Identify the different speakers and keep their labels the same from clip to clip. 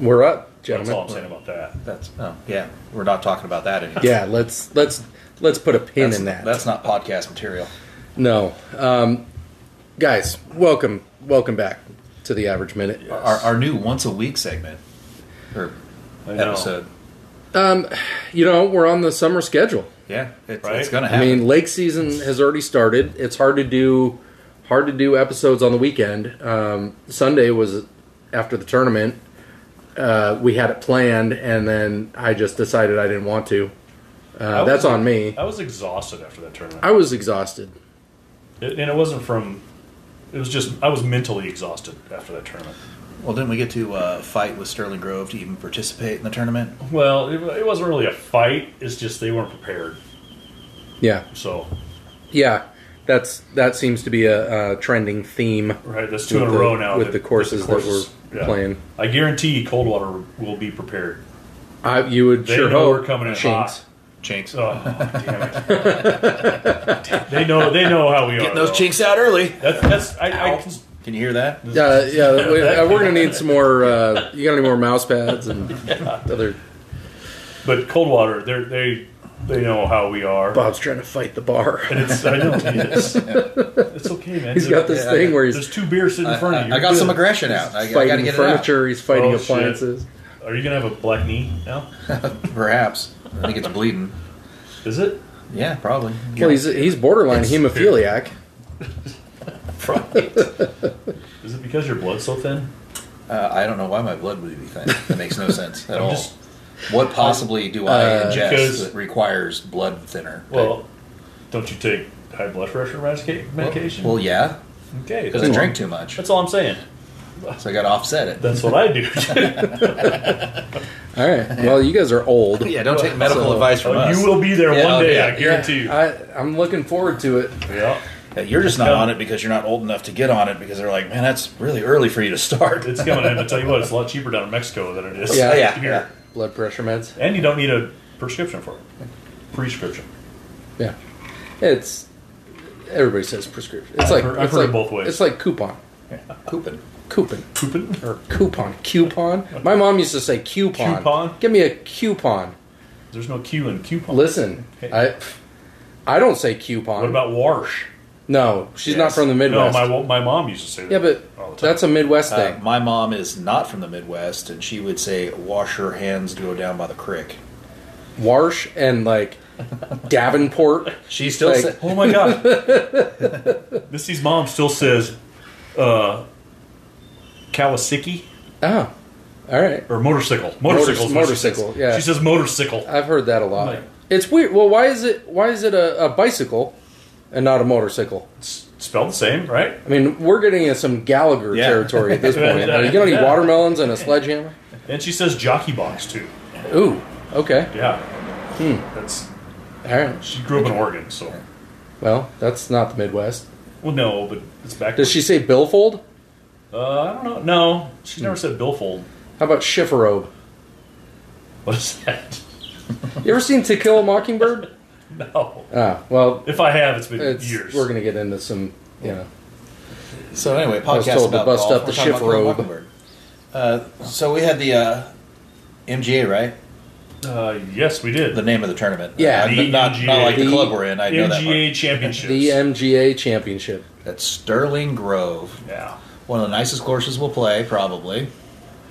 Speaker 1: we're up,
Speaker 2: That's all I'm
Speaker 1: gentlemen.
Speaker 2: saying about that.
Speaker 3: That's oh yeah, we're not talking about that anymore.
Speaker 1: Yeah, let's let's let's put a pin
Speaker 3: that's,
Speaker 1: in that.
Speaker 3: That's not podcast material.
Speaker 1: no, um, guys. Welcome, welcome back to the average minute. Uh,
Speaker 3: Our, our new once a week segment or
Speaker 2: I know.
Speaker 3: episode.
Speaker 1: You know, we're on the summer schedule.
Speaker 3: Yeah, it's, it's
Speaker 2: Right?
Speaker 3: gonna
Speaker 1: I
Speaker 3: happen.
Speaker 1: mean, lake season has already started. It's hard to do hard to do episodes on the weekend. Um, Sunday was after the tournament. Uh, we had it planned, and then I just decided I didn't want to.
Speaker 2: I
Speaker 1: Uh,
Speaker 2: was-
Speaker 1: that's on me.
Speaker 2: I was exhausted after that tournament,
Speaker 1: I was exhausted.
Speaker 2: It- and it wasn't from. It was just I was mentally exhausted after that tournament.
Speaker 3: well, didn't we get to uh, fight with Sterling Grove to even participate in the tournament?
Speaker 2: Well, it, it wasn't really a fight. It's just they weren't prepared.
Speaker 1: Yeah,
Speaker 2: So
Speaker 1: yeah. That's that seems to be a, uh trending theme.
Speaker 2: right, that's two
Speaker 1: With
Speaker 2: in a
Speaker 1: the-
Speaker 2: row now
Speaker 1: with the courses that we're
Speaker 2: yeah.
Speaker 1: playing.
Speaker 2: I guarantee Coldwater will be prepared.
Speaker 1: I, you would
Speaker 2: They
Speaker 1: sure
Speaker 2: know
Speaker 1: hope
Speaker 2: we're coming in
Speaker 1: Shanks.
Speaker 2: hot.
Speaker 3: Chinks.
Speaker 2: Oh, damn it! they know. They know how we are.
Speaker 3: Getting those
Speaker 2: though.
Speaker 3: chinks out early.
Speaker 2: That's, that's I, I can,
Speaker 3: Can you hear that?
Speaker 1: Yeah, yeah. we- uh, we're gonna need some more. Uh, you got any more mouse pads and other?
Speaker 2: But Coldwater, they are they they know how we are.
Speaker 1: Bob's trying to fight the bar.
Speaker 2: And it's I know it's, it's okay, man.
Speaker 1: He's got this
Speaker 3: Yeah,
Speaker 1: thing where he's
Speaker 2: There's two beers sitting in front of
Speaker 3: I,
Speaker 2: you.
Speaker 3: I
Speaker 2: You're
Speaker 3: got
Speaker 2: good.
Speaker 3: some aggression out. I, I gotta
Speaker 1: fighting
Speaker 3: get
Speaker 1: furniture. He's fighting
Speaker 2: Oh, shit.
Speaker 1: appliances.
Speaker 2: Are you gonna have a black knee now?
Speaker 3: it out. Perhaps. I think it's bleeding.
Speaker 2: Is it?
Speaker 3: Yeah, probably.
Speaker 1: Well, he's he's borderline hemophiliac.
Speaker 2: Is it because your blood's so thin?
Speaker 3: Uh, I don't know why my blood would be thin. That makes no sense at
Speaker 2: I'm
Speaker 3: all.
Speaker 2: just-
Speaker 3: what possibly do I
Speaker 1: Uh,
Speaker 3: ingest
Speaker 2: because-
Speaker 3: that requires blood thinner?
Speaker 2: Well, don't you take high blood pressure medica- medication?
Speaker 3: well, yeah,
Speaker 2: okay,
Speaker 3: because
Speaker 2: that's
Speaker 3: I
Speaker 2: all-
Speaker 3: drink too much,
Speaker 2: That's all I'm saying.
Speaker 3: so I got to offset it.
Speaker 2: That's what I do.
Speaker 1: All right. Well, you guys are old.
Speaker 3: Yeah, don't take medical
Speaker 1: So-
Speaker 3: advice from
Speaker 2: Oh,
Speaker 3: us.
Speaker 2: you will be there
Speaker 3: Yeah,
Speaker 2: one
Speaker 3: oh,
Speaker 2: day.
Speaker 3: yeah,
Speaker 2: I guarantee
Speaker 1: I, I'm looking forward to it.
Speaker 2: you. Yeah,
Speaker 3: Yeah, you're just not
Speaker 2: Yeah.
Speaker 3: on it because you're not old enough to get on it because they're like, man, that's really early for you to start.
Speaker 2: it's coming. And I tell you what, it's a lot cheaper down in Mexico than it is
Speaker 1: Yeah.
Speaker 3: yeah,
Speaker 2: here.
Speaker 3: yeah.
Speaker 1: Blood pressure meds.
Speaker 2: And you don't need a prescription for it. Prescription.
Speaker 1: Yeah. It's everybody says prescription. It's like
Speaker 2: heard- I've
Speaker 1: it's
Speaker 2: heard
Speaker 1: like
Speaker 2: it both ways.
Speaker 1: It's like coupon,
Speaker 3: Pooping.
Speaker 1: coupon
Speaker 2: Coupon.
Speaker 1: or coupon, coupon. My mom used to say coupon.
Speaker 2: Coupon?
Speaker 1: Give me a coupon.
Speaker 2: There's no Q in coupon.
Speaker 1: Listen,
Speaker 2: Okay.
Speaker 1: I I don't say coupon.
Speaker 2: What about Warsh?
Speaker 1: no? She's not
Speaker 3: Yes.
Speaker 1: from the
Speaker 2: No,
Speaker 1: Midwest.
Speaker 2: my wo- my mom used to say that.
Speaker 1: yeah, but
Speaker 2: all the time.
Speaker 1: that's a Midwest
Speaker 3: Uh,
Speaker 1: thing.
Speaker 3: my mom is not from the Midwest, and she would say, wash your hands to go down by the creek.
Speaker 1: Warsh and like Davenport.
Speaker 3: She still
Speaker 1: Like-
Speaker 3: said,
Speaker 2: oh my god. Missy's mom still says, uh, Kawasaki
Speaker 1: Oh, all right.
Speaker 2: or motorcycle. Motorcycle. is what she says.
Speaker 1: motorcycle, yeah.
Speaker 2: She says motorcycle.
Speaker 1: I've heard that a lot.
Speaker 2: Like-
Speaker 1: it's weird. Well, why is it why is it a, a bicycle and not a motorcycle?
Speaker 2: It's spelled the same, right?
Speaker 1: I mean, we're getting into some Gallagher
Speaker 3: Yeah.
Speaker 1: territory at this point.
Speaker 2: Yeah.
Speaker 1: you got any
Speaker 2: Yeah.
Speaker 1: watermelons and a sledgehammer?
Speaker 2: And she says jockey box too.
Speaker 1: Ooh, okay,
Speaker 2: Yeah.
Speaker 1: Hmm.
Speaker 2: That's
Speaker 1: all right.
Speaker 2: she grew up in Oregon, so
Speaker 1: Well, that's not the Midwest.
Speaker 2: well, no, but it's back.
Speaker 1: Does she say billfold?
Speaker 2: Uh, I don't know. No, she's
Speaker 1: Hmm.
Speaker 2: never said billfold.
Speaker 1: How about chifferobe?
Speaker 2: What is that?
Speaker 1: You ever seen To Kill a Mockingbird?
Speaker 2: No.
Speaker 1: Ah, well,
Speaker 2: If I have, it's been
Speaker 1: it's,
Speaker 2: years.
Speaker 1: we're gonna get into some, you know.
Speaker 3: So anyway, podcast
Speaker 1: was told to
Speaker 3: about
Speaker 1: bust
Speaker 3: golf.
Speaker 1: up
Speaker 3: We're
Speaker 1: the
Speaker 3: talking about
Speaker 1: Schiff robe.
Speaker 3: Glenn Wackenberg. Uh, so we had the uh, MGA, right?
Speaker 2: Uh, yes, we did.
Speaker 3: The name of the tournament.
Speaker 1: Yeah.
Speaker 3: Uh,
Speaker 2: The
Speaker 3: not, not like the
Speaker 1: MGA.
Speaker 3: club we're in. I know that.
Speaker 2: MGA
Speaker 3: Part.
Speaker 2: championships.
Speaker 1: The uh, MGA Championship.
Speaker 3: That's Sterling Grove,
Speaker 2: yeah.
Speaker 3: one of the nicest courses we'll play, probably.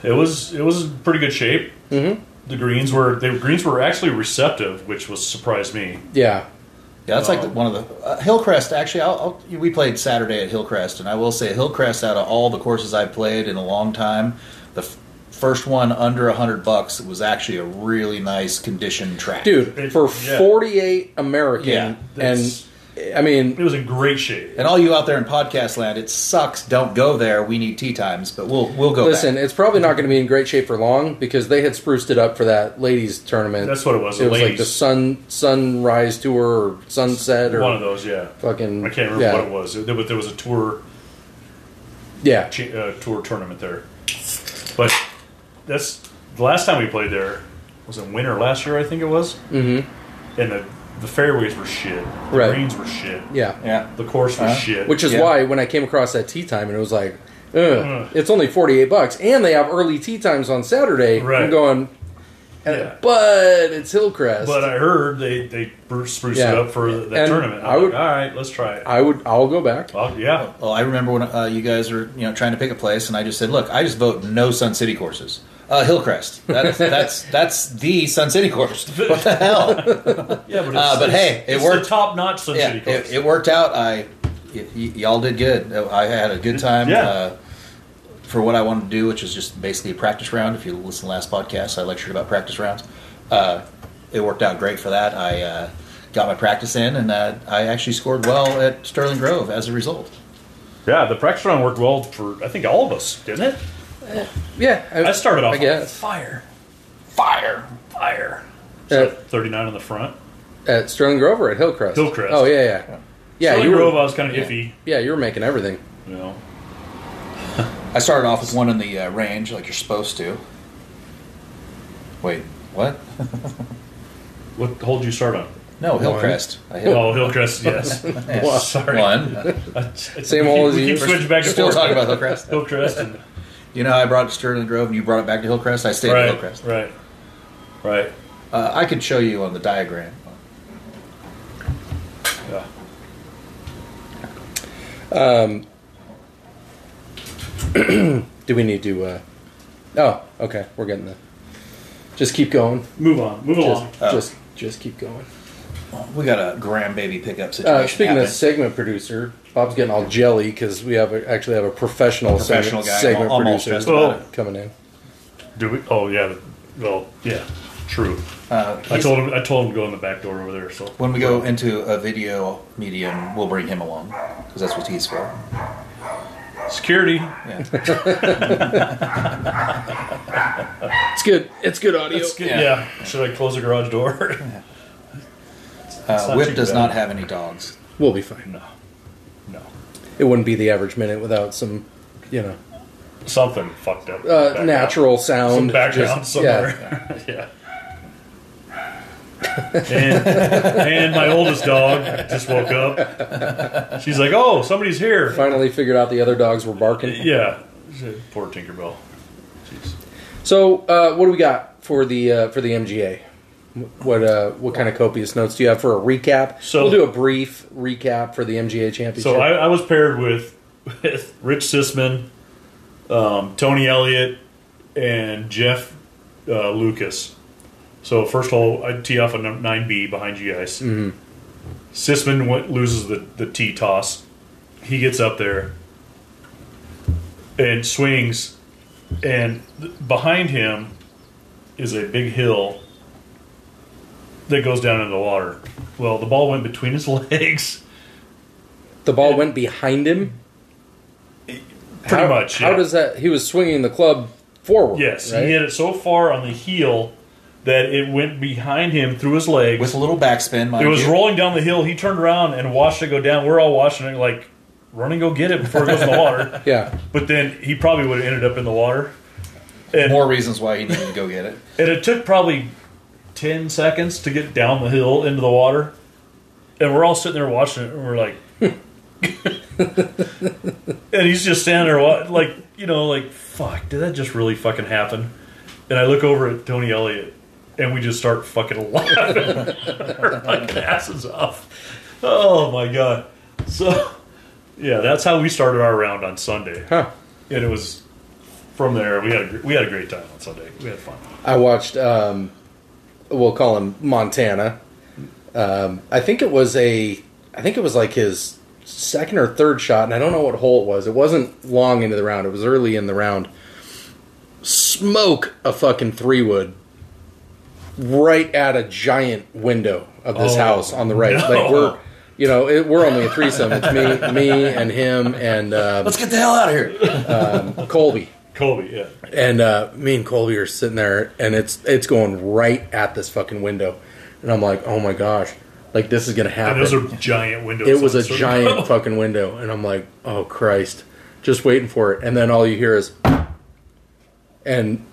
Speaker 2: It was it was in pretty good shape. Mm-hmm. The greens were the greens were actually receptive, which was surprised me.
Speaker 1: Yeah,
Speaker 3: Yeah, that's like the, one of the uh, Hillcrest. Actually, I'll, I'll, we played Saturday at Hillcrest, and I will say Hillcrest, out of all the courses I've played in a long time, the f- first one under a hundred bucks was actually a really nice condition track.
Speaker 1: dude,
Speaker 2: It-
Speaker 1: for
Speaker 2: yeah.
Speaker 1: forty-eight American,
Speaker 3: Yeah,
Speaker 1: and
Speaker 2: that's-
Speaker 1: I mean,
Speaker 2: It was in great shape.
Speaker 3: And all you out there in podcast land, it sucks. Don't go there. We need tea times, but we'll we'll go.
Speaker 1: Listen,
Speaker 3: back.
Speaker 1: it's probably not going to be in great shape for long because they had spruced it up for that ladies tournament.
Speaker 2: That's what it was,
Speaker 1: It
Speaker 2: the
Speaker 1: was like
Speaker 2: ladies.
Speaker 1: the sun sunrise tour or sunset or
Speaker 2: One of those, yeah.
Speaker 1: fucking.
Speaker 2: I can't remember
Speaker 1: yeah,
Speaker 2: what it was. There, was- there was a tour
Speaker 1: Yeah,
Speaker 2: cha- uh, tour tournament there, but that's the last time we played there was in winter last year, I think it was. Mm-hmm. And the the fairways were shit. The
Speaker 1: Right.
Speaker 2: greens were shit.
Speaker 1: yeah,
Speaker 3: yeah,
Speaker 2: The course was
Speaker 3: Uh-huh.
Speaker 2: shit.
Speaker 1: Which is
Speaker 3: Yeah.
Speaker 1: why when I came across that tea time and it was like Ugh, It's only forty eight bucks, and they have early tea times on Saturday. I'm
Speaker 2: Right.
Speaker 1: going,
Speaker 2: Yeah.
Speaker 1: but it's Hillcrest.
Speaker 2: But I heard they they bru- spruced it
Speaker 1: Yeah.
Speaker 2: up for that
Speaker 1: And
Speaker 2: tournament.
Speaker 1: I
Speaker 2: I'm
Speaker 1: would-
Speaker 2: like, all right, let's try it.
Speaker 1: I would, I'll go back.
Speaker 2: well, yeah,
Speaker 3: Well, I remember when uh, you guys were, you know, trying to pick a place, and I just said, "Look, I just vote no Sun City courses. Uh, Hillcrest. That is, that's that's the Sun City course. What the hell?
Speaker 2: yeah, but, it's,
Speaker 3: Uh, but hey, it
Speaker 2: it's
Speaker 3: worked.
Speaker 2: Top notch Sun
Speaker 3: yeah,
Speaker 2: City course.
Speaker 3: it, it worked out. I, y- y- y'all did good. I had a good time.
Speaker 2: Yeah.
Speaker 3: Uh, for what I wanted to do, which is just basically a practice round. If you listen to last podcast, I lectured about practice rounds. Uh, it worked out great for that. I uh, got my practice in, and uh, I actually scored well at Sterling Grove as a result.
Speaker 2: yeah, the practice round worked well for I think all of us, didn't it?
Speaker 1: Yeah,
Speaker 2: I started off
Speaker 1: I guess.
Speaker 2: on fire,
Speaker 3: Fire.
Speaker 2: fire.
Speaker 1: at,
Speaker 2: Thirty nine on the front.
Speaker 1: at Sterling Grove or at Hillcrest.
Speaker 2: Hillcrest.
Speaker 1: Oh yeah, yeah, yeah.
Speaker 2: Sterling
Speaker 1: you were,
Speaker 2: Grove, I was kind of iffy.
Speaker 1: yeah, you were making everything.
Speaker 2: You know,
Speaker 3: I started off with one in the uh, range, like you're supposed to. Wait, what?
Speaker 2: what hole did you start on?
Speaker 3: No, Hillcrest. I hit
Speaker 2: Oh, Hillcrest. Yes.
Speaker 3: Yeah.
Speaker 2: Sorry.
Speaker 3: one.
Speaker 2: It's-
Speaker 1: Same
Speaker 2: we
Speaker 1: hole
Speaker 2: keep-
Speaker 1: as
Speaker 2: we
Speaker 1: you.
Speaker 2: keep switching back and
Speaker 3: Still
Speaker 2: forth.
Speaker 3: talking about Hillcrest.
Speaker 2: Hillcrest and
Speaker 3: You know, how I brought it to Sterling Grove, and you brought it back to Hillcrest. I stayed at
Speaker 2: right,
Speaker 3: Hillcrest.
Speaker 2: right, right.
Speaker 3: Uh, I could show you on the diagram.
Speaker 2: Yeah.
Speaker 1: Do we need to? Uh, oh, okay, we're getting the. Just keep going.
Speaker 2: Move on. Move
Speaker 1: Just,
Speaker 2: along.
Speaker 3: Oh.
Speaker 1: just, just keep going.
Speaker 3: We got a grandbaby pickup situation.
Speaker 1: Uh, speaking
Speaker 3: happening.
Speaker 1: of segment producer, Bob's getting all jelly because we have a, actually have a professional,
Speaker 3: Professional
Speaker 1: segment,
Speaker 3: guy,
Speaker 1: segment
Speaker 3: al- almost
Speaker 1: producer
Speaker 3: just about
Speaker 2: it.
Speaker 1: coming in.
Speaker 2: Do we? Oh yeah. Well, yeah. True.
Speaker 3: Uh,
Speaker 2: I
Speaker 3: he's-
Speaker 2: told him. I told him to go in the back door over there. So
Speaker 3: when we go into a video medium, we'll bring him along because that's what he's for. Uh,
Speaker 2: security.
Speaker 3: Yeah.
Speaker 1: It's good. It's good audio.
Speaker 2: It's good.
Speaker 3: Yeah.
Speaker 2: Yeah. Should I close the garage door?
Speaker 3: Uh,
Speaker 2: not
Speaker 3: Whip
Speaker 2: too
Speaker 3: does
Speaker 2: bad.
Speaker 3: not have any dogs.
Speaker 1: We'll be fine.
Speaker 2: no. No.
Speaker 1: It wouldn't be the average minute without some, you know,
Speaker 2: Something fucked up.
Speaker 1: uh,
Speaker 2: Background.
Speaker 1: natural sound.
Speaker 2: Some background
Speaker 1: just- Yeah.
Speaker 2: somewhere. Yeah. and, and my oldest dog just woke up. She's like, "Oh, somebody's here."
Speaker 1: Finally figured out the other dogs were barking.
Speaker 2: Yeah. Poor Tinkerbell. Jeez.
Speaker 1: So, uh, what do we got for the uh, for the MGA? What uh, what kind of copious notes do you have for a recap?
Speaker 2: So-
Speaker 1: we'll do a brief recap for the MGA championship.
Speaker 2: So I, I was paired with, with Rich Sisman, um, Tony Elliott, and Jeff uh, Lucas. So first of all, I tee off a nine B behind you guys.
Speaker 1: Mm-hmm.
Speaker 2: Sisman went, loses the the tee toss. He gets up there and swings, and th- behind him is a big hill that goes down into the water. Well, the ball went between his legs.
Speaker 1: the ball went behind him.
Speaker 2: Pretty
Speaker 1: how,
Speaker 2: much.
Speaker 1: How
Speaker 2: yeah.
Speaker 1: does that? He was swinging the club forward.
Speaker 2: Yes,
Speaker 1: right?
Speaker 2: he hit it so far on the heel that it went behind him through his legs.
Speaker 3: With a little backspin, mind
Speaker 2: it was
Speaker 3: you.
Speaker 2: rolling down the hill. He turned around and watched it go down. We're all watching it like, run and go get it before it goes in the water.
Speaker 1: Yeah.
Speaker 2: But then he probably would have ended up in the water. And,
Speaker 3: More reasons why he needed to go get it.
Speaker 2: and it took probably 10 seconds to get down the hill into the water. And we're all sitting there watching it and we're like, and he's just standing there, wa- like, you know, like, fuck, did that just really fucking happen? And I look over at Tony Elliott, and we just start fucking laughing our fucking asses off. Oh my god! So, yeah, that's how we started our round on Sunday,
Speaker 1: Huh.
Speaker 2: and it was from there. We had a gr- we had a great time on Sunday. We had fun.
Speaker 1: I watched. Um, we'll call him Montana. Um, I think it was a. I think it was like his second or third shot, and I don't know what hole it was. It wasn't long into the round. It was early in the round. Smoke a fucking three wood right at a giant window of this
Speaker 2: Oh,
Speaker 1: house on the right.
Speaker 2: no.
Speaker 1: Like we're, you know, it, we're only a threesome. It's me, me, and him, and um,
Speaker 3: Let's get the hell out of here.
Speaker 1: Colby.
Speaker 2: Kobe, yeah,
Speaker 1: And uh, me and Colby are sitting there, and it's it's going right at this fucking window, and I'm like, oh my gosh, like this is gonna
Speaker 2: and
Speaker 1: happen.
Speaker 2: those are giant windows.
Speaker 1: it was
Speaker 2: on
Speaker 1: a
Speaker 2: certain-
Speaker 1: giant fucking window, and I'm like, oh Christ, just waiting for it, and then all you hear is, and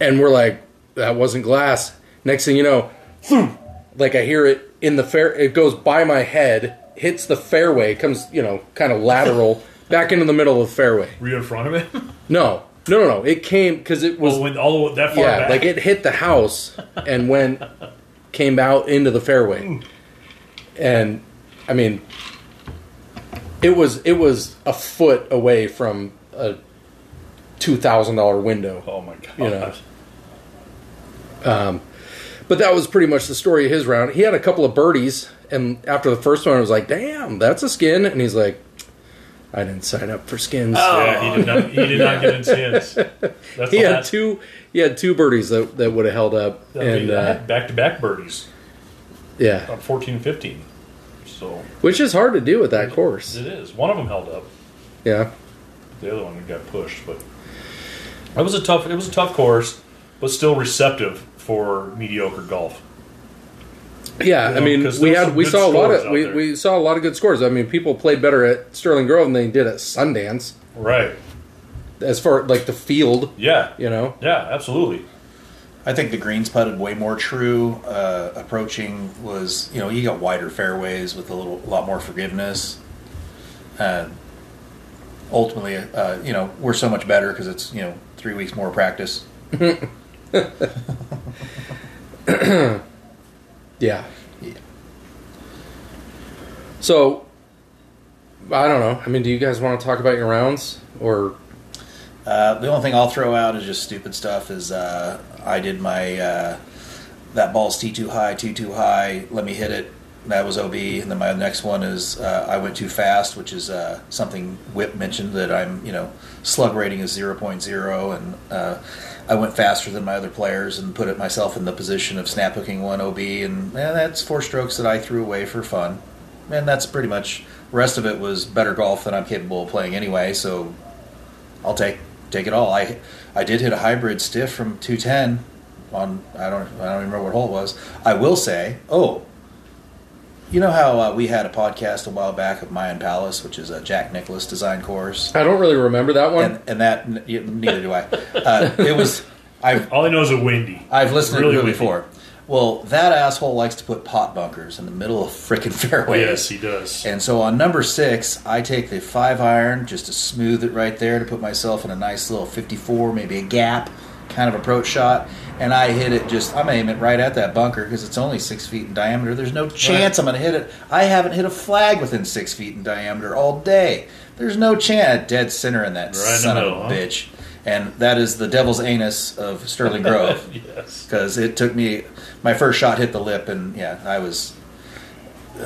Speaker 1: and we're like, that wasn't glass. Next thing you know, thump, like I hear it in the fair, it goes by my head, hits the fairway, comes you know kind of lateral, back into the middle of the fairway.
Speaker 2: Were you in front of it?
Speaker 1: No, no, no, no. It came because it was
Speaker 2: Well, went all the way that far
Speaker 1: yeah,
Speaker 2: back.
Speaker 1: like it hit the house and went came out into the fairway, and I mean, it was it was a foot away from a two thousand dollar window.
Speaker 2: oh my god!
Speaker 1: you know. But that was pretty much the story of his round. He had a couple of birdies, and after the first one, I was like, "Damn, that's a skin." And he's like, "I didn't sign up for skins."
Speaker 2: Yeah, he did not. He did not get in skins. That's
Speaker 1: Oh. he
Speaker 2: the
Speaker 1: had
Speaker 2: last-
Speaker 1: two. He had two birdies that, that would have held up,
Speaker 2: that'd
Speaker 1: and
Speaker 2: be- I
Speaker 1: uh,
Speaker 2: had back-to-back birdies
Speaker 1: yeah,
Speaker 2: on 14 and 15. So
Speaker 1: which is hard to do at that course.
Speaker 2: it is. One of them held up.
Speaker 1: Yeah,
Speaker 2: The other one got pushed, but that was a tough. It was a tough course, but still receptive for mediocre golf.
Speaker 1: yeah.
Speaker 2: You
Speaker 1: I
Speaker 2: know,
Speaker 1: mean,
Speaker 2: 'cause
Speaker 1: we
Speaker 2: there's
Speaker 1: had
Speaker 2: some
Speaker 1: we
Speaker 2: good
Speaker 1: saw a lot
Speaker 2: scores
Speaker 1: of
Speaker 2: out
Speaker 1: we,
Speaker 2: there.
Speaker 1: we saw a lot of good scores. I mean, people played better at Sterling Grove than they did at Sundance,
Speaker 2: Right.
Speaker 1: as far like the field.
Speaker 2: Yeah.
Speaker 1: You know,
Speaker 2: Yeah. Absolutely.
Speaker 3: I think the greens putted way more true. Uh, approaching was, you know, you got wider fairways with a little, lot more forgiveness. Uh, ultimately, uh, you know, we're so much better because it's, you know, three weeks more practice.
Speaker 1: yeah. So, I don't know. I mean, do you guys want to talk about your rounds or?
Speaker 3: Uh, the only thing I'll throw out is just stupid stuff. Is uh, I did my uh, that ball's tee too high, too too high. Let me hit it. That was OB, and then my next one is uh, I went too fast, which is uh, something Whip mentioned that I'm you know slug rating is 0.0, and uh, I went faster than my other players and put it myself in the position of snap hooking one OB, and eh, that's four strokes that I threw away for fun, and that's pretty much. Rest of it was better golf than I'm capable of playing anyway, so I'll take take it all. I I did hit a hybrid stiff from 210 on I don't I don't even remember what hole it was. I will say, oh, you know how uh, we had a podcast a while back of Mayan Palace, which is a Jack Nicholas design course,
Speaker 1: I don't really remember that one.
Speaker 3: and and that n- you- neither do I. Uh, it was I've
Speaker 2: All I know is a windy.
Speaker 3: I've listened
Speaker 2: Really
Speaker 3: to it
Speaker 2: windy.
Speaker 3: before. Well, that asshole likes to put pot bunkers in the middle of frickin' fairways.
Speaker 2: Yes, he does.
Speaker 3: And so on number six, I take the five iron just to smooth it right there to put myself in a nice little 54, maybe a gap kind of approach shot. And I hit it just, I'm aiming right at that bunker because it's only six feet in diameter. There's no chance I'm going to hit it. I haven't hit a flag within six feet in diameter all day. There's no chance. Dead center in that
Speaker 2: in the
Speaker 3: son
Speaker 2: middle,
Speaker 3: of
Speaker 2: huh?
Speaker 3: a bitch. And that is the devil's anus of Sterling Grove
Speaker 2: yes.
Speaker 3: because it took me my first shot hit the lip and yeah i was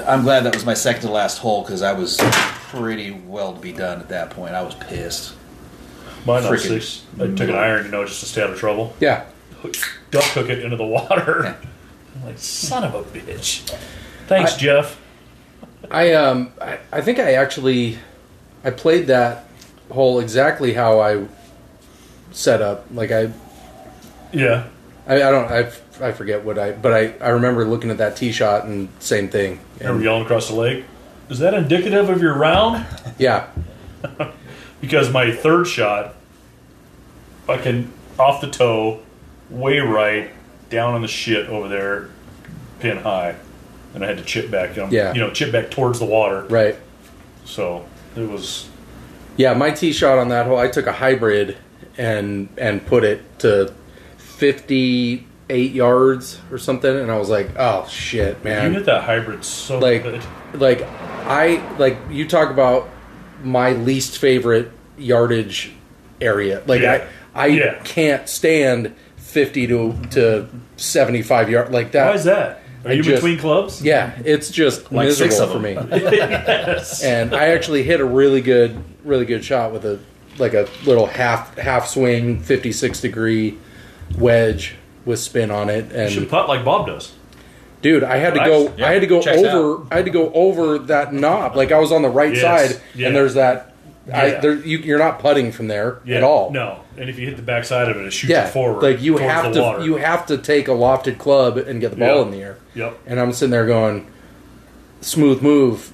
Speaker 3: i'm glad that was my second to last hole because i was pretty well to be done at that point i was pissed
Speaker 2: Mine on
Speaker 3: Freaking-
Speaker 2: six. I took an iron, you know, just to stay out of trouble.
Speaker 1: yeah.
Speaker 2: Hook- Duck hook it into the water. I'm like, son of a bitch. Thanks, Jeff.
Speaker 1: I um I, I think I actually I played that hole exactly how I set up. Like I
Speaker 2: Yeah.
Speaker 1: I, I don't I, f- I forget what I but I, I remember looking at that tee shot and same thing.
Speaker 2: Remember
Speaker 1: And,
Speaker 2: yelling across the lake? Is that indicative of your round?
Speaker 1: yeah.
Speaker 2: Because my third shot, fucking off the toe, way right, down on the shit over there, pin high. And I had to chip back, you know,
Speaker 1: Yeah.
Speaker 2: you know chip back towards the water.
Speaker 1: Right.
Speaker 2: So it was
Speaker 1: Yeah, my tee shot on that hole I took a hybrid and and put it to fifty eight yards or something and I was like, Oh shit, man.
Speaker 2: You hit that hybrid so
Speaker 1: like
Speaker 2: good.
Speaker 1: like I like you talk about my least favorite yardage area. Like
Speaker 2: Yeah.
Speaker 1: I I
Speaker 2: Yeah.
Speaker 1: can't stand fifty to to seventy five yard like that.
Speaker 2: Why is that? Are
Speaker 1: I
Speaker 2: you
Speaker 1: just-
Speaker 2: between clubs?
Speaker 1: Yeah, it's just
Speaker 3: Like
Speaker 1: miserable
Speaker 3: six of
Speaker 1: for
Speaker 3: them.
Speaker 1: me.
Speaker 2: yes.
Speaker 1: and I actually hit a really good really good shot with a like a little half half swing fifty six degree wedge with spin on it and
Speaker 2: You should putt like Bob does.
Speaker 1: Dude, I had to
Speaker 2: Nice.
Speaker 1: go.
Speaker 3: Yeah,
Speaker 1: I had to go
Speaker 3: checks
Speaker 1: over. I had to go over that knob. Like I was on the right
Speaker 2: Yes,
Speaker 1: side,
Speaker 2: yeah.
Speaker 1: and there's that. I,
Speaker 2: Yeah.
Speaker 1: there, you, you're not putting from there at all.
Speaker 2: No. And if you hit the backside of it, it shoots
Speaker 1: Yeah.
Speaker 2: you forward.
Speaker 1: Like you
Speaker 2: towards
Speaker 1: have
Speaker 2: the
Speaker 1: to.
Speaker 2: Water.
Speaker 1: You have to take a lofted club and get the ball
Speaker 2: Yeah.
Speaker 1: in the air.
Speaker 2: Yep.
Speaker 1: And I'm sitting there going, smooth move,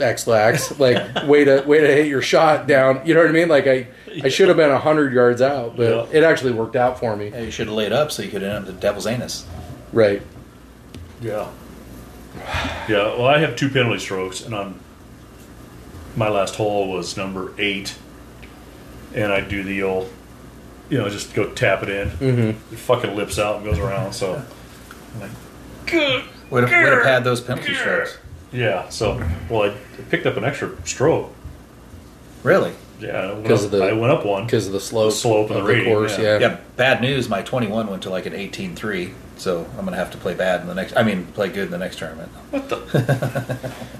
Speaker 1: X lax. Like way to way to hit your shot down. You know what I mean? Like I I should have been hundred yards out, but
Speaker 2: Yeah.
Speaker 1: it actually worked out for me.
Speaker 3: Yeah, you should have laid up so you could end up the devil's anus
Speaker 1: Right.
Speaker 2: Yeah. Yeah. Well, I have two penalty strokes, and on my last hole was number eight, and I do the old, you know, just go tap it in. Mm-hmm. It fucking lips out and goes around. So, I'm like, good.
Speaker 3: Way to, way to pad those penalty strokes.
Speaker 2: Yeah. So, well, I picked up an extra stroke.
Speaker 3: Really?
Speaker 2: Yeah, I went,
Speaker 1: 'Cause
Speaker 2: up,
Speaker 1: of the-
Speaker 2: I went up one.
Speaker 1: because of the slope,
Speaker 2: slope and
Speaker 1: of
Speaker 2: the
Speaker 1: the,
Speaker 2: rating,
Speaker 1: course.
Speaker 2: yeah.
Speaker 1: Yeah.
Speaker 3: Yeah, bad news. My 21 went to like an 18-3, so I'm gonna have to play bad in the next. I mean, play good in the next tournament.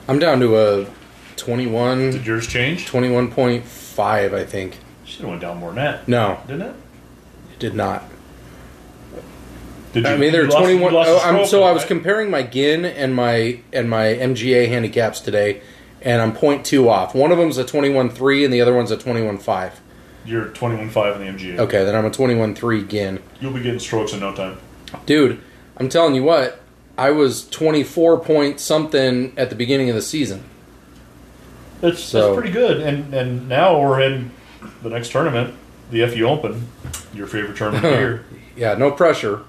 Speaker 1: I'm down to a 21,
Speaker 2: Did yours change?
Speaker 1: 21.5, I think.
Speaker 2: Should have went down more than that,
Speaker 1: No,
Speaker 2: didn't it?
Speaker 1: it did not.
Speaker 2: Did
Speaker 1: I mean, there
Speaker 2: you
Speaker 1: are
Speaker 2: lost- you
Speaker 1: 21.
Speaker 2: lost a
Speaker 1: oh, I'm,
Speaker 2: stroke,
Speaker 1: so I was
Speaker 2: right?
Speaker 1: comparing my gin and my and my MGA handicaps today, and I'm 0.2 off. One of them's a 21.3, and the other one's a 21.5.
Speaker 2: You're 21.5 in the MGA.
Speaker 1: Okay, then I'm a 21.3 gin.
Speaker 2: You'll be getting strokes in no time.
Speaker 1: Dude, I'm telling you what, I was 24 point something at the beginning of the season.
Speaker 2: That's,
Speaker 1: So-
Speaker 2: that's pretty good. And and now we're in the next tournament, the FU Open, your favorite tournament of the year.
Speaker 1: Yeah, no pressure.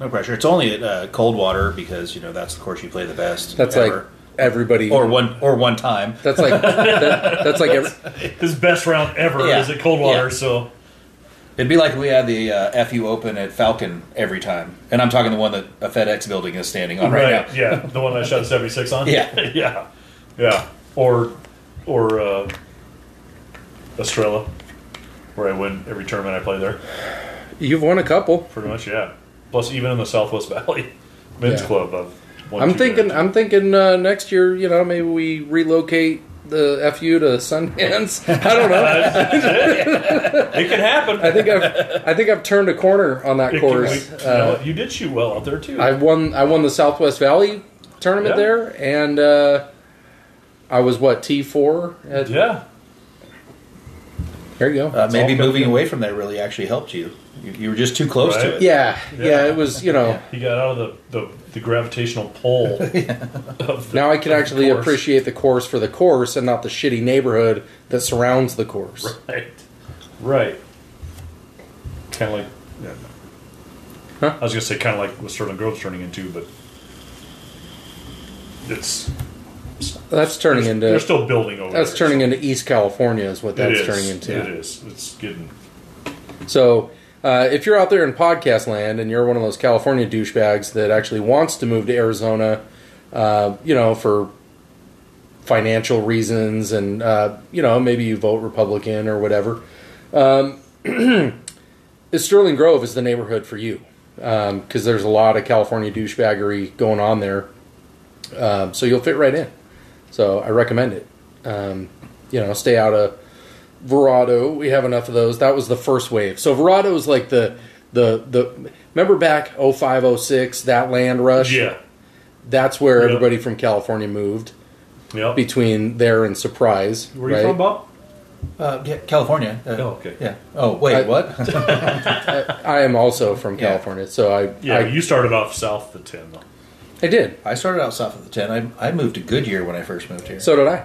Speaker 3: No pressure. It's only at uh, Coldwater because you know that's the course you play the best.
Speaker 1: That's like
Speaker 3: ever.
Speaker 1: everybody.
Speaker 3: or one or one time.
Speaker 1: that's like that, that's like every,
Speaker 2: His best round ever
Speaker 3: Yeah.
Speaker 2: is at Coldwater,
Speaker 3: Yeah.
Speaker 2: so
Speaker 3: It'd be like we had the uh, FU Open at Falcon every time, and I'm talking the one that a FedEx building is standing on right, now.
Speaker 2: yeah, the one I shot 76 on.
Speaker 3: Yeah.
Speaker 2: yeah, yeah. Or or uh, Estrella, where I win every tournament I play there,
Speaker 1: you've won a couple.
Speaker 2: pretty much. Yeah. Plus, even in the Southwest Valley Men's
Speaker 1: Yeah.
Speaker 2: Club, I've won
Speaker 1: I'm
Speaker 2: two
Speaker 1: thinking
Speaker 2: there.
Speaker 1: I'm thinking uh, next year, you know, maybe we relocate the FU to Sundance. I don't know.
Speaker 2: it can happen.
Speaker 1: I think I've I think I've turned a corner on that
Speaker 2: It can-
Speaker 1: course.
Speaker 2: we- you, know
Speaker 1: Uh,
Speaker 2: what, you did shoot well out there too.
Speaker 1: I won I won the Southwest Valley tournament
Speaker 2: Yeah.
Speaker 1: there and uh, I was what T4 at
Speaker 2: yeah,
Speaker 1: There you go.
Speaker 3: Uh, maybe
Speaker 2: all good.
Speaker 3: moving away from there really actually helped you. You, you were just too close to
Speaker 2: Right.
Speaker 3: it.
Speaker 1: Yeah, yeah,
Speaker 2: Yeah.
Speaker 1: it was, you know,
Speaker 2: He got out of the, the, the gravitational pull. of the,
Speaker 1: now I can
Speaker 2: of the
Speaker 1: actually
Speaker 2: course.
Speaker 1: appreciate the course for the course and not the shitty neighborhood that surrounds the course.
Speaker 2: Right. Right. Kind of like. Yeah.
Speaker 1: Huh?
Speaker 2: I was going to say kind of like what Sterling Grove's turning into, but it's.
Speaker 1: That's turning
Speaker 2: They're
Speaker 1: into
Speaker 2: still building over
Speaker 1: uh, that's
Speaker 2: there.
Speaker 1: turning into East California is what
Speaker 2: It
Speaker 1: that's
Speaker 2: is.
Speaker 1: turning into.
Speaker 2: It is. It's getting.
Speaker 1: So, uh, if you're out there in podcast land and you're one of those California douchebags that actually wants to move to Arizona, uh, you know, for financial reasons and, uh, you know, maybe you vote Republican or whatever, um, is Sterling Grove is the neighborhood for you. Because there's a lot of California douchebaggery going on there. Um, so you'll fit right in. So I recommend it. Um, you know, stay out of Verado. We have enough of those. That was the first wave. So Verado is like the the the remember back 05, 06, that land rush.
Speaker 2: Yeah.
Speaker 1: That's where
Speaker 2: Yeah.
Speaker 1: everybody from California moved
Speaker 2: Yeah.
Speaker 1: between there and Surprise.
Speaker 2: Where
Speaker 1: right?
Speaker 2: you from, Bob?
Speaker 3: Uh, yeah, California. Uh,
Speaker 2: Oh, okay.
Speaker 3: Yeah. Oh wait,
Speaker 1: I-
Speaker 3: what?
Speaker 1: I am also from
Speaker 3: Yeah.
Speaker 1: California, so I
Speaker 2: Yeah,
Speaker 1: I,
Speaker 2: you started off south the 10, though.
Speaker 1: I did.
Speaker 3: I started out south of the ten. I, I moved to Goodyear when I first moved here.
Speaker 1: So did I.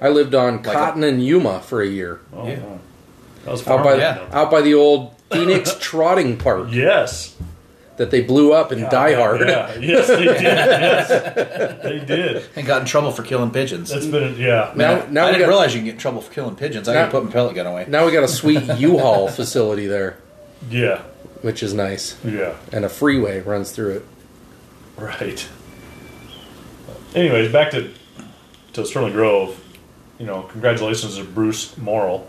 Speaker 1: I lived on
Speaker 3: a-
Speaker 1: Cotton and Yuma for a year
Speaker 2: Oh,
Speaker 3: Yeah.
Speaker 2: wow. That was
Speaker 1: out by
Speaker 2: farmland.
Speaker 3: yeah.
Speaker 2: though.
Speaker 1: out by the old Phoenix Trotting Park
Speaker 2: Yes.
Speaker 1: that they blew up in Die Hard.
Speaker 2: Yeah. Yes, they did. Yes. They did.
Speaker 3: and got in trouble for killing pigeons.
Speaker 2: That's been, yeah.
Speaker 1: Now, now
Speaker 3: I
Speaker 1: we
Speaker 3: didn't
Speaker 1: got,
Speaker 3: realize you can get in trouble for killing pigeons. I
Speaker 1: Now-
Speaker 3: could put my pellet gun away.
Speaker 1: now we got a sweet U-Haul facility there,
Speaker 2: Yeah.
Speaker 1: which is nice.
Speaker 2: Yeah.
Speaker 1: and a freeway runs through it.
Speaker 2: Right. Anyways, back to to Sterling Grove. You know, congratulations to Bruce Morrill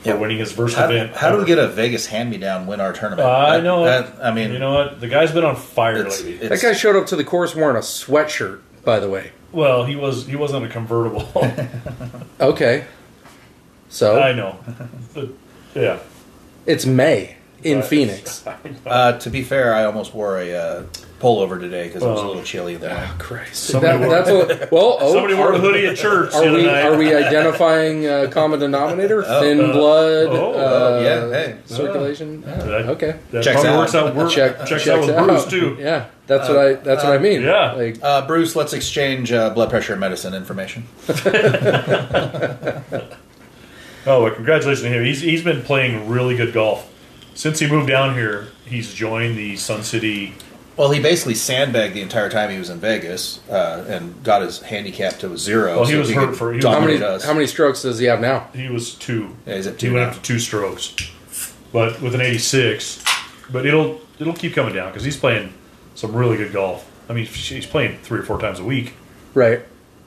Speaker 2: for
Speaker 3: Yeah.
Speaker 2: winning his first
Speaker 3: How,
Speaker 2: event.
Speaker 3: how do
Speaker 2: ever.
Speaker 3: we
Speaker 2: Uh,
Speaker 3: get a Vegas hand me down win our tournament?
Speaker 2: I
Speaker 3: That-
Speaker 2: know.
Speaker 3: That, I mean,
Speaker 2: you know what? The guy's been on fire
Speaker 3: it's,
Speaker 2: lately.
Speaker 3: it's-
Speaker 1: that guy showed up to the course wearing a sweatshirt, by the way.
Speaker 2: well, he was he wasn't a convertible.
Speaker 3: Oh.
Speaker 1: Okay. So
Speaker 2: I know. But, yeah.
Speaker 1: it's May in
Speaker 2: Right.
Speaker 1: Phoenix.
Speaker 3: Uh, to be fair, I almost wore a uh, pullover today because it was a
Speaker 2: Oh.
Speaker 3: little chilly in the morning.
Speaker 1: Christ.
Speaker 2: Somebody
Speaker 1: That- that's what, well, oh,
Speaker 2: Somebody wore
Speaker 1: are,
Speaker 2: a hoodie at church the
Speaker 1: are
Speaker 2: other
Speaker 1: we
Speaker 2: night.
Speaker 1: are we identifying uh, common denominator? Thin
Speaker 2: uh,
Speaker 1: blood.
Speaker 2: oh,
Speaker 1: uh,
Speaker 3: yeah, hey.
Speaker 1: Circulation. Yeah,
Speaker 2: That-
Speaker 1: okay.
Speaker 2: That
Speaker 3: Checks
Speaker 2: probably
Speaker 3: out.
Speaker 2: works out. Work,
Speaker 1: Check
Speaker 2: checks,
Speaker 1: checks
Speaker 2: out with Bruce too.
Speaker 1: Yeah, that's what I that's what I mean.
Speaker 2: yeah.
Speaker 1: Like,
Speaker 3: Uh, Bruce, let's exchange uh, blood pressure and medicine information.
Speaker 2: Oh, well, congratulations to him. He's, he's been playing really good golf. Since he moved down here, he's joined the Sun City
Speaker 3: Well, he basically sandbagged the entire time he was in Vegas uh, and got his handicap to a zero.
Speaker 2: Well, he was hurt
Speaker 3: could
Speaker 2: for- he was-
Speaker 1: How many
Speaker 3: dominate us.
Speaker 1: how many strokes does he have now?
Speaker 2: He was two.
Speaker 3: Yeah, he's at
Speaker 2: he
Speaker 3: two
Speaker 2: went
Speaker 3: now.
Speaker 2: up to two strokes, but with an 86. But it'll it'll keep coming down because he's playing some really good golf. I mean, he's playing three or four times a week.
Speaker 1: Right.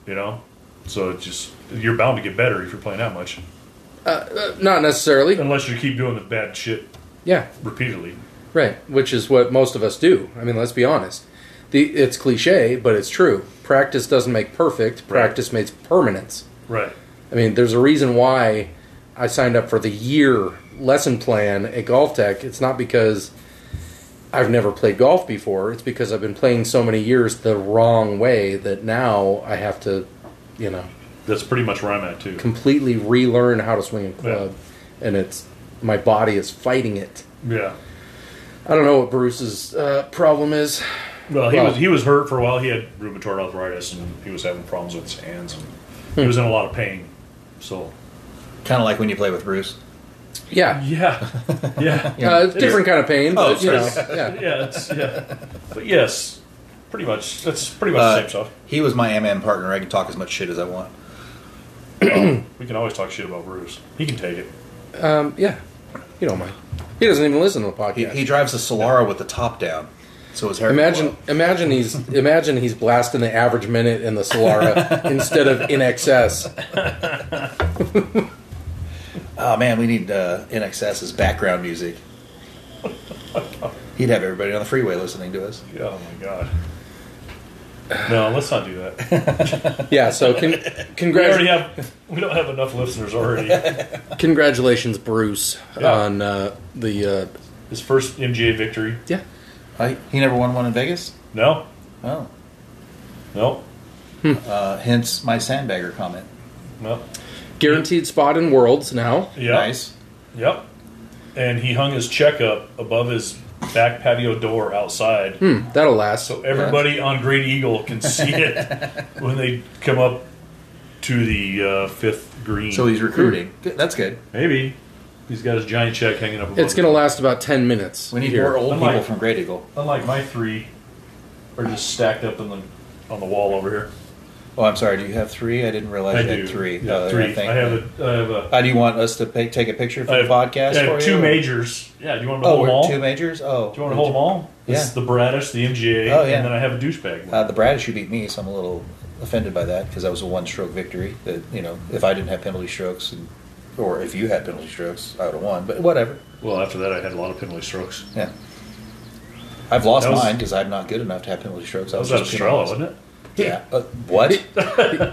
Speaker 2: You know, so it just you're bound to get better if you're playing that much,
Speaker 1: Uh, Not necessarily.
Speaker 2: unless you keep doing the bad shit
Speaker 1: Yeah.
Speaker 2: repeatedly.
Speaker 1: Right. Which is what most of us do. I mean, let's be honest. The it's cliche, but it's true. Practice doesn't make perfect. Practice makes permanence.
Speaker 2: Right.
Speaker 1: I mean, there's a reason why I signed up for the year lesson plan at Golf Tech. It's not because I've never played golf before. It's because I've been playing so many years the wrong way that now I have to, you know,
Speaker 2: That's pretty much where I'm at too.
Speaker 1: completely relearn how to swing a club, and it's my body is fighting it.
Speaker 2: Yeah.
Speaker 1: I don't know what Bruce's uh, problem is.
Speaker 2: Well, he
Speaker 1: Well-
Speaker 2: was he was hurt for a while. He had rheumatoid arthritis and he was having problems with his hands. And He was in a lot of pain. So
Speaker 3: Kind of like when you play with Bruce.
Speaker 1: Yeah,
Speaker 2: yeah, yeah, yeah.
Speaker 1: uh, it's different kind of pain, but
Speaker 3: Oh,
Speaker 1: you know,
Speaker 3: sorry.
Speaker 1: yeah.
Speaker 2: it's, yeah. But yes, pretty much. That's pretty much the
Speaker 3: Uh,
Speaker 2: same stuff.
Speaker 3: he was my MM partner. I can talk as much shit as I want.
Speaker 2: We can always talk shit about Bruce. He can take it.
Speaker 1: Um, yeah. You don't mind. He doesn't even listen to the podcast.
Speaker 3: He, he drives a Solara with the top down, so his hair. can
Speaker 1: Imagine,
Speaker 3: blow.
Speaker 1: imagine he's imagine he's blasting the average minute in the Solara instead of in excess.
Speaker 3: Oh man, we need uh, NXS's background music. He'd have everybody on the freeway listening to us.
Speaker 2: Yeah, oh my god. No, let's not do that.
Speaker 1: Yeah, so con-
Speaker 2: We already
Speaker 1: congrats,
Speaker 2: have. We don't have enough listeners already.
Speaker 1: congratulations, Bruce,
Speaker 2: Yeah.
Speaker 1: on uh, the uh,
Speaker 2: His first MGA victory.
Speaker 1: yeah.
Speaker 3: I, he never won one in Vegas.
Speaker 2: No,
Speaker 3: Oh,
Speaker 2: no,
Speaker 3: uh, hence my sandbagger comment.
Speaker 2: no.
Speaker 1: Guaranteed spot in Worlds now.
Speaker 2: Yeah.
Speaker 3: Nice.
Speaker 2: Yep. And he hung his check up above his back patio door outside.
Speaker 1: Hmm, that'll last.
Speaker 2: So everybody on Great Eagle can see it when they come up to the uh, fifth green.
Speaker 3: So he's recruiting.
Speaker 2: Hmm.
Speaker 3: Good, That's good.
Speaker 2: Maybe he's got his giant check hanging up above
Speaker 1: it's
Speaker 2: it.
Speaker 1: going to last about ten minutes.
Speaker 3: We need
Speaker 1: here.
Speaker 3: more old
Speaker 2: Unlike-
Speaker 3: people from Great Eagle.
Speaker 2: Unlike my three are just stacked up on the on the wall over here.
Speaker 3: Oh, I'm sorry. Do you have three? I didn't realize
Speaker 2: I
Speaker 3: you
Speaker 2: do
Speaker 3: had three.
Speaker 2: Yeah,
Speaker 3: Uh,
Speaker 2: three.
Speaker 3: I, think-
Speaker 2: I have a. I have a.
Speaker 3: Uh, do you want us to pick, take a picture for
Speaker 2: I
Speaker 3: the
Speaker 2: have,
Speaker 3: podcast?
Speaker 2: I have
Speaker 3: for
Speaker 2: two
Speaker 3: you?
Speaker 2: majors. Yeah, do you want to
Speaker 3: Oh,
Speaker 2: hold them all?
Speaker 3: we're
Speaker 2: Do
Speaker 3: two
Speaker 2: you
Speaker 3: majors. Oh,
Speaker 2: want to hold them all? This
Speaker 3: Yeah.
Speaker 2: is the Bradish, the MGA,
Speaker 3: Oh, yeah.
Speaker 2: and then I have a douchebag. One.
Speaker 3: Uh, the Bradish, you beat me, so I'm a little offended by that because that was a one-stroke victory. That you know, if I didn't have penalty strokes, and, or if you had penalty strokes, I would have won. But whatever.
Speaker 2: well, after that, I had a lot of penalty strokes.
Speaker 3: Yeah, I've lost
Speaker 2: That was-
Speaker 3: mine because I'm not good enough to have penalty strokes. I
Speaker 2: That was
Speaker 3: was,
Speaker 2: at
Speaker 3: just
Speaker 2: Estrella,
Speaker 3: penalized.
Speaker 2: wasn't it?
Speaker 3: Yeah. Uh, what?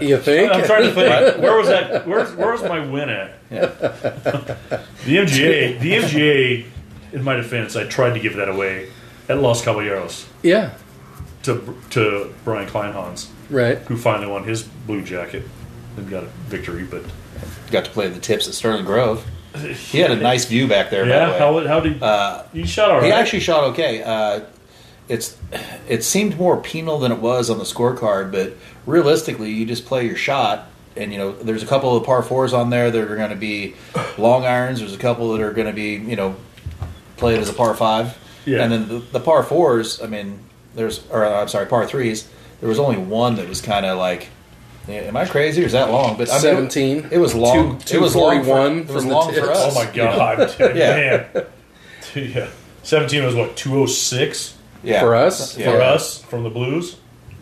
Speaker 1: You think?
Speaker 2: I'm trying to think. Where was that? Where's where was my win at?
Speaker 3: Yeah.
Speaker 2: The MGA. The MGA. In my defense, I tried to give that away at Los Caballeros
Speaker 1: Yeah.
Speaker 2: to to Brian Kleinhans,
Speaker 1: Right.
Speaker 2: who finally won his blue jacket and got a victory. But
Speaker 3: Got to play the tips at Sterling Grove. He had a nice view back there. by the
Speaker 2: yeah,
Speaker 3: way.
Speaker 2: how how did
Speaker 3: Uh,
Speaker 2: you shot all right?
Speaker 3: He actually shot okay. Uh, it's it seemed more penal than it was on the scorecard, but realistically, you just play your shot, and you know there's a couple of par fours on there that are going to be long irons. There's a couple that are going to be you know played as a par five,
Speaker 2: Yeah.
Speaker 3: and then the, the par fours. I mean, there's or uh, I'm sorry, par threes. There was only one that was kind of like. yeah, Am I crazy or is that long? But I mean, it-
Speaker 1: 17.
Speaker 3: It, was long.
Speaker 1: Two-
Speaker 3: it was long for,
Speaker 1: 241
Speaker 3: it was
Speaker 1: from the
Speaker 3: long for
Speaker 1: tips.
Speaker 3: us.
Speaker 2: oh my god,
Speaker 3: Yeah.
Speaker 2: man, Dude, yeah. Seventeen was what two oh six
Speaker 3: Yeah.
Speaker 1: For us?
Speaker 3: Yeah.
Speaker 2: for
Speaker 1: Yeah.
Speaker 2: us from the Blues,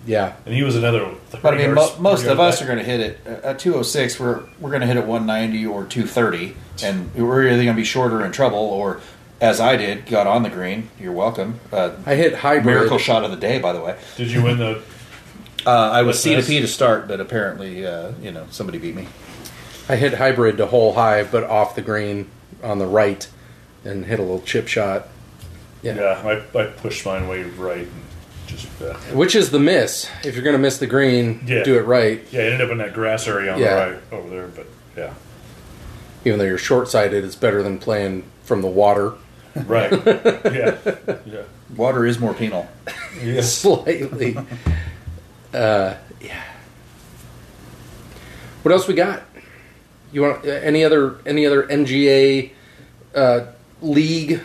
Speaker 1: Yeah.
Speaker 2: and he was another.
Speaker 3: But I mean, mo- most of us are going to hit it Uh, at 206. We're we're going to hit it 190 or 230, and we're either going to be shorter in trouble or, as I did, got on the green. You're welcome. Uh,
Speaker 1: I hit hybrid.
Speaker 3: miracle shot of the day, by the way.
Speaker 2: Did you win the?
Speaker 3: Uh, I was C to
Speaker 2: That's
Speaker 3: P
Speaker 2: nice.
Speaker 3: to start, but apparently, uh, you know, somebody beat me.
Speaker 1: I hit hybrid to hole high, but off the green on the right, and hit a little chip shot,
Speaker 2: Yeah, I, I pushed mine way right and just. Uh,
Speaker 1: which is the miss. If you're going to miss the green,
Speaker 2: Yeah.
Speaker 1: do it right,
Speaker 2: Yeah, it ended up in that grass area on
Speaker 1: Yeah.
Speaker 2: the right over there, but yeah.
Speaker 1: even though you're short sighted. It's better than playing from the water.
Speaker 2: Right. yeah. Yeah.
Speaker 3: Water is more penal.
Speaker 1: Slightly. uh, yeah. What else we got? You want uh, any other any other NGA uh, league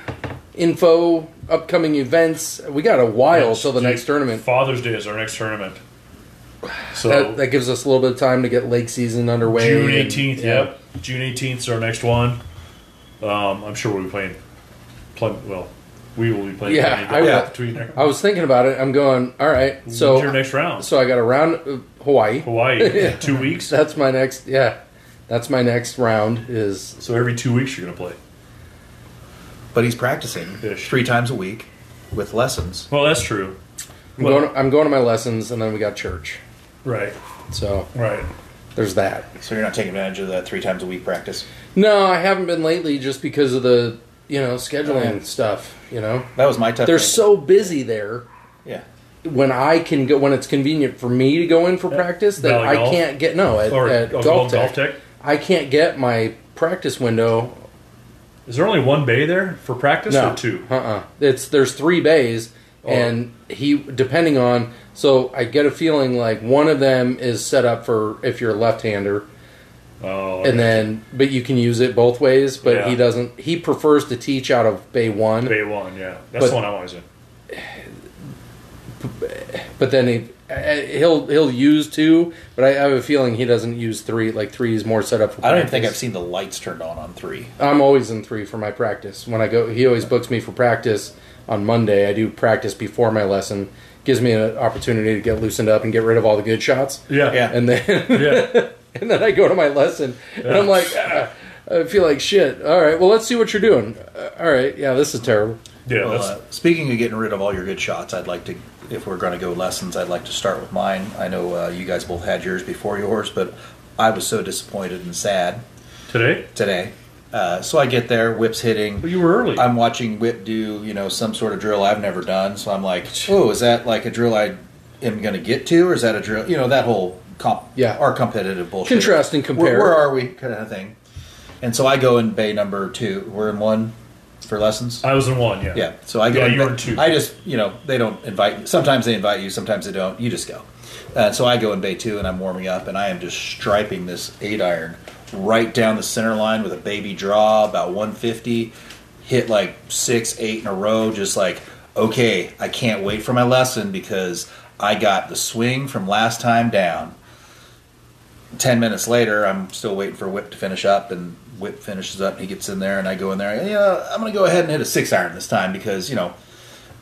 Speaker 1: info upcoming events. We got a while till the
Speaker 2: Dude,
Speaker 1: next tournament.
Speaker 2: Father's Day is our next tournament. So
Speaker 1: That, that gives us a little bit of time to get lake season underway.
Speaker 2: June
Speaker 1: and-
Speaker 2: eighteenth.
Speaker 1: yeah.
Speaker 2: Yep, June eighteenth is our next one. Um, I'm sure we'll be playing. Plug, well, we will be playing.
Speaker 1: Yeah,
Speaker 2: Plenty,
Speaker 1: I
Speaker 2: but
Speaker 1: will.
Speaker 2: between there.
Speaker 1: I was thinking about it. I'm going. All right, so
Speaker 2: When's your next round?
Speaker 1: so I got a round uh, Hawaii.
Speaker 2: Hawaii, two weeks.
Speaker 1: That's my next. Yeah, that's my next round. Is
Speaker 2: So every two weeks you're gonna play.
Speaker 3: But he's practicing
Speaker 2: Ish.
Speaker 3: three times a week with lessons.
Speaker 2: Well, that's true.
Speaker 1: I'm
Speaker 2: Well-
Speaker 1: going. I'm going to my lessons, and then we got church.
Speaker 2: Right,
Speaker 1: So
Speaker 2: right.
Speaker 1: there's that.
Speaker 3: So you're not taking advantage of that three times a week practice.
Speaker 1: No, I haven't been lately, just because of the you know scheduling stuff. You know,
Speaker 3: That was my tough.
Speaker 1: they're
Speaker 3: thing.
Speaker 1: so busy there.
Speaker 3: yeah.
Speaker 1: When I can go, when it's convenient for me to go in for practice, that
Speaker 2: Uh, Valley
Speaker 1: I
Speaker 2: Golf?
Speaker 1: can't get no at,
Speaker 2: Or
Speaker 1: at
Speaker 2: oh,
Speaker 1: golf, tech,
Speaker 2: Tech.
Speaker 1: I can't get my practice window.
Speaker 2: Is there only one bay there for practice
Speaker 1: No,
Speaker 2: or two? Oh.
Speaker 1: Uh, uh It's there's three bays, and he depending on. So I get a feeling like one of them is set up for if you're a left-hander,
Speaker 2: Oh,
Speaker 1: and then but you can use it both ways. But
Speaker 2: Yeah.
Speaker 1: he doesn't. He prefers to teach out of bay one.
Speaker 2: bay one. Yeah, that's
Speaker 1: But-
Speaker 2: the one I'm always in.
Speaker 1: But then he uh, he'll he'll use two, but I have a feeling he doesn't use three. Like three is more set up for.
Speaker 3: I don't even
Speaker 1: practice.
Speaker 3: think I've seen the lights turned on on three.
Speaker 1: I'm always in three for my practice. When I go, he always books me for practice on Monday. I do practice before my lesson. Gives me an opportunity to get loosened up and get rid of all the good shots.
Speaker 2: Yeah,
Speaker 3: Yeah.
Speaker 1: And then
Speaker 2: yeah.
Speaker 1: and then I go to my lesson and I'm like, "Ah, I feel like shit. All right, well let's see what you're doing. Uh, all right, yeah, this is terrible.
Speaker 2: Yeah,
Speaker 3: Well,
Speaker 2: that's,
Speaker 3: uh, speaking of getting rid of all your good shots, I'd like to, if we're going to go lessons, I'd like to start with mine. I know uh, you guys both had yours before yours, but I was so disappointed and sad
Speaker 2: today.
Speaker 3: today. Uh, so I get there, whips hitting.
Speaker 2: Well, you were early.
Speaker 3: I'm watching Whip do, you know, some sort of drill I've never done. So I'm like, oh, is that like a drill I am going to get to, or is that a drill? You know, that whole comp,
Speaker 1: Yeah.
Speaker 3: our competitive bullshit.
Speaker 1: Contrast and compare.
Speaker 3: Where, where are we, kind of thing. And so I go in bay number two. We're in one for lessons.
Speaker 2: I was in one. Yeah.
Speaker 3: Yeah. So I go.
Speaker 2: Yeah,
Speaker 3: in
Speaker 2: you
Speaker 3: ba-
Speaker 2: were in two.
Speaker 3: I just, you know, they don't invite you. Sometimes they invite you. Sometimes they don't. You just go. Uh, so I go in bay two, and I'm warming up, and I am just striping this eight iron right down the center line with a baby draw, about 150. Hit like six, eight in a row. Just like, okay, I can't wait for my lesson because I got the swing from last time down. 10 minutes later, I'm still waiting for Whip to finish up, and Whip finishes up, and he gets in there, and I go in there, yeah, I'm going to go ahead and hit a six iron this time because, you know,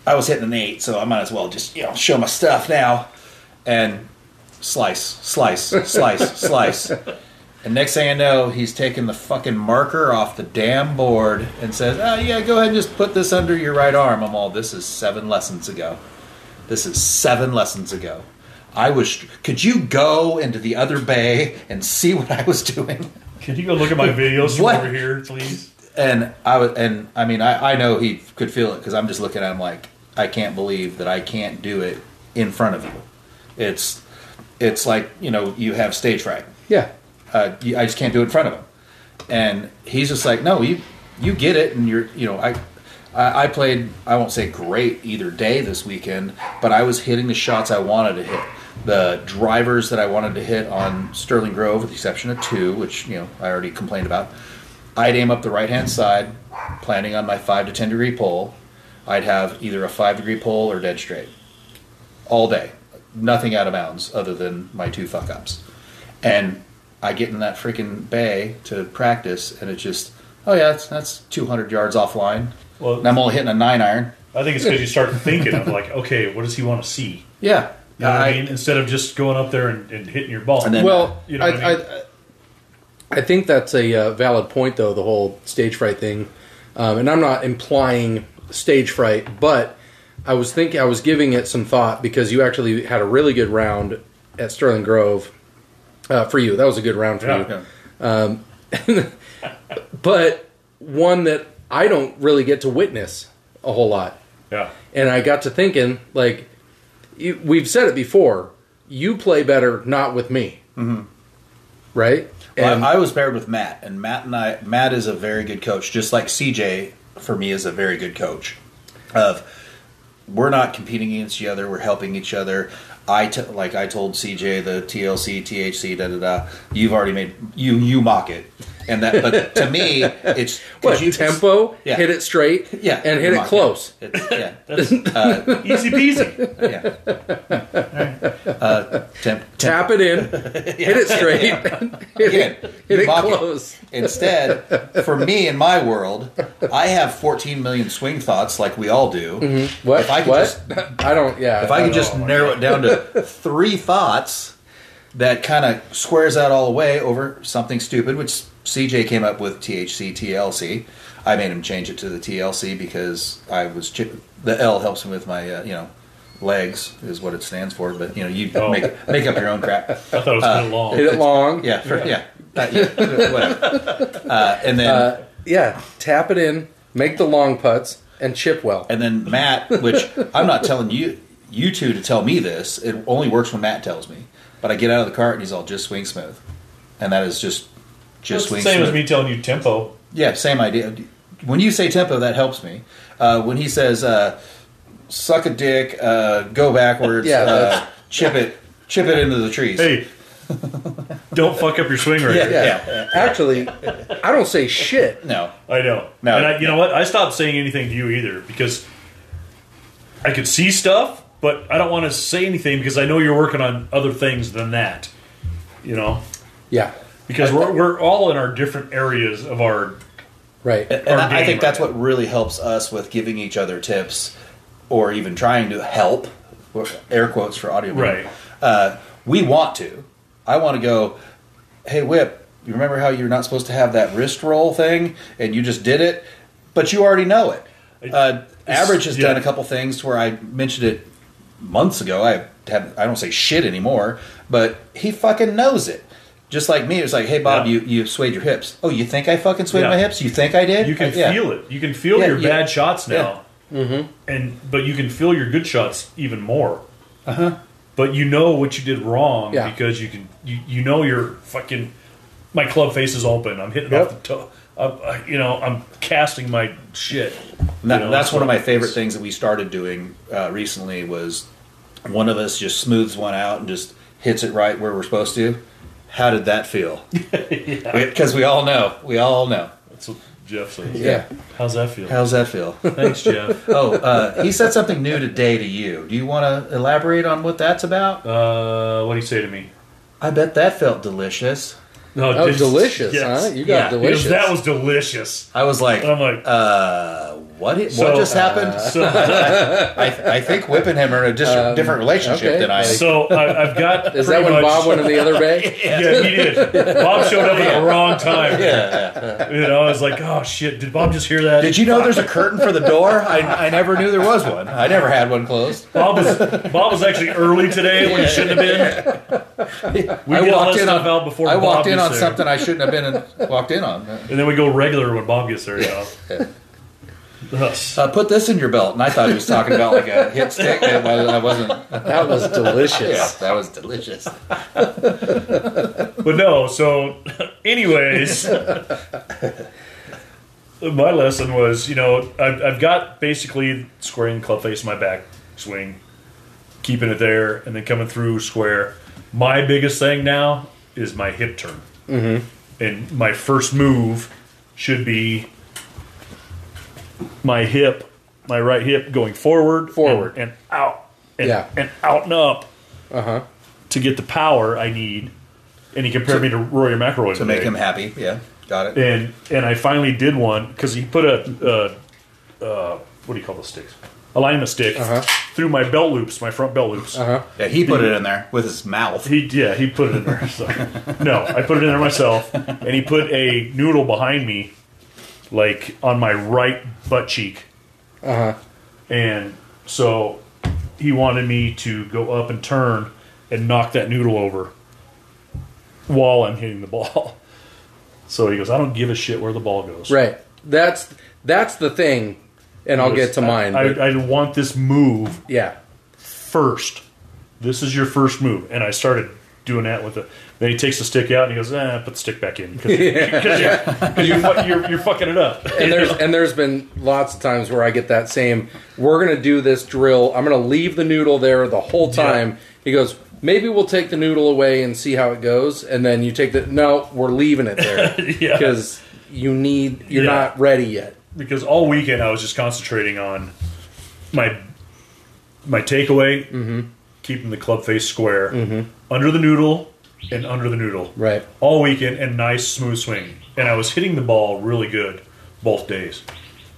Speaker 3: I was hitting an eight, so I might as well just, you know, show my stuff now. And slice, slice, slice, slice. And next thing I know, he's taking the fucking marker off the damn board and says, oh, yeah, go ahead and just put this under your right arm. I'm all, this is seven lessons ago. This is seven lessons ago. I was. Could you go into the other bay and see what I was doing?
Speaker 2: Can you go look at my videos from
Speaker 3: What?
Speaker 2: over here, please?
Speaker 3: And I was. And I mean, I, I know he could feel it because I'm just looking at him like I can't believe that I can't do it in front of you. It's. It's like you know you have stage fright.
Speaker 1: Yeah,
Speaker 3: Uh, you, I just can't do it in front of him. And he's just like, no, you you get it, and you're you know I. I I played. I won't say great either day this weekend, but I was hitting the shots I wanted to hit, the drivers that I wanted to hit on Sterling Grove, with the exception of two, which you know I already complained about. I'd aim up the right hand side, planning on my five to ten degree pole. I'd have either a five degree pole or dead straight, all day, nothing out of bounds other than my two fuck ups. And I get in that freaking bay to practice, and it just, oh yeah, that's, that's 200 yards offline.
Speaker 2: Well-
Speaker 3: and I'm only hitting a nine iron.
Speaker 2: I think it's because you start thinking of like, okay, what does he want to see?
Speaker 3: Yeah.
Speaker 2: You know what I,
Speaker 3: I-
Speaker 2: mean? Instead of just going up there and, and hitting your ball.
Speaker 3: And then-
Speaker 1: Well,
Speaker 2: You know
Speaker 1: I,
Speaker 2: what I mean?
Speaker 1: I, I think that's a uh, valid point, though, the whole stage fright thing. Um, and I'm not implying stage fright, but I was thinking, I was giving it some thought because you actually had a really good round at Sterling Grove uh, for you. That was a good round for
Speaker 2: Yeah.
Speaker 1: you. Um,
Speaker 3: Yeah.
Speaker 1: But one that I don't really get to witness a whole lot.
Speaker 2: yeah.
Speaker 1: And I got to thinking, like, you, we've said it before, you play better not with me. Mm-hmm. Right?
Speaker 3: Well,
Speaker 1: And-
Speaker 3: I, I was paired with Matt, and Matt and I, Matt is a very good coach, just like CJ for me is a very good coach. Of we're not competing against each other, we're helping each other. I t- like I told CJ the TLC, THC, da da da. You've already made you you mock it, and that. But to me, it's 'cause
Speaker 1: What
Speaker 3: you,
Speaker 1: tempo?
Speaker 3: yeah.
Speaker 1: Hit it straight.
Speaker 3: yeah,
Speaker 1: and hit
Speaker 3: you
Speaker 1: it
Speaker 3: mock
Speaker 1: close.
Speaker 3: It. yeah,
Speaker 2: That's easy peasy.
Speaker 3: yeah. Uh, temp, temp,
Speaker 1: Tap it in. Hit it straight. hit
Speaker 3: Again,
Speaker 1: it, hit
Speaker 3: you
Speaker 1: it
Speaker 3: mock it.
Speaker 1: close.
Speaker 3: Instead, for me in my world, I have 14 million swing thoughts, like we all do.
Speaker 1: What?
Speaker 3: If I could
Speaker 1: what?
Speaker 3: just-
Speaker 1: I don't. Yeah.
Speaker 3: If I could
Speaker 2: Oh
Speaker 3: just
Speaker 2: my
Speaker 3: narrow it down to three thoughts that kind of squares out all the way over something stupid, which CJ came up with THC TLC. I made him change it to the TLC because I was chi- the L helps me with my uh, you know legs is what it stands for, but you know you
Speaker 2: Oh.
Speaker 3: make make up your own crap.
Speaker 2: I thought it was kind of long.
Speaker 1: hit it long.
Speaker 3: Yeah, for, yeah, Uh, yeah, whatever. Uh, and then
Speaker 1: Uh, yeah. Tap it in. Make the long putts and chip well.
Speaker 3: and then Matt, which I'm not telling you you two to tell me this. It only works when Matt tells me. But I get out of the cart and he's all just swing smooth, and that is just
Speaker 2: That's
Speaker 3: just
Speaker 2: the
Speaker 3: swing
Speaker 2: same
Speaker 3: smooth.
Speaker 2: as me telling you tempo.
Speaker 3: Yeah, same idea. When you say tempo, that helps me. Uh, when he says uh, suck a dick, uh, go backwards,
Speaker 1: Yeah,
Speaker 3: uh,
Speaker 1: that's-
Speaker 3: chip it, chip it into the trees.
Speaker 2: Hey, don't fuck up your swing right
Speaker 3: Yeah.
Speaker 2: here.
Speaker 1: Actually, I don't say shit.
Speaker 3: No,
Speaker 2: I know.
Speaker 3: No.
Speaker 2: and I, you know what? I stopped saying anything to you either because I could see stuff, but I don't want to say anything because I know you're working on other things than that. You know,
Speaker 1: Yeah.
Speaker 2: because we're, we're all in our different areas of our.
Speaker 1: Right.
Speaker 3: and
Speaker 2: our
Speaker 3: I,
Speaker 2: game
Speaker 3: I think
Speaker 2: right
Speaker 3: that's
Speaker 2: now.
Speaker 3: what really helps us with giving each other tips or even trying to help or air quotes for audio
Speaker 2: Right.
Speaker 3: uh, we want to i want to go hey whip you remember how you're not supposed to have that wrist roll thing and you just did it but you already know it uh, average has
Speaker 2: yeah.
Speaker 3: done a couple things to where i mentioned it months ago i have i don't say shit anymore but he fucking knows it just like me, it's like, hey Bob,
Speaker 2: Yeah.
Speaker 3: you, you swayed your hips. Oh, you think I fucking swayed
Speaker 2: Yeah.
Speaker 3: my hips? You think I did?
Speaker 2: You can
Speaker 3: Uh, yeah.
Speaker 2: feel it. You can feel
Speaker 3: Yeah,
Speaker 2: your
Speaker 3: yeah.
Speaker 2: bad shots now, mm-hmm. and but you can feel your good shots even more. Uh huh. But you know what you did wrong
Speaker 1: Uh-huh. Yeah.
Speaker 2: because you can. You, you know your fucking. My club face is open. I'm hitting
Speaker 1: Yep.
Speaker 2: off the toe. I'm- I- You know, I'm casting my shit.
Speaker 3: And that-
Speaker 2: You know,
Speaker 3: that's one of
Speaker 2: so-
Speaker 3: my favorite things that we started doing uh, recently was one of us just smooths one out and just hits it right where we're supposed to. How did that feel? Because we all know, we all know.
Speaker 2: That's what Jeff says.
Speaker 1: Yeah.
Speaker 2: How's that feel?
Speaker 3: How's that feel?
Speaker 2: Thanks, Jeff.
Speaker 3: oh, uh, he said something new today to you. Do you want to elaborate on what that's about?
Speaker 2: Uh, what do you say to me?
Speaker 3: I bet that felt delicious.
Speaker 2: No,
Speaker 1: Oh,
Speaker 2: just-
Speaker 1: delicious,
Speaker 2: yes.
Speaker 1: huh? You got
Speaker 3: Yeah, it
Speaker 2: Because
Speaker 1: delicious.
Speaker 2: That was delicious.
Speaker 3: I was like,
Speaker 2: I'm like,
Speaker 3: uh, what? i- What
Speaker 2: Oh So, uh,
Speaker 3: just happened?
Speaker 2: so,
Speaker 3: I, I think Whip and him are in a dis- different relationship
Speaker 1: okay.
Speaker 3: than I. am.
Speaker 2: so I, I've got.
Speaker 1: Is that
Speaker 2: pretty
Speaker 1: when
Speaker 2: much-
Speaker 1: Bob went in the other bay?
Speaker 2: Yeah, he did. Bob showed up at the wrong time.
Speaker 3: yeah.
Speaker 2: You know, I was like, oh shit, did Bob just hear that?
Speaker 3: Did you know there's a curtain for the door? I, I never knew there was one. I never had one closed.
Speaker 2: Bob was Bob was actually early today when he shouldn't have been. We
Speaker 3: I
Speaker 2: get all
Speaker 3: walked
Speaker 2: that
Speaker 3: in
Speaker 2: stuff
Speaker 3: on-
Speaker 2: out before
Speaker 3: I
Speaker 2: Bob
Speaker 3: walked in
Speaker 2: gets
Speaker 3: on
Speaker 2: there.
Speaker 3: something I shouldn't have been in, walked in on.
Speaker 2: and then we go regular when Bob gets there. You know. Us.
Speaker 3: Uh, put this in your belt, and I thought he was talking about like a hit stick. and I I wasn't.
Speaker 1: That was delicious.
Speaker 3: Yeah, that was delicious.
Speaker 2: But no, so, anyways, my lesson was, you know, I've, I've got basically squaring club face in my back swing, keeping it there, and then coming through square. My biggest thing now is my hip turn. Mm-hmm. And my first move should be my hip, my right hip going forward, and-
Speaker 1: Forward.
Speaker 2: and, out, and,
Speaker 1: Yeah.
Speaker 2: and out and up to get the power I need. And he compared me to Rory McIlroy
Speaker 3: To make him happy. Yeah, got it.
Speaker 2: And and I finally did one because he put a, uh uh, what do you call those sticks? Alignment stick
Speaker 3: Uh-huh.
Speaker 2: through my belt loops, my front belt loops. Uh-huh.
Speaker 3: Yeah, he put it in there with his mouth.
Speaker 2: He yeah, he put it in there. So. no, I put it in there myself, and he put a noodle behind me, like on my right butt cheek.
Speaker 1: Uh-huh.
Speaker 2: Uh huh. And so he wanted me to go up and turn and knock that noodle over while I'm hitting the ball. So he goes, I don't give a shit where the ball goes.
Speaker 1: Right. That's that's the thing, and I'll get to mine.
Speaker 2: I,
Speaker 1: but-
Speaker 2: I want this move
Speaker 1: yeah.
Speaker 2: first. This is your first move. And I started doing that with the. Then he takes the stick out and he goes, "Ah, put the stick back in because you're, 'cause you're, 'cause you're, fu- you're, you're fucking it up."
Speaker 1: and there's and there's been lots of times where I get that same. We're gonna do this drill. I'm gonna leave the noodle there the whole time. He goes, maybe we'll take the noodle away and see how it goes, and then you take the no, we're leaving it there
Speaker 2: Yeah.
Speaker 1: because you need you're
Speaker 2: Yeah.
Speaker 1: not ready yet.
Speaker 2: because all weekend I was just concentrating on my my takeaway,
Speaker 1: Mm-hmm.
Speaker 2: keeping the club face square under the noodle and under the noodle,
Speaker 1: Right.
Speaker 2: All weekend and nice smooth swing, and I was hitting the ball really good both days.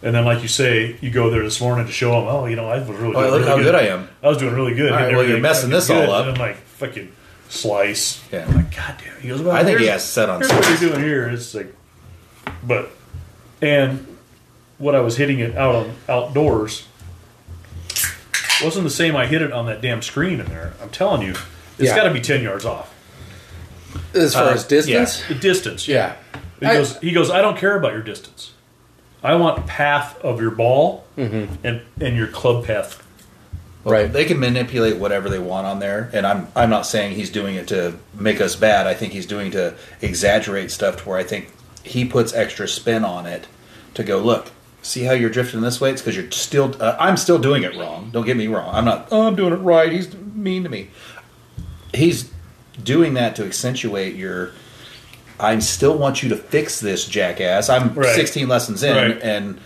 Speaker 2: And then, like you say, you go there this morning to show them. Oh, you know, I was really,
Speaker 3: Oh,
Speaker 2: doing
Speaker 3: look
Speaker 2: really
Speaker 3: how
Speaker 2: good.
Speaker 3: good I am.
Speaker 2: I was doing really good.
Speaker 3: All right,
Speaker 2: hitting
Speaker 3: well, you're
Speaker 2: everything
Speaker 3: messing this
Speaker 2: fucking
Speaker 3: all up.
Speaker 2: good. And I'm like fucking slice.
Speaker 3: Yeah.
Speaker 2: I'm like, God damn. it." He goes, well,
Speaker 3: I think he
Speaker 2: here's-
Speaker 3: has set on
Speaker 2: here's what you're doing here. It's like, but and what I was hitting it out on outdoors wasn't the same. I hit it on that damn screen in there. I'm telling you, it's
Speaker 1: Yeah.
Speaker 2: got to be ten yards off
Speaker 1: As far
Speaker 3: Uh,
Speaker 1: as distance,
Speaker 2: the distance.
Speaker 1: yeah.
Speaker 2: he
Speaker 1: I-
Speaker 2: goes. He goes. I don't care about your distance. I want path of your ball
Speaker 1: Mm-hmm.
Speaker 2: and and your club path.
Speaker 1: right.
Speaker 3: They can manipulate whatever they want on there, and I'm I'm not saying he's doing it to make us bad. I think he's doing it to exaggerate stuff to where I think he puts extra spin on it to go look. See how you're drifting this way? It's because you're still. Uh, I'm still doing it wrong. Don't get me wrong. I'm not. Oh, I'm doing it right. He's mean to me. He's doing that to accentuate your. I still want you to fix this, jackass. I'm
Speaker 2: Right.
Speaker 3: 16 lessons in,
Speaker 2: Right.
Speaker 3: and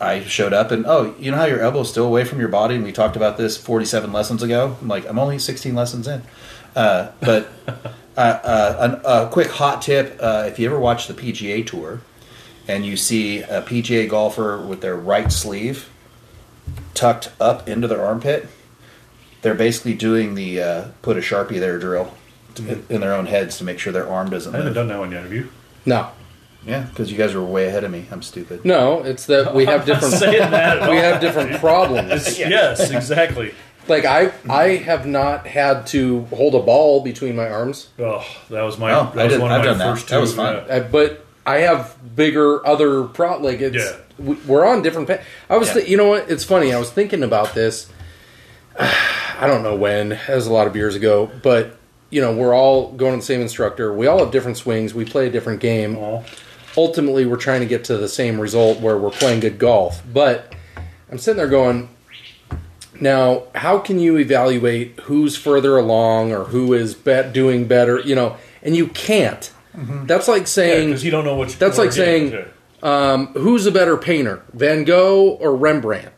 Speaker 3: I showed up and oh, you know how your elbow's still away from your body, and we talked about this 47 lessons ago. I'm like, I'm only 16 lessons in, uh, but uh, uh, an, a quick hot tip: uh, if you ever watch the PGA Tour and you see a PGA golfer with their right sleeve tucked up into their armpit, they're basically doing the uh, put a sharpie there drill to- in their own heads to make sure their arm doesn't
Speaker 2: Mm-hmm. I haven't done
Speaker 3: move.
Speaker 2: that one yet. Have you?
Speaker 1: No,
Speaker 3: Yeah, because you guys were way ahead of me. I'm stupid.
Speaker 1: no. It's that we have different
Speaker 2: Saying that at all.
Speaker 1: we have different problems.
Speaker 2: Yes, exactly.
Speaker 1: Like I I have not had to hold a ball between my arms.
Speaker 2: Oh, that was my.
Speaker 3: Oh,
Speaker 2: that
Speaker 3: I
Speaker 2: was
Speaker 3: did-
Speaker 2: one
Speaker 3: I've
Speaker 2: of my
Speaker 3: done that.
Speaker 2: first
Speaker 3: That
Speaker 2: two.
Speaker 3: was fun.
Speaker 2: yeah.
Speaker 1: Uh, but I have bigger other pro. Like it's
Speaker 2: Yeah.
Speaker 1: we- we're on different. Pa- I was,
Speaker 3: Yeah.
Speaker 1: thi- you know what? It's funny. I was thinking about this. I don't know when. That was a lot of years ago, but you know, we're all going to the same instructor. We all have different swings. We play a different game.
Speaker 2: Aw.
Speaker 1: Ultimately, we're trying to get to the same result where we're playing good golf. But I'm sitting there going, now, how can you evaluate who's further along or who is bet doing better? You know, and you can't. That's like saying
Speaker 2: because Mm-hmm. you don't know which.
Speaker 1: That's
Speaker 2: what
Speaker 1: like
Speaker 2: you're getting
Speaker 1: saying-
Speaker 2: to.
Speaker 1: who's a better painter, Van Gogh or Rembrandt?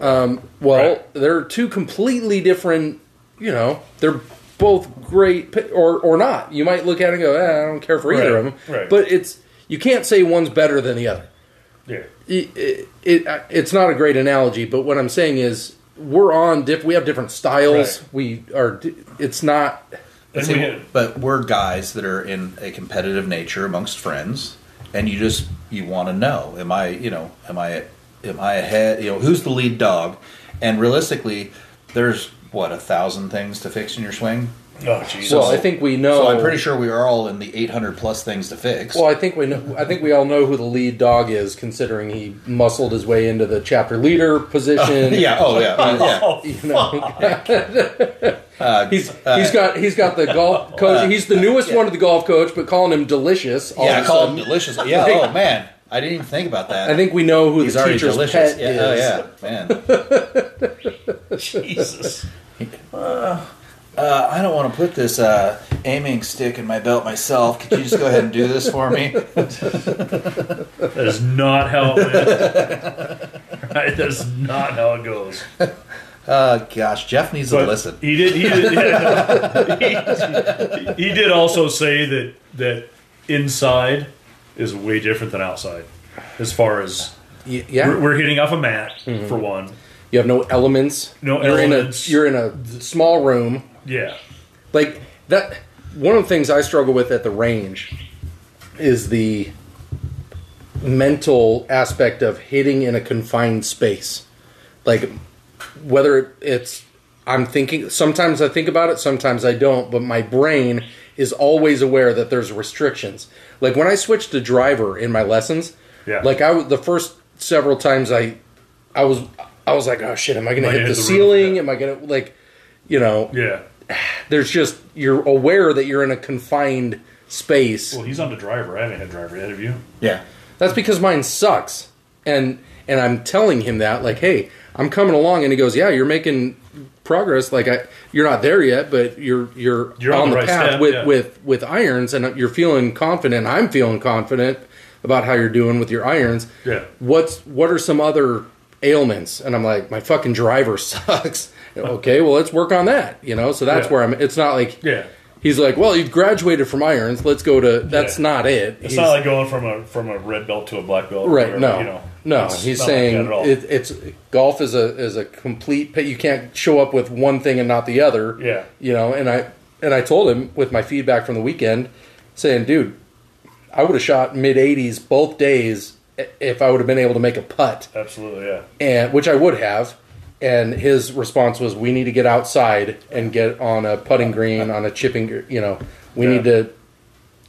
Speaker 1: Um, well,
Speaker 2: Right.
Speaker 1: they're two completely different. You know, they're both great, pa- or or not. You might look at it and go, eh, "I don't care for either of
Speaker 2: Right,
Speaker 1: them,"
Speaker 2: right.
Speaker 1: but it's you can't say one's better than the other.
Speaker 2: yeah.
Speaker 1: It, it, it- uh, it's not a great analogy, but what I'm saying is we're on diff. We have different styles.
Speaker 2: Right.
Speaker 1: We are. di- It's not.
Speaker 2: And
Speaker 3: See,
Speaker 2: we had,
Speaker 3: but we're guys that are in a competitive nature amongst friends, and you just you want to know: am I, you know, am I, am I ahead? You know, who's the lead dog? And realistically, there's what a thousand things to fix in your swing.
Speaker 2: oh, Jesus.
Speaker 1: well, I think we know.
Speaker 3: So I'm pretty sure we are all in the 800 plus things to fix.
Speaker 1: Well, I think we know. I think we all know who the lead dog is, considering he muscled his way into the chapter leader position.
Speaker 3: yeah. Oh yeah. uh, yeah.
Speaker 2: oh,
Speaker 1: you know,
Speaker 3: Uh,
Speaker 1: he's he's got he's got the golf coach. he's the newest one to the golf coach, but calling him delicious. All
Speaker 3: Yeah.
Speaker 1: of
Speaker 3: I
Speaker 1: a
Speaker 3: call them
Speaker 1: sudden.
Speaker 3: delicious. Yeah. Oh man, I didn't even think about that.
Speaker 1: I think we know who
Speaker 3: he's
Speaker 1: the
Speaker 3: already
Speaker 1: teacher's
Speaker 3: delicious.
Speaker 1: pet
Speaker 3: Yeah.
Speaker 1: is.
Speaker 3: Oh yeah, man.
Speaker 2: Jesus.
Speaker 3: uh, I don't want to put this uh, aiming stick in my belt myself. Could you just go ahead and do this for me?
Speaker 2: That is not how it went. right? That is not how it goes.
Speaker 3: Uh, gosh, Jeff needs to
Speaker 2: But
Speaker 3: listen.
Speaker 2: He did. He did. yeah. he, he did also say that that inside is way different than outside, as far as
Speaker 1: Y- yeah.
Speaker 2: we're, we're hitting off a mat
Speaker 3: Mm-hmm.
Speaker 2: for one.
Speaker 1: you have no elements.
Speaker 2: No
Speaker 1: you're
Speaker 2: elements.
Speaker 1: In a, you're in a small room.
Speaker 2: Yeah.
Speaker 1: like that one of the things i struggle with at the range is the mental aspect of hitting in a confined space like whether it's i'm thinking sometimes i think about it sometimes i don't but my brain is always aware that there's restrictions like when i switched to driver in my lessons
Speaker 2: Yeah.
Speaker 1: like i w- the first several times i i was i was like oh shit am i gonna
Speaker 2: Am
Speaker 1: hit
Speaker 2: I gonna
Speaker 1: the
Speaker 2: hit the roof?
Speaker 1: ceiling
Speaker 2: Yeah.
Speaker 1: am i gonna like you know
Speaker 2: Yeah.
Speaker 1: There's just you're aware that you're in a confined space.
Speaker 2: Well, he's on the driver. I haven't had driver yet. Have you?
Speaker 3: Yeah.
Speaker 1: That's because mine sucks. And and I'm telling him that like, "Hey, I'm coming along." And he goes, "Yeah, you're making progress. Like I you're not there yet, but you're you're,
Speaker 2: You're on the right
Speaker 1: path
Speaker 2: step,
Speaker 1: with
Speaker 2: yeah.
Speaker 1: with with irons and you're feeling confident. I'm feeling confident about how you're doing with your irons.
Speaker 2: Yeah.
Speaker 1: What's what are some other ailments?" And I'm like, "My fucking driver sucks." okay, well, let's work on that, you know? So that's
Speaker 2: Yeah.
Speaker 1: where I'm it's not like
Speaker 2: Yeah.
Speaker 1: He's like, well, you've graduated from irons. Let's go to. That's
Speaker 2: Yeah.
Speaker 1: not it.
Speaker 2: It's
Speaker 1: He's-
Speaker 2: not like going from a from a red belt to a black belt. or
Speaker 1: right.
Speaker 2: whatever,
Speaker 1: no,
Speaker 2: You know,
Speaker 1: no.
Speaker 2: It's
Speaker 1: He's
Speaker 2: not like that
Speaker 1: saying
Speaker 2: at all.
Speaker 1: it, it's golf is a is a complete. pa- You can't show up with one thing and not the other.
Speaker 2: Yeah.
Speaker 1: You know, and I and I told him with my feedback from the weekend, saying, dude, I would have shot mid 80s both days i- if I would have been able to make a putt
Speaker 2: absolutely. Yeah.
Speaker 1: and which I would have. And his response was, "We need to get outside and get on a putting green, on a chipping. gr- You know, we
Speaker 2: Yeah.
Speaker 1: need to.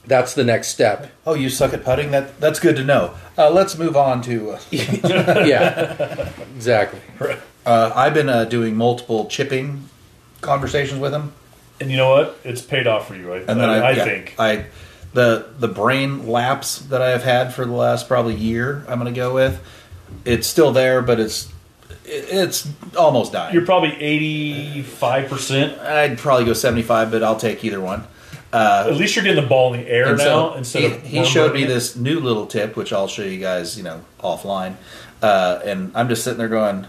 Speaker 1: That's the next step.
Speaker 3: Oh, you suck at putting. That that's good to know. Uh, let's move on to. Uh,
Speaker 1: Yeah, exactly.
Speaker 3: uh, I've been uh, doing multiple chipping conversations with him,
Speaker 2: And you know what? It's paid off for you. I,
Speaker 3: and then
Speaker 2: I,
Speaker 3: I,
Speaker 2: Uh, I
Speaker 3: yeah,
Speaker 2: think.
Speaker 3: I the the brain lapse that I have had for the last probably year. I'm going to go with. It's still there, but it's it, it's almost dying.
Speaker 2: You're probably 85%.
Speaker 3: I'd probably go 75, but I'll take either one.
Speaker 2: At least you're getting the ball in the air
Speaker 3: Uh, And
Speaker 2: now
Speaker 3: so
Speaker 2: instead
Speaker 3: he,
Speaker 2: of.
Speaker 3: he showed me
Speaker 2: worming it.
Speaker 3: this new little tip, which I'll show you guys, you know, offline. Uh, and I'm just sitting there going,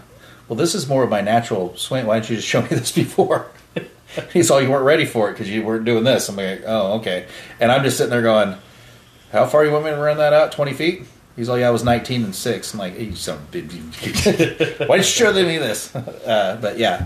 Speaker 3: "Well, this is more of my natural swing. Why didn't you just show me this before?" He's all, "You weren't ready for it because you weren't doing this." I'm like, "Oh, okay." And I'm just sitting there going, "How far you want me to run that out? 20 feet?" He's like, "Yeah, I was 19 and six." I'm like, "You son of a bitch. "Why did you show me this?" Uh, but yeah,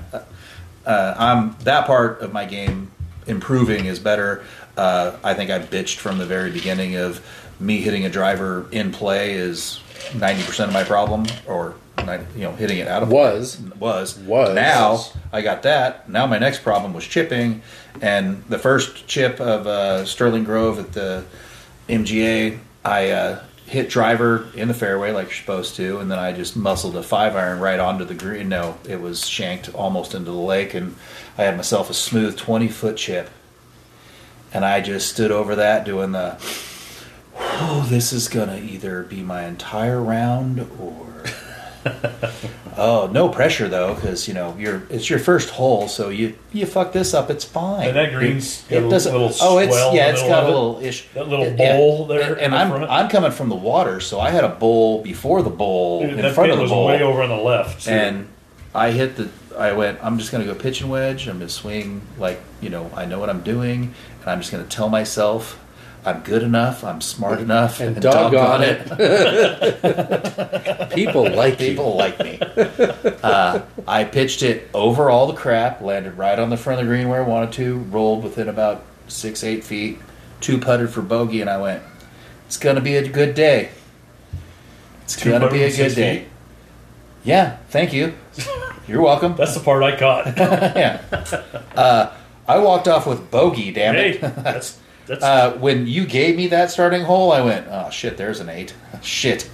Speaker 3: uh, I'm that part of my game improving is better. Uh, I think I bitched from the very beginning of me hitting a driver in play is 90% of my problem, or ni- you know, hitting it out of
Speaker 1: Was.
Speaker 3: was
Speaker 1: Was.
Speaker 3: now I got that. Now my next problem was chipping, and the first chip of uh, Sterling Grove at the MGA, I uh, hit driver in the fairway like you're supposed to, and then I just muscled a five iron right onto the green. No, it was shanked almost into the lake, and I had myself a smooth 20 foot chip, and I just stood over that doing the. Oh, this is gonna either be my entire round or Oh, no pressure though, because you know you're it's your first hole, so you you fuck this up, it's fine.
Speaker 2: And that green's got a
Speaker 3: doesn't-
Speaker 2: little
Speaker 3: Oh, it's
Speaker 2: swell in
Speaker 3: yeah,
Speaker 2: the
Speaker 3: it's
Speaker 2: middle
Speaker 3: got a
Speaker 2: of it.
Speaker 3: little ish.
Speaker 2: That little
Speaker 3: yeah,
Speaker 2: bowl there
Speaker 3: and,
Speaker 2: in
Speaker 3: and
Speaker 2: the
Speaker 3: I'm
Speaker 2: front.
Speaker 3: I'm coming from the water, so I had a bowl before the bowl
Speaker 2: Dude,
Speaker 3: in
Speaker 2: that
Speaker 3: front of
Speaker 2: pin
Speaker 3: the
Speaker 2: was
Speaker 3: bowl,
Speaker 2: way over on the left. too.
Speaker 3: and I hit the. I went. I'm just gonna go pitch and wedge. I'm gonna swing like you know I know what I'm doing, and I'm just gonna tell myself. I'm good enough. I'm smart enough,
Speaker 1: And doggone it, people like you.
Speaker 3: People like me. Uh, I pitched it over all the crap, landed right on the front of the green where I wanted to, rolled within about six, eight feet, two putted for bogey, and I went, it's going to be a good day. It's
Speaker 2: Two
Speaker 3: going to be
Speaker 2: putted
Speaker 3: a
Speaker 2: for
Speaker 3: good
Speaker 2: six
Speaker 3: day.
Speaker 2: feet?
Speaker 3: Yeah, thank you. You're welcome.
Speaker 2: That's the part I caught.
Speaker 3: yeah. Uh, I walked off with bogey, damn
Speaker 2: hey,
Speaker 3: it.
Speaker 2: that's. That's
Speaker 3: Uh, when you gave me that starting hole, I went, oh, shit, there's an eight. shit.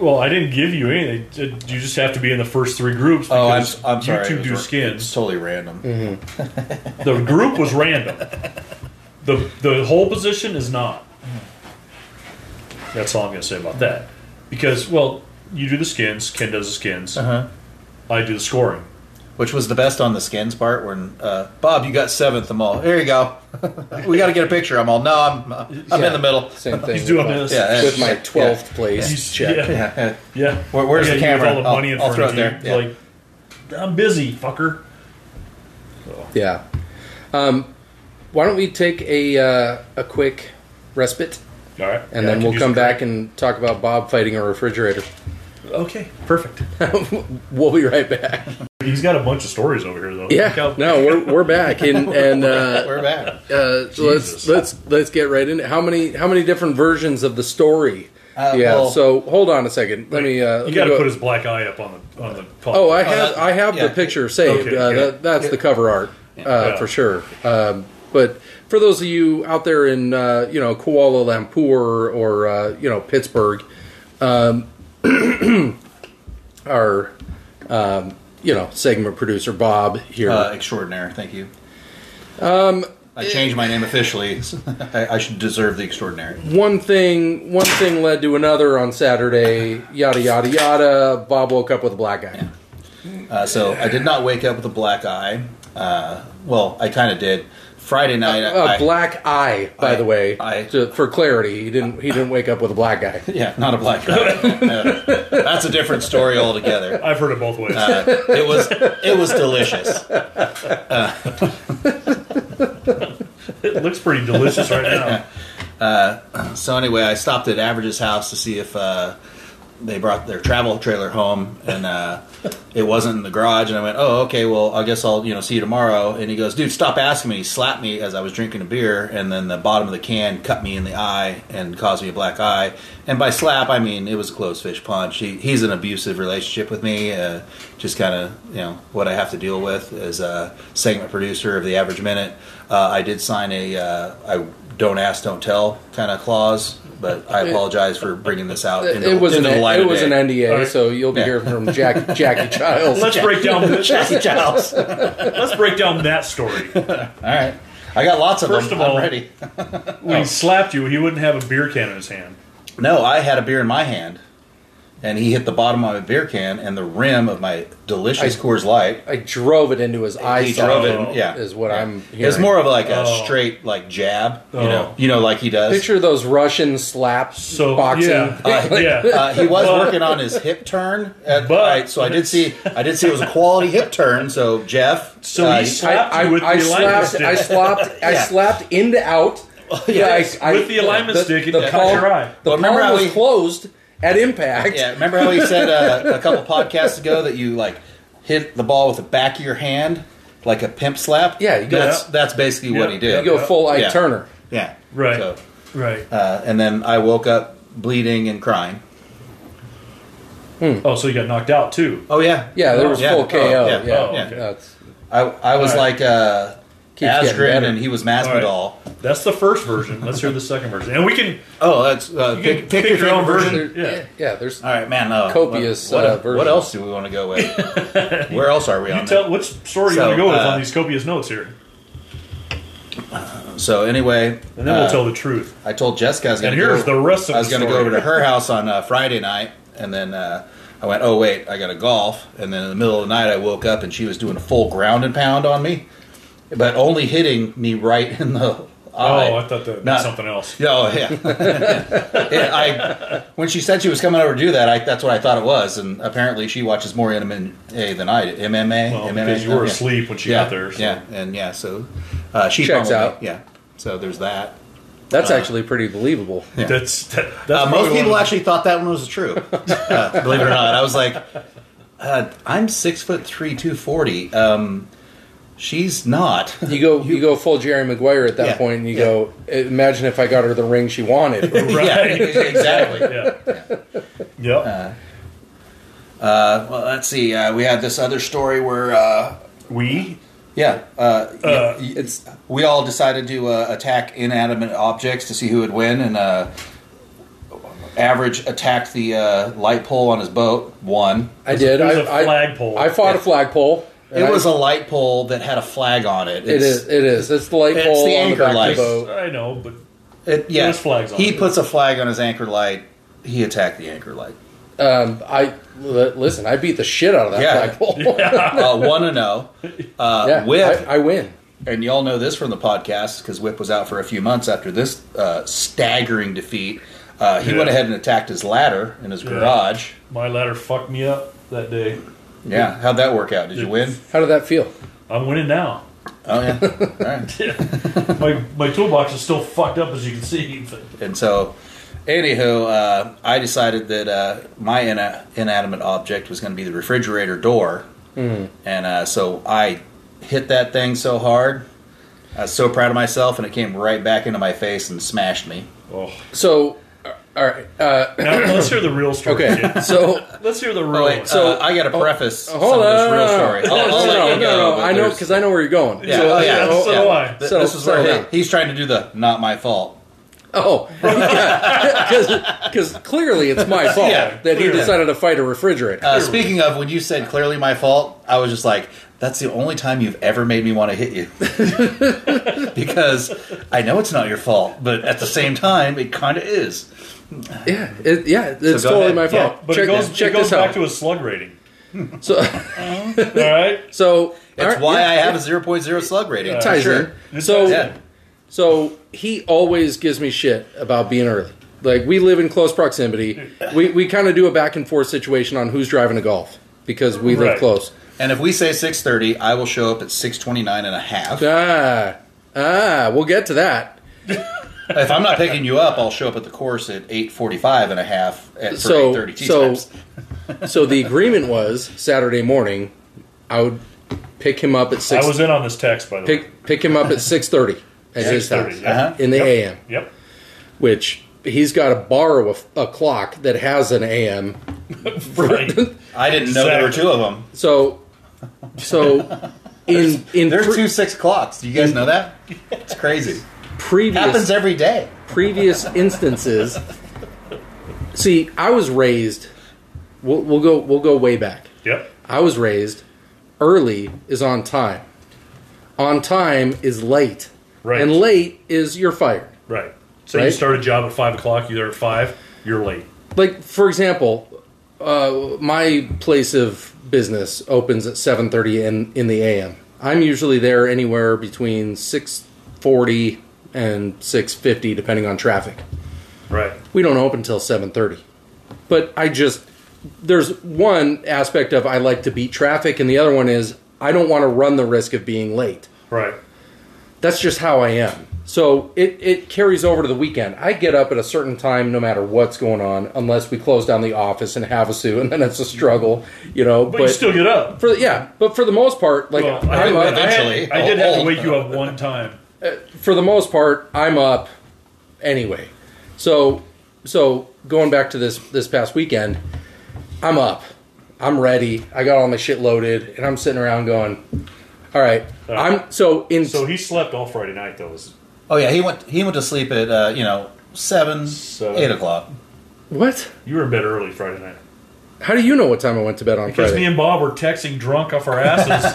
Speaker 2: well. I didn't give you anything. You just have to be in the first three groups
Speaker 3: Oh, I'm,
Speaker 2: because
Speaker 3: I'm sorry.
Speaker 2: you
Speaker 3: it
Speaker 2: two
Speaker 3: was
Speaker 2: do
Speaker 3: ra- It's
Speaker 2: skins.
Speaker 3: totally random.
Speaker 2: The group was random. the The whole position is not. That's all I'm going to say about that. Because well, you do the skins. Ken does the skins.
Speaker 3: Uh-huh.
Speaker 2: I do the scoring.
Speaker 3: Which was the best on the skins part when uh, Bob, you got seventh. I'm all, here you go. we got to get a picture. I'm all, no, I'm, I'm
Speaker 1: Yeah,
Speaker 3: in the middle.
Speaker 1: Same thing.
Speaker 2: He's doing
Speaker 1: with my,
Speaker 2: this.
Speaker 3: Yeah,
Speaker 1: with my
Speaker 3: Yeah.
Speaker 1: twelfth place
Speaker 2: He's-
Speaker 1: check.
Speaker 2: yeah.
Speaker 3: Yeah.
Speaker 2: Yeah.
Speaker 3: Where- where's
Speaker 2: Yeah,
Speaker 3: the
Speaker 2: you have
Speaker 3: camera?
Speaker 2: All the
Speaker 3: I'll-
Speaker 2: money in
Speaker 3: I'll
Speaker 2: front
Speaker 3: throw it
Speaker 2: of
Speaker 3: there.
Speaker 2: you. Like, I'm busy, fucker.
Speaker 1: Yeah. Um, why don't we take a uh, a quick respite
Speaker 2: All right.
Speaker 1: and
Speaker 2: Yeah, I
Speaker 1: then
Speaker 2: can
Speaker 1: we'll
Speaker 2: use
Speaker 1: come
Speaker 2: the
Speaker 1: back and talk about Bob fighting a refrigerator.
Speaker 2: crank. Okay. Perfect.
Speaker 1: we'll be right back.
Speaker 2: He's got a bunch of stories over here, though. Look
Speaker 1: Yeah.
Speaker 2: how-
Speaker 1: No, we're we're back and and uh,
Speaker 3: We're back.
Speaker 1: uh, so let's
Speaker 2: Jesus.
Speaker 1: let's let's get right into how many how many different versions of the story.
Speaker 3: Uh,
Speaker 1: yeah.
Speaker 3: well-
Speaker 1: so hold on a second. Let me. Uh, let
Speaker 2: you
Speaker 1: me
Speaker 2: got to
Speaker 1: go-
Speaker 2: put his black eye up on the on the. Call.
Speaker 1: Oh, I have
Speaker 3: that-
Speaker 1: I have
Speaker 3: yeah.
Speaker 1: the picture saved.
Speaker 2: Okay,
Speaker 1: uh,
Speaker 2: yeah.
Speaker 1: that, that's the cover art uh,
Speaker 2: Yeah.
Speaker 1: for sure. Um, but for those of you out there in uh, you know Kuala Lumpur or uh, you know Pittsburgh, um, our um, you know segment producer Bob here
Speaker 3: Uh, extraordinary. Thank you.
Speaker 1: Um,
Speaker 3: I changed my name officially. I, I should deserve the extraordinary.
Speaker 1: one thing one thing led to another on Saturday. Yada yada yada. Bob woke up with a black eye.
Speaker 3: Uh, so I did not wake up with a black eye. Uh, well, I kind of did. Friday night,
Speaker 1: A
Speaker 3: I,
Speaker 1: black eye, by
Speaker 3: I-
Speaker 1: the way,
Speaker 3: I-
Speaker 1: to- for clarity, he didn't he didn't wake up with a black eye.
Speaker 3: yeah, not a black eye. No. that's a different story altogether.
Speaker 2: I've heard it both ways.
Speaker 3: Uh, it was it was delicious.
Speaker 2: it looks pretty delicious right now.
Speaker 3: So anyway, I stopped at Average's house to see if uh, they brought their travel trailer home, and uh, it wasn't in the garage. And I went, "Oh, okay. Well, I guess I'll you know see you tomorrow." And he goes, "Dude, stop asking me." He slapped me as I was drinking a beer, and then the bottom of the can cut me in the eye and caused me a black eye. And by slap, I mean it was a closed fish punch. He, he's in an abusive relationship with me. Uh, just kind of you know what I have to deal with as a segment producer of the Average Minute. Uh, I did sign a uh, I don't ask, don't tell kind of clause. But I apologize for bringing this out.
Speaker 1: It,
Speaker 3: into-
Speaker 1: it was an
Speaker 3: into the light
Speaker 1: it
Speaker 3: of
Speaker 1: was
Speaker 3: day.
Speaker 1: an NDA,
Speaker 2: All right.
Speaker 1: so you'll be
Speaker 3: Yeah.
Speaker 1: hearing from Jack, Jackie Childs.
Speaker 2: Let's break down
Speaker 3: Jackie Childs. All
Speaker 2: let's break down that story.
Speaker 3: right. I got lots of
Speaker 2: First
Speaker 3: them.
Speaker 2: of all-
Speaker 3: I'm ready.
Speaker 2: When
Speaker 3: Oh.
Speaker 2: he slapped you, he wouldn't have a beer can in his hand.
Speaker 3: No, I had a beer in my hand, and he hit the bottom of my beer can and the rim of my delicious
Speaker 1: I-
Speaker 3: Coors Light.
Speaker 1: I drove it into his eye.
Speaker 3: he drove
Speaker 1: socket,
Speaker 3: it. Yeah,
Speaker 1: is what I'm. Hearing.
Speaker 3: It's more of like a
Speaker 2: Oh.
Speaker 3: straight like jab. You
Speaker 2: Oh.
Speaker 3: know, you know, like he does.
Speaker 1: picture those Russian slaps
Speaker 2: So
Speaker 1: boxing.
Speaker 2: yeah,
Speaker 3: Uh,
Speaker 2: yeah.
Speaker 3: Uh, he was
Speaker 2: But-
Speaker 3: working on his hip turn, at,
Speaker 2: But-
Speaker 3: I- so I did see. I did see it was a quality hip turn. So Jeff,
Speaker 2: So
Speaker 3: uh,
Speaker 2: he slapped
Speaker 1: I,
Speaker 2: you with
Speaker 1: I
Speaker 2: the alignment
Speaker 1: slapped.
Speaker 2: stick.
Speaker 1: I slapped. I
Speaker 3: Yeah.
Speaker 1: slapped into out.
Speaker 3: yes,
Speaker 1: I- I-
Speaker 2: with the alignment stick, it cut
Speaker 1: palm-
Speaker 2: your eye.
Speaker 1: The
Speaker 3: Well, remember
Speaker 1: palm
Speaker 3: how
Speaker 1: was
Speaker 3: he-
Speaker 1: closed at impact.
Speaker 3: Yeah, remember how he said uh, a couple podcasts ago that you like hit the ball with the back of your hand like a pimp slap?
Speaker 1: Yeah, you go-
Speaker 3: that's that's basically what he
Speaker 2: Yeah,
Speaker 3: did.
Speaker 1: You go full Ike
Speaker 3: Yeah.
Speaker 1: Turner.
Speaker 3: yeah,
Speaker 2: Right.
Speaker 3: So,
Speaker 2: right.
Speaker 3: uh, and then I woke up bleeding and crying.
Speaker 2: Oh, so you got knocked out too.
Speaker 3: Oh yeah,
Speaker 1: Yeah, there was
Speaker 3: Yeah.
Speaker 1: full
Speaker 3: Oh,
Speaker 1: KO.
Speaker 3: yeah.
Speaker 1: yeah,
Speaker 2: Oh, okay.
Speaker 1: That's-
Speaker 3: I I was
Speaker 2: All right.
Speaker 3: like uh,
Speaker 1: Keeps getting
Speaker 3: Asgren
Speaker 1: better.
Speaker 3: and he was Masvidal.
Speaker 2: That's the first version. Let's hear the second version, and we can
Speaker 3: Oh, that's uh,
Speaker 2: You
Speaker 3: pick,
Speaker 2: can
Speaker 3: pick, your own version.
Speaker 1: there-
Speaker 2: Yeah.
Speaker 1: yeah, yeah. There's
Speaker 3: All right, man. Uh,
Speaker 1: Copious,
Speaker 3: What, what,
Speaker 1: uh, version.
Speaker 3: what else do we want to go with? Where else are we on?
Speaker 2: you tell which story you
Speaker 3: So,
Speaker 2: want to go with
Speaker 3: uh,
Speaker 2: on these copious notes here,
Speaker 3: that? So anyway,
Speaker 2: and then
Speaker 3: uh,
Speaker 2: we'll tell the truth.
Speaker 3: I told Jessica I was going
Speaker 2: And
Speaker 3: to go.
Speaker 2: here's the rest of
Speaker 3: I was
Speaker 2: the
Speaker 3: going to go
Speaker 2: story.
Speaker 3: over to her house on uh, Friday night, and then uh, I went. Oh wait, I got to golf. And then in the middle of the night, I woke up and she was doing a full ground and pound on me, but only hitting me right in the eye.
Speaker 2: oh, I thought that
Speaker 3: Not-
Speaker 2: was something else.
Speaker 3: Yeah, Oh yeah. Yeah, I when she said she was coming over to do that, I, that's what I thought it was, and apparently she watches more MMA than I do. MMA,
Speaker 2: Well,
Speaker 3: MMA.
Speaker 2: because you were
Speaker 3: yeah.
Speaker 2: asleep when she
Speaker 3: yeah,
Speaker 2: got there. So.
Speaker 3: Yeah, and yeah, so uh, she
Speaker 1: Checks
Speaker 3: pummeled me.
Speaker 1: out.
Speaker 3: Yeah, so there's that.
Speaker 1: that's actually pretty believable.
Speaker 3: Yeah.
Speaker 2: That's that, that's
Speaker 3: Uh,
Speaker 2: probably
Speaker 3: most people
Speaker 2: one of
Speaker 3: actually thought that one was true. uh, believe it or not, I was like, uh, I'm six foot three, two forty. Um, she's not.
Speaker 1: You go, you go full Jerry Maguire at that
Speaker 3: Yeah,
Speaker 1: point, and you
Speaker 3: yeah.
Speaker 1: go. Imagine if I got her the ring she wanted.
Speaker 2: the- Right.
Speaker 3: Yeah, exactly.
Speaker 2: yeah. Yep.
Speaker 3: Uh, well, let's see. Uh, we had this other story where, uh,
Speaker 2: we.
Speaker 3: yeah, uh,
Speaker 2: Uh,
Speaker 3: y-
Speaker 1: it's
Speaker 3: we all decided to uh, attack inanimate objects to see who would win, and uh, average attacked the uh, light pole on his boat. Won.
Speaker 1: I did.
Speaker 2: It was
Speaker 1: I
Speaker 2: a flagpole.
Speaker 1: I, I fought a flagpole. and
Speaker 3: It was
Speaker 1: I,
Speaker 3: a light pole that had a flag on it.
Speaker 1: It is. It is. It's the light
Speaker 3: It's
Speaker 1: pole on
Speaker 3: the
Speaker 1: the
Speaker 3: anchor
Speaker 1: back
Speaker 3: light.
Speaker 1: of the boat.
Speaker 2: I know, but
Speaker 3: It, yeah,
Speaker 2: was flags on
Speaker 3: he
Speaker 2: it.
Speaker 3: puts a flag on his anchor light. He attacked the anchor light.
Speaker 1: Um, I li- listen. I beat the shit out of that
Speaker 3: Yeah.
Speaker 1: flagpole.
Speaker 3: Uh, one and zero. Uh,
Speaker 1: Yeah,
Speaker 3: Whip
Speaker 1: I, I win.
Speaker 3: and y'all know this from the podcast because Whip was out for a few months after this uh, staggering defeat. Uh, he
Speaker 2: Yeah.
Speaker 3: went ahead and attacked his ladder in his garage.
Speaker 2: my ladder fucked me up that day.
Speaker 3: Yeah, how'd that work out? Did you win?
Speaker 1: How did that feel?
Speaker 2: I'm winning now.
Speaker 3: Oh yeah, all right.
Speaker 2: my my toolbox is still fucked up as you can see. But
Speaker 3: And so, anywho, uh, I decided that uh, my ina- inanimate object was going to be the refrigerator door, and uh, so I hit that thing so hard. I was so proud of myself, and it came right back into my face and smashed me.
Speaker 2: oh.
Speaker 1: So, uh, all right. Uh,
Speaker 2: now let's hear the real story.
Speaker 1: okay.
Speaker 2: kid.
Speaker 1: so
Speaker 2: Let's hear the real.
Speaker 3: Oh,
Speaker 2: one.
Speaker 3: wait, so I got to preface some
Speaker 1: oh, hold
Speaker 3: of this
Speaker 1: on.
Speaker 3: real story.
Speaker 1: No,
Speaker 3: I'll- I'll
Speaker 1: no,
Speaker 3: let
Speaker 1: no,
Speaker 3: you
Speaker 1: no,
Speaker 3: go,
Speaker 1: no,
Speaker 3: but
Speaker 1: I know
Speaker 3: there's-
Speaker 1: because I know where you're going.
Speaker 3: Yeah,
Speaker 1: so,
Speaker 3: oh, yeah.
Speaker 2: so do I.
Speaker 3: Th-
Speaker 1: So-
Speaker 3: this is
Speaker 1: so
Speaker 3: where he-
Speaker 1: now.
Speaker 3: he's trying to do the not my fault.
Speaker 1: Oh, because clearly it's my fault
Speaker 3: Yeah,
Speaker 1: that he
Speaker 2: clearly.
Speaker 1: decided to fight a refrigerator.
Speaker 3: Uh, speaking of, when you said clearly my fault, I was just like, that's the only time you've ever made me want to hit you. because I know it's not your fault, but at the same time, it kind of is.
Speaker 2: Uh-huh.
Speaker 1: yeah, it, yeah, it's
Speaker 3: go
Speaker 1: totally
Speaker 3: ahead.
Speaker 1: my
Speaker 3: Yeah,
Speaker 1: fault.
Speaker 2: But
Speaker 1: check
Speaker 2: it goes,
Speaker 1: this, check
Speaker 2: it
Speaker 1: this
Speaker 2: goes back
Speaker 1: out.
Speaker 2: to his slug rating.
Speaker 1: so,
Speaker 2: All right?
Speaker 1: so
Speaker 3: It's
Speaker 1: alright,
Speaker 3: why
Speaker 1: yeah,
Speaker 3: I have
Speaker 1: yeah,
Speaker 3: a 0.0 slug rating.
Speaker 1: ties
Speaker 3: sure.
Speaker 1: in. So,
Speaker 3: Yeah.
Speaker 1: So he always gives me shit about being early. Like we live in close proximity. We we kind of do a back and forth situation on who's driving a golf because we live
Speaker 2: Right.
Speaker 1: close.
Speaker 3: And if we say 6.30, I will show up at 6.29 and a half.
Speaker 1: Ah, ah, we'll get to that.
Speaker 3: if I'm not picking you up, I'll show up at the course at 8.45 and a half at, for
Speaker 1: So-
Speaker 3: 8.30 tee
Speaker 1: so-
Speaker 3: times.
Speaker 1: So the agreement was Saturday morning. I would pick him up at six.
Speaker 2: I was in on this text, by the way.
Speaker 1: pick pick him up at six thirty at his
Speaker 2: 6:30,
Speaker 1: house
Speaker 2: yeah.
Speaker 3: Uh-huh.
Speaker 1: in the
Speaker 2: Yep.
Speaker 1: a.m.
Speaker 2: Yep.
Speaker 1: Which he's got to borrow a, f- a clock that has an a.m.
Speaker 2: Right.
Speaker 3: I didn't know there were
Speaker 2: Exactly.
Speaker 3: two of them.
Speaker 1: So so in in
Speaker 3: There's
Speaker 1: pre-
Speaker 3: two 6 o'clocks. Do you guys know that? It's crazy.
Speaker 1: previous
Speaker 3: happens every day.
Speaker 1: previous instances. See, I was raised. We'll, we'll go. We'll go way back.
Speaker 2: Yep.
Speaker 1: I was raised. Early is on time. On time is late.
Speaker 2: Right.
Speaker 1: And late is you're fired.
Speaker 2: Right. So you
Speaker 1: Right?
Speaker 2: start a job at five o'clock. You're there at five. You're late.
Speaker 1: Like for example, uh, my place of business opens at seven thirty in in the a.m. I'm usually there anywhere between six forty and six fifty, depending on traffic.
Speaker 2: Right.
Speaker 1: we don't open till 7.30 but i just there's one aspect of i like to beat traffic and the other one is i don't want to run the risk of being late
Speaker 2: Right.
Speaker 1: that's just how i am so it, it carries over to the weekend i get up at a certain time no matter what's going on unless we close down the office and have a suit and then it's a struggle you know
Speaker 2: But,
Speaker 1: but,
Speaker 2: you still get up.
Speaker 1: for yeah but for the most part like
Speaker 2: Well, I, Oh.
Speaker 1: i'm
Speaker 2: did- I
Speaker 1: up
Speaker 2: had-
Speaker 3: eventually.
Speaker 2: I did have to
Speaker 3: Old.
Speaker 2: wake you up one time.
Speaker 1: for the most part, I'm up anyway. So so going back to this this past weekend, I'm up. I'm ready. I got all my shit loaded and I'm sitting around going, All right. I'm so in
Speaker 2: Uh, So he slept all Friday night. Though was
Speaker 3: Oh yeah, he went he went to sleep at uh, you know seven,
Speaker 2: Seven.
Speaker 3: eight o'clock.
Speaker 1: what?
Speaker 2: you were in bed early Friday night
Speaker 1: How do you know what time I went to bed on
Speaker 2: because me
Speaker 1: Friday?
Speaker 2: and Bob were texting drunk off our asses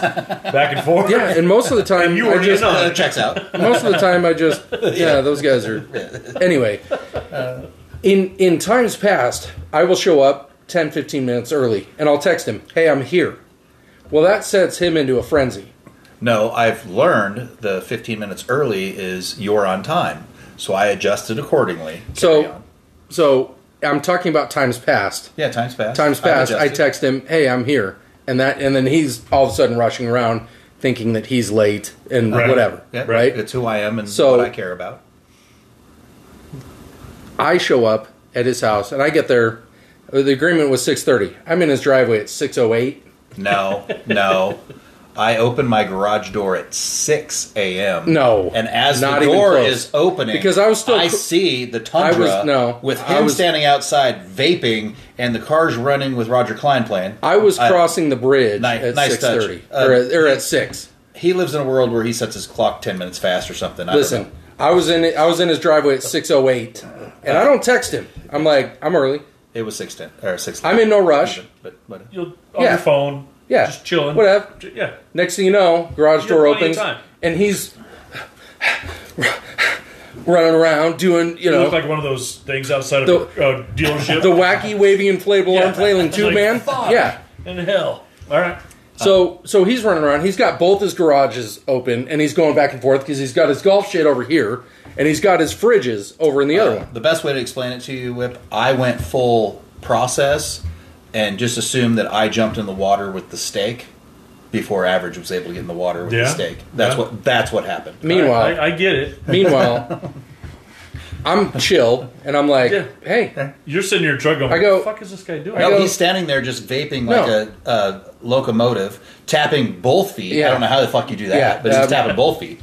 Speaker 2: back and forth.
Speaker 1: yeah, and most of the time
Speaker 2: you were
Speaker 1: I just
Speaker 2: in on
Speaker 3: Uh,
Speaker 2: it.
Speaker 3: checks out.
Speaker 1: most of the time I just yeah, those guys are anyway. In in times past, I will show up 10 15 minutes early and I'll text him, "Hey, I'm here." Well, that sets him into a frenzy.
Speaker 3: No, I've learned the fifteen minutes early is you're on time, so I adjusted accordingly. Carry
Speaker 1: So
Speaker 3: on.
Speaker 1: so I'm talking about times past.
Speaker 3: yeah, times passed.
Speaker 1: Times
Speaker 3: I've
Speaker 1: past, I
Speaker 3: adjusted.
Speaker 1: text him, "Hey, I'm here." And that and then he's all of a sudden rushing around thinking that he's late and
Speaker 2: Right.
Speaker 1: whatever,
Speaker 3: Yeah,
Speaker 1: right?
Speaker 3: It's who I am and
Speaker 1: So-
Speaker 3: what I care about.
Speaker 1: I show up at his house and I get there uh, the agreement was 6:30. I'm in his driveway at 608.
Speaker 3: No, no. I open my garage door at six a.m.
Speaker 1: No,
Speaker 3: and as
Speaker 1: not
Speaker 3: the
Speaker 1: even
Speaker 3: door
Speaker 1: close.
Speaker 3: is opening,
Speaker 1: Because I was still-
Speaker 3: I see the tundra
Speaker 1: I was- no,
Speaker 3: with
Speaker 1: I
Speaker 3: him
Speaker 1: was-
Speaker 3: standing outside vaping, and the cars running with Roger Klein playing.
Speaker 1: I was
Speaker 2: Uh,
Speaker 1: crossing the bridge
Speaker 3: Ni-
Speaker 1: at
Speaker 3: nice
Speaker 1: six thirty,
Speaker 3: touch.
Speaker 1: or,
Speaker 3: Uh,
Speaker 1: at- or at six.
Speaker 3: He lives in a world where he sets his clock ten minutes fast or something. I don't know.
Speaker 1: Listen, I was in I was in his driveway at six oh eight, and I don't text him. I'm like, I'm early.
Speaker 3: it was six ten or six.
Speaker 1: I'm in no rush.
Speaker 3: but, but
Speaker 2: You're on
Speaker 1: Yeah.
Speaker 2: your phone.
Speaker 1: Yeah.
Speaker 2: Just chilling.
Speaker 1: Whatever.
Speaker 2: J- Yeah.
Speaker 1: Next thing you know, garage
Speaker 2: You have
Speaker 1: door
Speaker 2: plenty
Speaker 1: opens,
Speaker 2: of time.
Speaker 1: and he's running around doing you
Speaker 2: You
Speaker 1: know
Speaker 2: look like one of those things outside of
Speaker 1: The-
Speaker 2: a uh, dealership.
Speaker 1: the wacky waving inflatable
Speaker 2: Yeah.
Speaker 1: arm flailing tube
Speaker 2: Like,
Speaker 1: man.
Speaker 2: fuck.
Speaker 1: Yeah.
Speaker 2: in hell. All right.
Speaker 1: So so he's running around. He's got both his garages open, and he's going back and forth because he's got his golf shit over here, and he's got his fridges over in the other one.
Speaker 3: the best way to explain it to you, Whip, I went full process and just assumed that I jumped in the water with the steak before average was able to get in the water with the
Speaker 2: Yeah.
Speaker 3: steak. That's
Speaker 2: Yeah.
Speaker 3: what that's what happened.
Speaker 1: Meanwhile,
Speaker 2: I, I get it.
Speaker 1: Meanwhile, I'm chill and I'm like,
Speaker 2: Yeah.
Speaker 1: hey,
Speaker 2: You're sitting here drunk going,
Speaker 1: I
Speaker 2: I
Speaker 1: go-
Speaker 2: what the fuck is this guy doing?
Speaker 1: I
Speaker 3: No,
Speaker 1: go-
Speaker 3: he's standing there just vaping like
Speaker 1: No.
Speaker 3: a, a locomotive, tapping both feet.
Speaker 1: Yeah.
Speaker 3: I don't know how the fuck you do that,
Speaker 1: Yeah,
Speaker 3: but he's
Speaker 1: um,
Speaker 3: tapping both feet.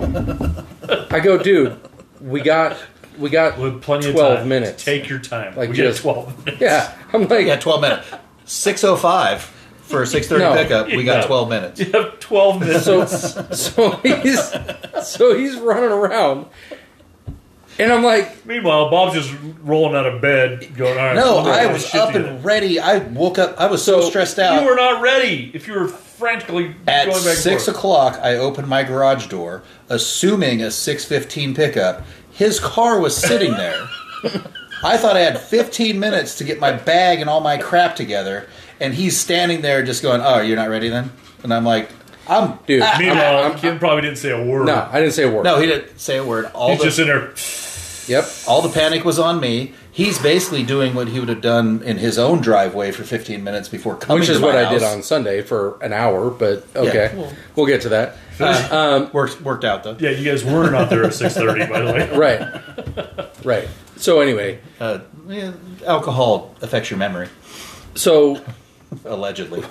Speaker 1: I go, dude, we got, we got
Speaker 2: With plenty of
Speaker 1: 12
Speaker 2: time.
Speaker 1: minutes.
Speaker 2: Take your time.
Speaker 1: Like
Speaker 2: we get
Speaker 1: just-
Speaker 2: 12 minutes.
Speaker 1: yeah. I'm like,
Speaker 3: Yeah, twelve minutes. Six oh five for a six thirty
Speaker 1: No.
Speaker 3: pickup. We got
Speaker 2: No.
Speaker 3: twelve minutes.
Speaker 2: You have 12 minutes.
Speaker 1: so, so he's, so he's running around And I'm like,
Speaker 2: Meanwhile, Bob's just rolling out of bed, going, "All right."
Speaker 3: No,
Speaker 2: we'll do
Speaker 3: I
Speaker 2: all
Speaker 3: was
Speaker 2: this shit
Speaker 3: up
Speaker 2: together."
Speaker 3: and ready. I woke up. I was so,
Speaker 1: So,
Speaker 3: stressed out.
Speaker 2: You were not ready. If you were frantically
Speaker 3: At
Speaker 2: going back and
Speaker 3: six
Speaker 2: forth.
Speaker 3: o'clock, I opened my garage door, assuming a six fifteen pickup. His car was sitting there. I thought I had fifteen minutes to get my bag and all my crap together, and he's standing there just going, "Oh, you're not ready then?" And I'm like, "I'm
Speaker 1: Dude,
Speaker 3: ah,
Speaker 1: me-
Speaker 2: Meanwhile,
Speaker 1: I'm- I'm-
Speaker 2: Kim probably didn't say a word.
Speaker 1: no, I didn't say a word.
Speaker 3: no, he didn't say a word. All
Speaker 2: He's
Speaker 3: the
Speaker 2: just in there.
Speaker 1: Yep.
Speaker 3: all the panic was on me. He's basically doing what he would have done in his own driveway for fifteen minutes before coming.
Speaker 1: Which
Speaker 3: to
Speaker 1: is
Speaker 3: my
Speaker 1: what I did
Speaker 3: house.
Speaker 1: on Sunday for an hour, but okay.
Speaker 3: well-
Speaker 1: we'll get to that. Um,
Speaker 3: worked Uh, worked out though.
Speaker 2: Yeah, you guys were not there at six thirty, by the way.
Speaker 1: Right. right. So anyway,
Speaker 3: Uh, yeah, alcohol affects your memory,
Speaker 1: so
Speaker 3: allegedly.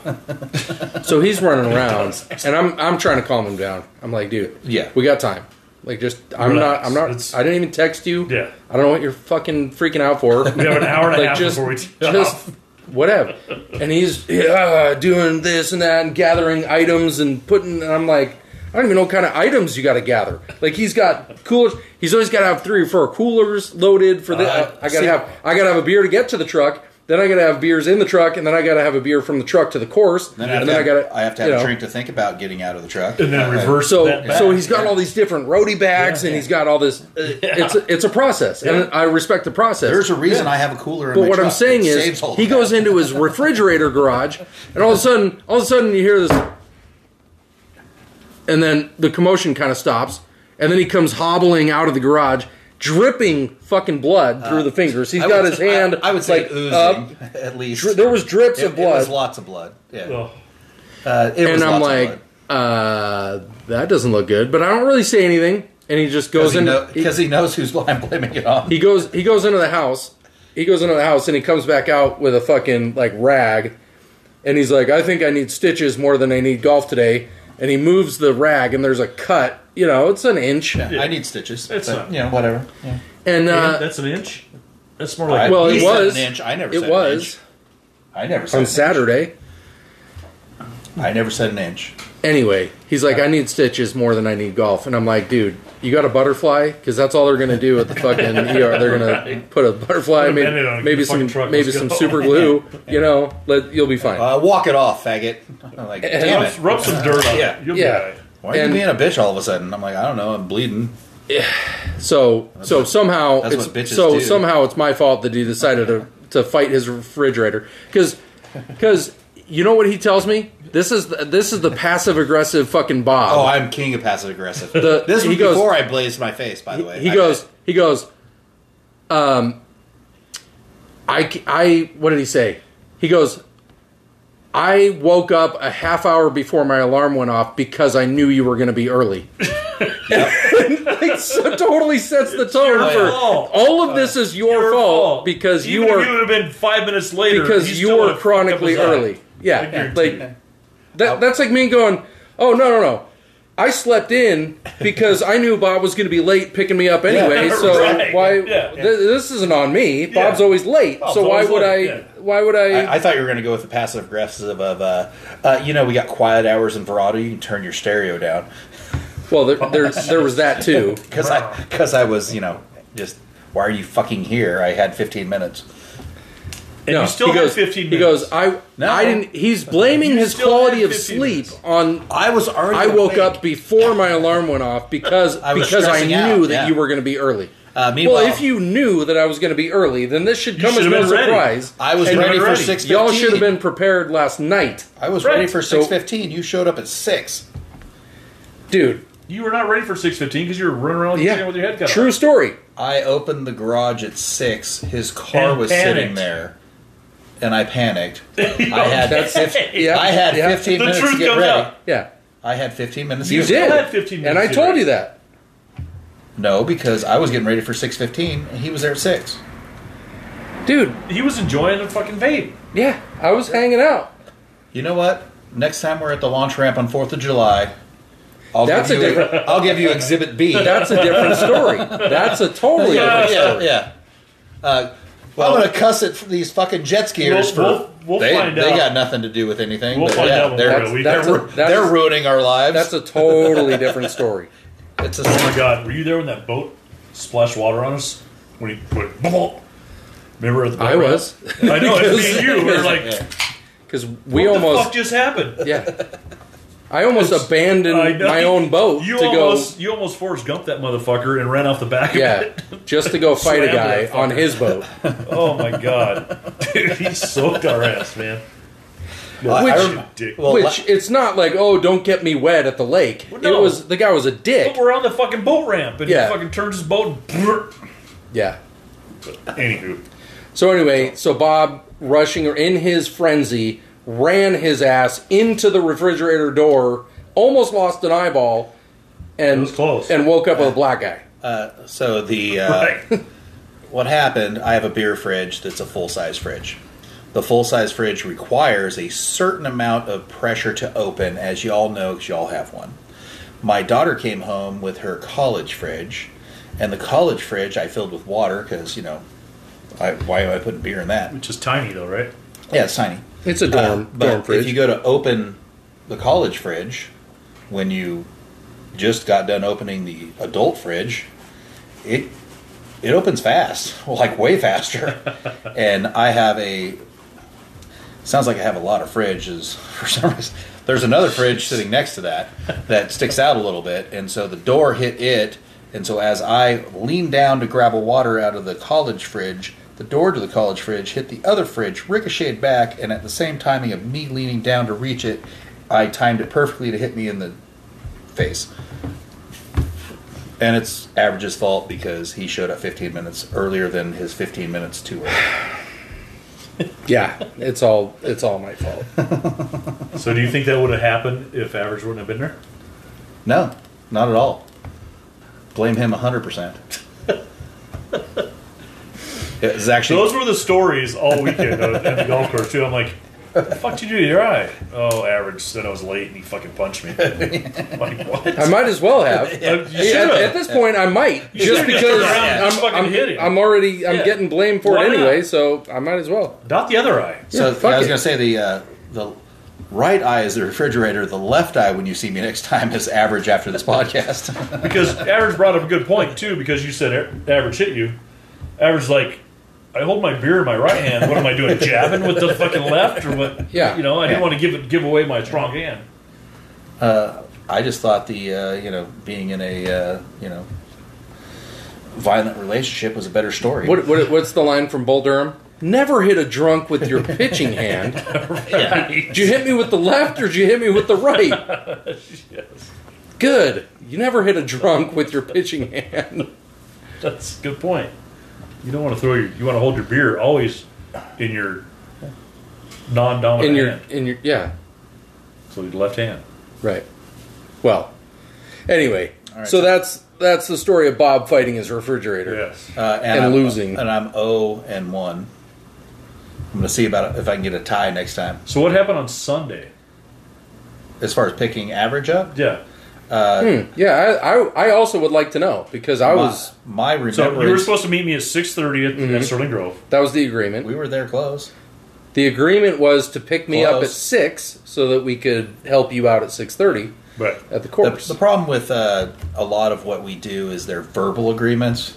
Speaker 1: so he's running around and I'm I'm trying to calm him down. I'm like, dude,
Speaker 3: Yeah.
Speaker 1: we got time. Like just I'm
Speaker 2: Relax.
Speaker 1: not I'm not
Speaker 2: It's-
Speaker 1: I didn't even text you.
Speaker 2: Yeah.
Speaker 1: I don't know what you're fucking freaking out for.
Speaker 2: We have an hour and a
Speaker 1: like
Speaker 2: half
Speaker 1: just,
Speaker 2: before we tee
Speaker 1: just
Speaker 2: off.
Speaker 1: whatever. And he's yeah, doing this and that and gathering items and putting. And I'm like, I don't even know what kind of items you got to gather. Like he's got coolers. He's always got to have three or four coolers loaded for this.
Speaker 3: Uh,
Speaker 1: I, I gotta
Speaker 3: see-
Speaker 1: have I gotta have a beer to get to the truck. Then I gotta have beers in the truck, and then I gotta have a beer from the truck to the course.
Speaker 3: Then
Speaker 1: and
Speaker 3: I,
Speaker 1: then
Speaker 3: have
Speaker 1: I
Speaker 3: to have,
Speaker 1: gotta
Speaker 3: I have to have
Speaker 1: you
Speaker 3: a
Speaker 1: know.
Speaker 3: drink to think about getting out of the truck.
Speaker 2: and then
Speaker 3: Uh,
Speaker 2: reverse that
Speaker 1: So,
Speaker 2: back.
Speaker 1: so he's got all these different roadie bags, and he's got all this. uh, It's a, it's a process, and I respect the process.
Speaker 3: There's a reason I have a cooler. In
Speaker 1: But
Speaker 3: my
Speaker 1: what I'm
Speaker 3: truck.
Speaker 1: saying
Speaker 3: It
Speaker 1: is,
Speaker 3: saves all
Speaker 1: he
Speaker 3: the
Speaker 1: goes
Speaker 3: time.
Speaker 1: into his refrigerator garage, and all of a sudden, all of a sudden, you hear this, and then the commotion kind of stops, and then he comes hobbling out of the garage, dripping fucking blood through the fingers. He's
Speaker 3: Uh, I
Speaker 1: got
Speaker 3: would-
Speaker 1: his hand.
Speaker 3: I, I would say
Speaker 1: like,
Speaker 3: oozing
Speaker 1: up.
Speaker 3: at least.
Speaker 1: Dri- There was drips
Speaker 3: it,
Speaker 1: of
Speaker 3: it was
Speaker 1: blood,
Speaker 3: lots of blood. Yeah,
Speaker 2: Oh,
Speaker 3: uh, it was
Speaker 1: and I'm
Speaker 3: lots of
Speaker 1: like,
Speaker 3: blood.
Speaker 1: uh, that doesn't look good. But I don't really say anything, and he just goes
Speaker 3: because he,
Speaker 1: in.
Speaker 3: know, 'cause he knows who's I'm blaming it on.
Speaker 1: he goes he goes into the house he goes into the house and he comes back out with a fucking like rag and he's like i think i need stitches more than i need golf today and he moves the rag and there's a cut you know it's an inch
Speaker 3: Yeah, I need stitches.
Speaker 2: It's
Speaker 3: but,
Speaker 2: not-
Speaker 3: you know whatever. Yeah.
Speaker 1: and
Speaker 2: man,
Speaker 1: uh,
Speaker 2: that's an inch. That's more
Speaker 3: I-
Speaker 2: like
Speaker 1: well
Speaker 3: he
Speaker 1: it
Speaker 3: said
Speaker 1: was
Speaker 3: an inch. I never said
Speaker 1: it
Speaker 3: an
Speaker 1: was
Speaker 3: inch. I never said
Speaker 1: on
Speaker 3: an inch.
Speaker 1: saturday
Speaker 3: I never said an inch.
Speaker 1: anyway he's like i need stitches more than i need golf and i'm like dude you got a butterfly because that's all they're gonna do at the fucking er they're gonna put a butterfly
Speaker 2: Put a Band-Aid on
Speaker 1: maybe, maybe
Speaker 2: it, get the fucking
Speaker 1: some
Speaker 2: truck,
Speaker 1: maybe
Speaker 2: let's
Speaker 1: some
Speaker 2: go.
Speaker 1: super glue you know let, you'll be fine
Speaker 3: Uh, walk it off, faggot. I'm like, damn
Speaker 2: rub,
Speaker 3: it.
Speaker 2: rub some dirt on
Speaker 3: Yeah.
Speaker 2: it. You'll
Speaker 1: Yeah.
Speaker 2: be all right.
Speaker 3: Why are
Speaker 1: and-
Speaker 3: you being a bitch all of a sudden? I'm like, I don't know. I'm bleeding.
Speaker 1: So so somehow
Speaker 3: that's
Speaker 1: it's,
Speaker 3: what bitches
Speaker 1: so
Speaker 3: do.
Speaker 1: somehow it's my fault that he decided to to fight his refrigerator because you know what he tells me this is the, this is the passive aggressive fucking Bob.
Speaker 3: Oh, I'm king of passive aggressive.
Speaker 1: The-
Speaker 3: this
Speaker 1: he
Speaker 3: was
Speaker 1: goes-
Speaker 3: before I blazed my face, by the way.
Speaker 1: he
Speaker 3: I-
Speaker 1: goes he goes um I c- I what did he say? He goes I woke up a half hour before my alarm went off because I knew you were going to be early. it so totally sets the tone
Speaker 2: your
Speaker 1: for
Speaker 2: fault.
Speaker 1: all of this is your, fault, because
Speaker 2: Even
Speaker 1: you
Speaker 2: if
Speaker 1: were
Speaker 2: you would have been five minutes later he
Speaker 1: because you
Speaker 2: still would
Speaker 1: were
Speaker 2: have
Speaker 1: chronically
Speaker 2: fucked up his
Speaker 1: early.
Speaker 2: eye. I
Speaker 1: Yeah,
Speaker 2: guarantee
Speaker 1: like
Speaker 2: you.
Speaker 1: that, that's like me going, "Oh no, no, no." I slept in because I knew Bob was going to be late picking me up anyway.
Speaker 2: Yeah,
Speaker 1: so
Speaker 2: right.
Speaker 1: why
Speaker 2: Yeah.
Speaker 1: th- this isn't on me. Bob's always late.
Speaker 2: Bob's
Speaker 1: so why
Speaker 2: always
Speaker 1: would
Speaker 2: late,
Speaker 1: I
Speaker 2: yeah.
Speaker 1: why would I,
Speaker 3: I, I thought you were going to go with the passive aggressive of, uh, uh, you know, we got quiet hours in Verado. You can turn your stereo down
Speaker 1: Well, there, there there was that too.
Speaker 3: because I because I was, you know, just why are you fucking here? I had 15 minutes.
Speaker 2: And
Speaker 1: No,
Speaker 2: you still
Speaker 1: he
Speaker 2: had
Speaker 1: goes,
Speaker 2: 15 minutes.
Speaker 1: He goes, "I
Speaker 3: No.
Speaker 1: I didn't he's blaming his
Speaker 2: still had
Speaker 1: quality of
Speaker 2: 15
Speaker 1: sleep
Speaker 2: minutes.
Speaker 1: on
Speaker 3: I was already.
Speaker 1: I woke
Speaker 3: awake.
Speaker 1: up before my alarm went off because
Speaker 3: I was
Speaker 1: because I
Speaker 3: stressing
Speaker 1: knew
Speaker 3: out,
Speaker 1: that
Speaker 3: yeah.
Speaker 1: you were going to be early.
Speaker 3: Uh, meanwhile,
Speaker 1: Well, if you knew that I was going to be early, then this should come as
Speaker 2: should've
Speaker 1: no
Speaker 2: been ready.
Speaker 1: surprise.
Speaker 3: I was
Speaker 1: And
Speaker 3: ready for
Speaker 2: already-
Speaker 3: 6:15.
Speaker 1: Y'all should have been prepared last night,
Speaker 3: I was
Speaker 2: Right.
Speaker 3: ready for
Speaker 1: So-
Speaker 3: 6:15. You showed up at six.
Speaker 1: dude.
Speaker 2: you were not ready for 6.15 because you were running around
Speaker 1: Yeah,
Speaker 2: with your head cut off.
Speaker 1: true story.
Speaker 3: I opened the garage at six. His car
Speaker 2: And
Speaker 3: was
Speaker 2: panicked.
Speaker 3: sitting there, and I panicked. I had
Speaker 1: That's-
Speaker 3: fif-
Speaker 1: yeah.
Speaker 3: I had
Speaker 1: Yeah.
Speaker 3: 15
Speaker 2: The
Speaker 3: minutes
Speaker 2: truth
Speaker 3: to get
Speaker 2: comes
Speaker 3: ready.
Speaker 2: out.
Speaker 1: Yeah,
Speaker 3: I had 15 minutes. to
Speaker 1: you
Speaker 3: get
Speaker 1: did,
Speaker 3: ready.
Speaker 2: had 15
Speaker 1: and
Speaker 2: minutes
Speaker 1: I
Speaker 2: to
Speaker 1: told
Speaker 2: do
Speaker 1: you that.
Speaker 3: No, because I was getting ready for 6:15, and he was there at six.
Speaker 1: dude.
Speaker 2: He was enjoying a fucking vape.
Speaker 1: Yeah, I was hanging out.
Speaker 3: You know what? Next time we're at the launch ramp on Fourth of July, I'll
Speaker 1: That's
Speaker 3: give
Speaker 1: a
Speaker 3: you
Speaker 1: different-
Speaker 3: I'll give you Exhibit B.
Speaker 1: That's a different story. That's a totally
Speaker 2: Yeah.
Speaker 1: different
Speaker 3: yeah,
Speaker 1: story.
Speaker 3: yeah. Uh,
Speaker 2: Well-
Speaker 3: I'm gonna cuss at these fucking jet skiers
Speaker 2: We'll-
Speaker 3: for
Speaker 2: we'll- we'll
Speaker 3: they,
Speaker 2: find
Speaker 3: they
Speaker 2: out.
Speaker 3: got nothing to do with anything.
Speaker 2: We'll
Speaker 3: but
Speaker 2: find
Speaker 3: yeah,
Speaker 2: out when Oh
Speaker 3: they're,
Speaker 2: we're
Speaker 1: That's-
Speaker 2: We-
Speaker 3: they're,
Speaker 1: that's a-
Speaker 3: ru-
Speaker 1: that's
Speaker 3: they're
Speaker 1: a-
Speaker 3: ruining our lives.
Speaker 1: That's a totally different story.
Speaker 3: it's a
Speaker 2: Oh my god, were you there when that boat splashed water on us when he went. Bubble. Remember the
Speaker 1: I was
Speaker 2: I know it's me and you. We're like,
Speaker 1: because we
Speaker 2: what the
Speaker 1: almost
Speaker 2: fuck just happened?
Speaker 1: yeah. I almost abandoned
Speaker 2: I know.
Speaker 1: my own boat
Speaker 2: You
Speaker 1: to
Speaker 2: almost you almost forced Gump that motherfucker and ran off the back.
Speaker 1: go
Speaker 2: of
Speaker 1: yeah
Speaker 2: it.
Speaker 1: just to go fight a
Speaker 2: Slammed
Speaker 1: guy
Speaker 2: that
Speaker 1: on his boat.
Speaker 2: Oh my god, dude, he soaked our ass, man.
Speaker 1: Which-
Speaker 3: I rem-
Speaker 2: Dick.
Speaker 3: well,
Speaker 1: Which it's not like oh don't get me wet at the lake.
Speaker 2: Well, no.
Speaker 1: It was the guy was a dick.
Speaker 2: But we're on the fucking boat ramp, and
Speaker 1: Yeah.
Speaker 2: he fucking turns his boat. And
Speaker 1: Yeah.
Speaker 2: Anywho,
Speaker 1: So anyway, so Bob rushing in his frenzy ran his ass into the refrigerator door, almost lost an eyeball, and
Speaker 2: It was close.
Speaker 1: and woke up with a black eye.
Speaker 3: uh, so the uh,
Speaker 2: right?
Speaker 3: what happened? I have a beer fridge that's a full size fridge. The full size fridge requires a certain amount of pressure to open, as you all know, because you all have one. My daughter came home with her college fridge, and the college fridge I filled with water because you know, I, why am I putting beer in that?
Speaker 2: Which is tiny though, right?
Speaker 3: Yeah, it's tiny.
Speaker 1: It's a
Speaker 3: Uh,
Speaker 1: dorm, dorm
Speaker 3: but if
Speaker 1: fridge.
Speaker 3: you go to open the college fridge when you just got done opening the adult fridge, it it opens fast, like way faster. and I have a sounds like I have a lot of fridges for some reason. There's another fridge sitting next to that that sticks out a little bit, and so the door hit it. And so as I leaned down to grab a water out of the college fridge, the door to the college fridge hit the other fridge, ricocheted back, and at the same timing of me leaning down to reach it, I timed it perfectly to hit me in the face. And it's Average's fault because he showed up 15 minutes earlier than his 15 minutes too early.
Speaker 1: yeah, it's all it's all my fault.
Speaker 2: So do you think that would have happened if Average wouldn't have been there?
Speaker 3: No, not at all. Blame him 100%. it's actually.
Speaker 2: Those were the stories all weekend at at the golf course too. I'm like, what the fuck did you do to your eye? Oh, average said I was late and he fucking punched me. I'm like what?
Speaker 1: I might as well have.
Speaker 2: Uh, you
Speaker 1: Hey, at,
Speaker 2: should've.
Speaker 1: at this point, I might just
Speaker 2: should've just
Speaker 1: because
Speaker 2: turned around and just
Speaker 1: I'm,
Speaker 2: fucking
Speaker 1: I'm-
Speaker 2: hit him.
Speaker 1: I'm already I'm
Speaker 2: Yeah.
Speaker 1: getting blamed for
Speaker 2: Why
Speaker 1: it
Speaker 2: not?
Speaker 1: anyway, so I might as well.
Speaker 2: Not the other eye.
Speaker 3: So
Speaker 1: Yeah, fuck
Speaker 3: I was
Speaker 1: it.
Speaker 3: going to say the uh, the right eye is the refrigerator. The left eye, when you see me next time, is average after this podcast.
Speaker 2: Because average brought up a good point too. Because you said A- average hit you. Average like. I hold my beer in my right hand. What am I doing? Jabbing with the fucking left, or what?
Speaker 1: Yeah.
Speaker 2: you know, I didn't
Speaker 3: Yeah.
Speaker 2: want to give it, give away my strong hand.
Speaker 3: I just thought the uh, you know being in a uh, you know violent relationship was a better story.
Speaker 1: What, what what's the line from Bull Durham? Never hit a drunk with your pitching hand. Did you hit me with the left or did you hit me with the right?
Speaker 2: yes,
Speaker 1: Good. You never hit a drunk with your pitching hand.
Speaker 2: that's a good point. You don't want to throw your. You want to hold your beer always in your non-dominant
Speaker 1: In your
Speaker 2: hand.
Speaker 1: in your yeah.
Speaker 2: So your left hand.
Speaker 1: Right. Well. Anyway,
Speaker 3: right.
Speaker 1: so that's that's the story of Bob fighting his refrigerator.
Speaker 2: Yes.
Speaker 3: uh,
Speaker 1: And
Speaker 3: I'm-
Speaker 1: losing.
Speaker 3: and I'm zero and one. I'm going to see about if I can get a tie next time.
Speaker 2: So what happened on Sunday?
Speaker 3: As far as picking average up,
Speaker 2: Yeah.
Speaker 1: Yeah, I, I I also would like to know because I was
Speaker 3: my, my remembrance.
Speaker 2: So you were supposed to meet me at six thirty at,
Speaker 1: Mm-hmm.
Speaker 2: at Sterling Grove.
Speaker 1: that was the agreement.
Speaker 3: we were there close.
Speaker 1: The agreement was to pick me up at
Speaker 3: Close.
Speaker 1: six so that we could help you out at six thirty
Speaker 2: But
Speaker 1: at the
Speaker 3: The,
Speaker 1: course.
Speaker 3: the problem with uh, a lot of what we do is they're verbal agreements,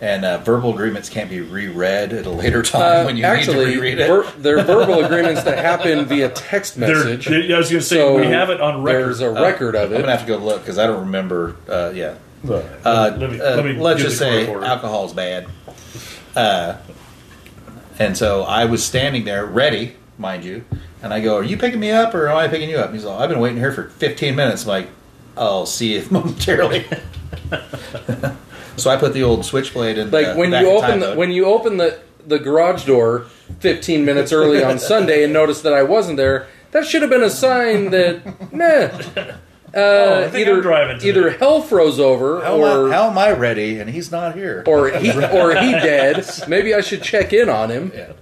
Speaker 3: and uh, verbal agreements can't be reread at a later time
Speaker 1: Uh,
Speaker 3: when you
Speaker 1: actually,
Speaker 3: need to reread it.
Speaker 1: ver- they're verbal agreements that happen via text
Speaker 2: there,
Speaker 1: message.
Speaker 2: I was going to say
Speaker 1: So
Speaker 2: we have it on record.
Speaker 1: There's a record
Speaker 3: Uh, I'm
Speaker 1: of
Speaker 3: gonna
Speaker 1: it.
Speaker 3: have to go look because I don't remember. Uh, yeah,
Speaker 2: Uh, let me,
Speaker 3: uh,
Speaker 2: let me
Speaker 3: let's
Speaker 2: give
Speaker 3: just
Speaker 2: the court
Speaker 3: say
Speaker 2: reporter.
Speaker 3: alcohol's bad. Uh, and so I was standing there ready, mind you, and I go, "Are you picking me up or am I picking you up?" And he's like, "I've been waiting here for 15 minutes." I'm like, "I'll see you momentarily." so I put the old switchblade in.
Speaker 1: Like
Speaker 3: the
Speaker 1: when
Speaker 3: back
Speaker 1: you
Speaker 3: of time
Speaker 1: open the,
Speaker 3: mode.
Speaker 1: when you open the the garage door 15 minutes early on Sunday and notice that I wasn't there. That should have been a sign that meh. Uh,
Speaker 2: Oh, I think I'm
Speaker 1: either
Speaker 2: driving today.
Speaker 1: either hell froze over
Speaker 3: how,
Speaker 1: or
Speaker 3: am I, how am I ready? And he's not here.
Speaker 1: or he or he dead. Maybe I should check in on him
Speaker 3: yeah.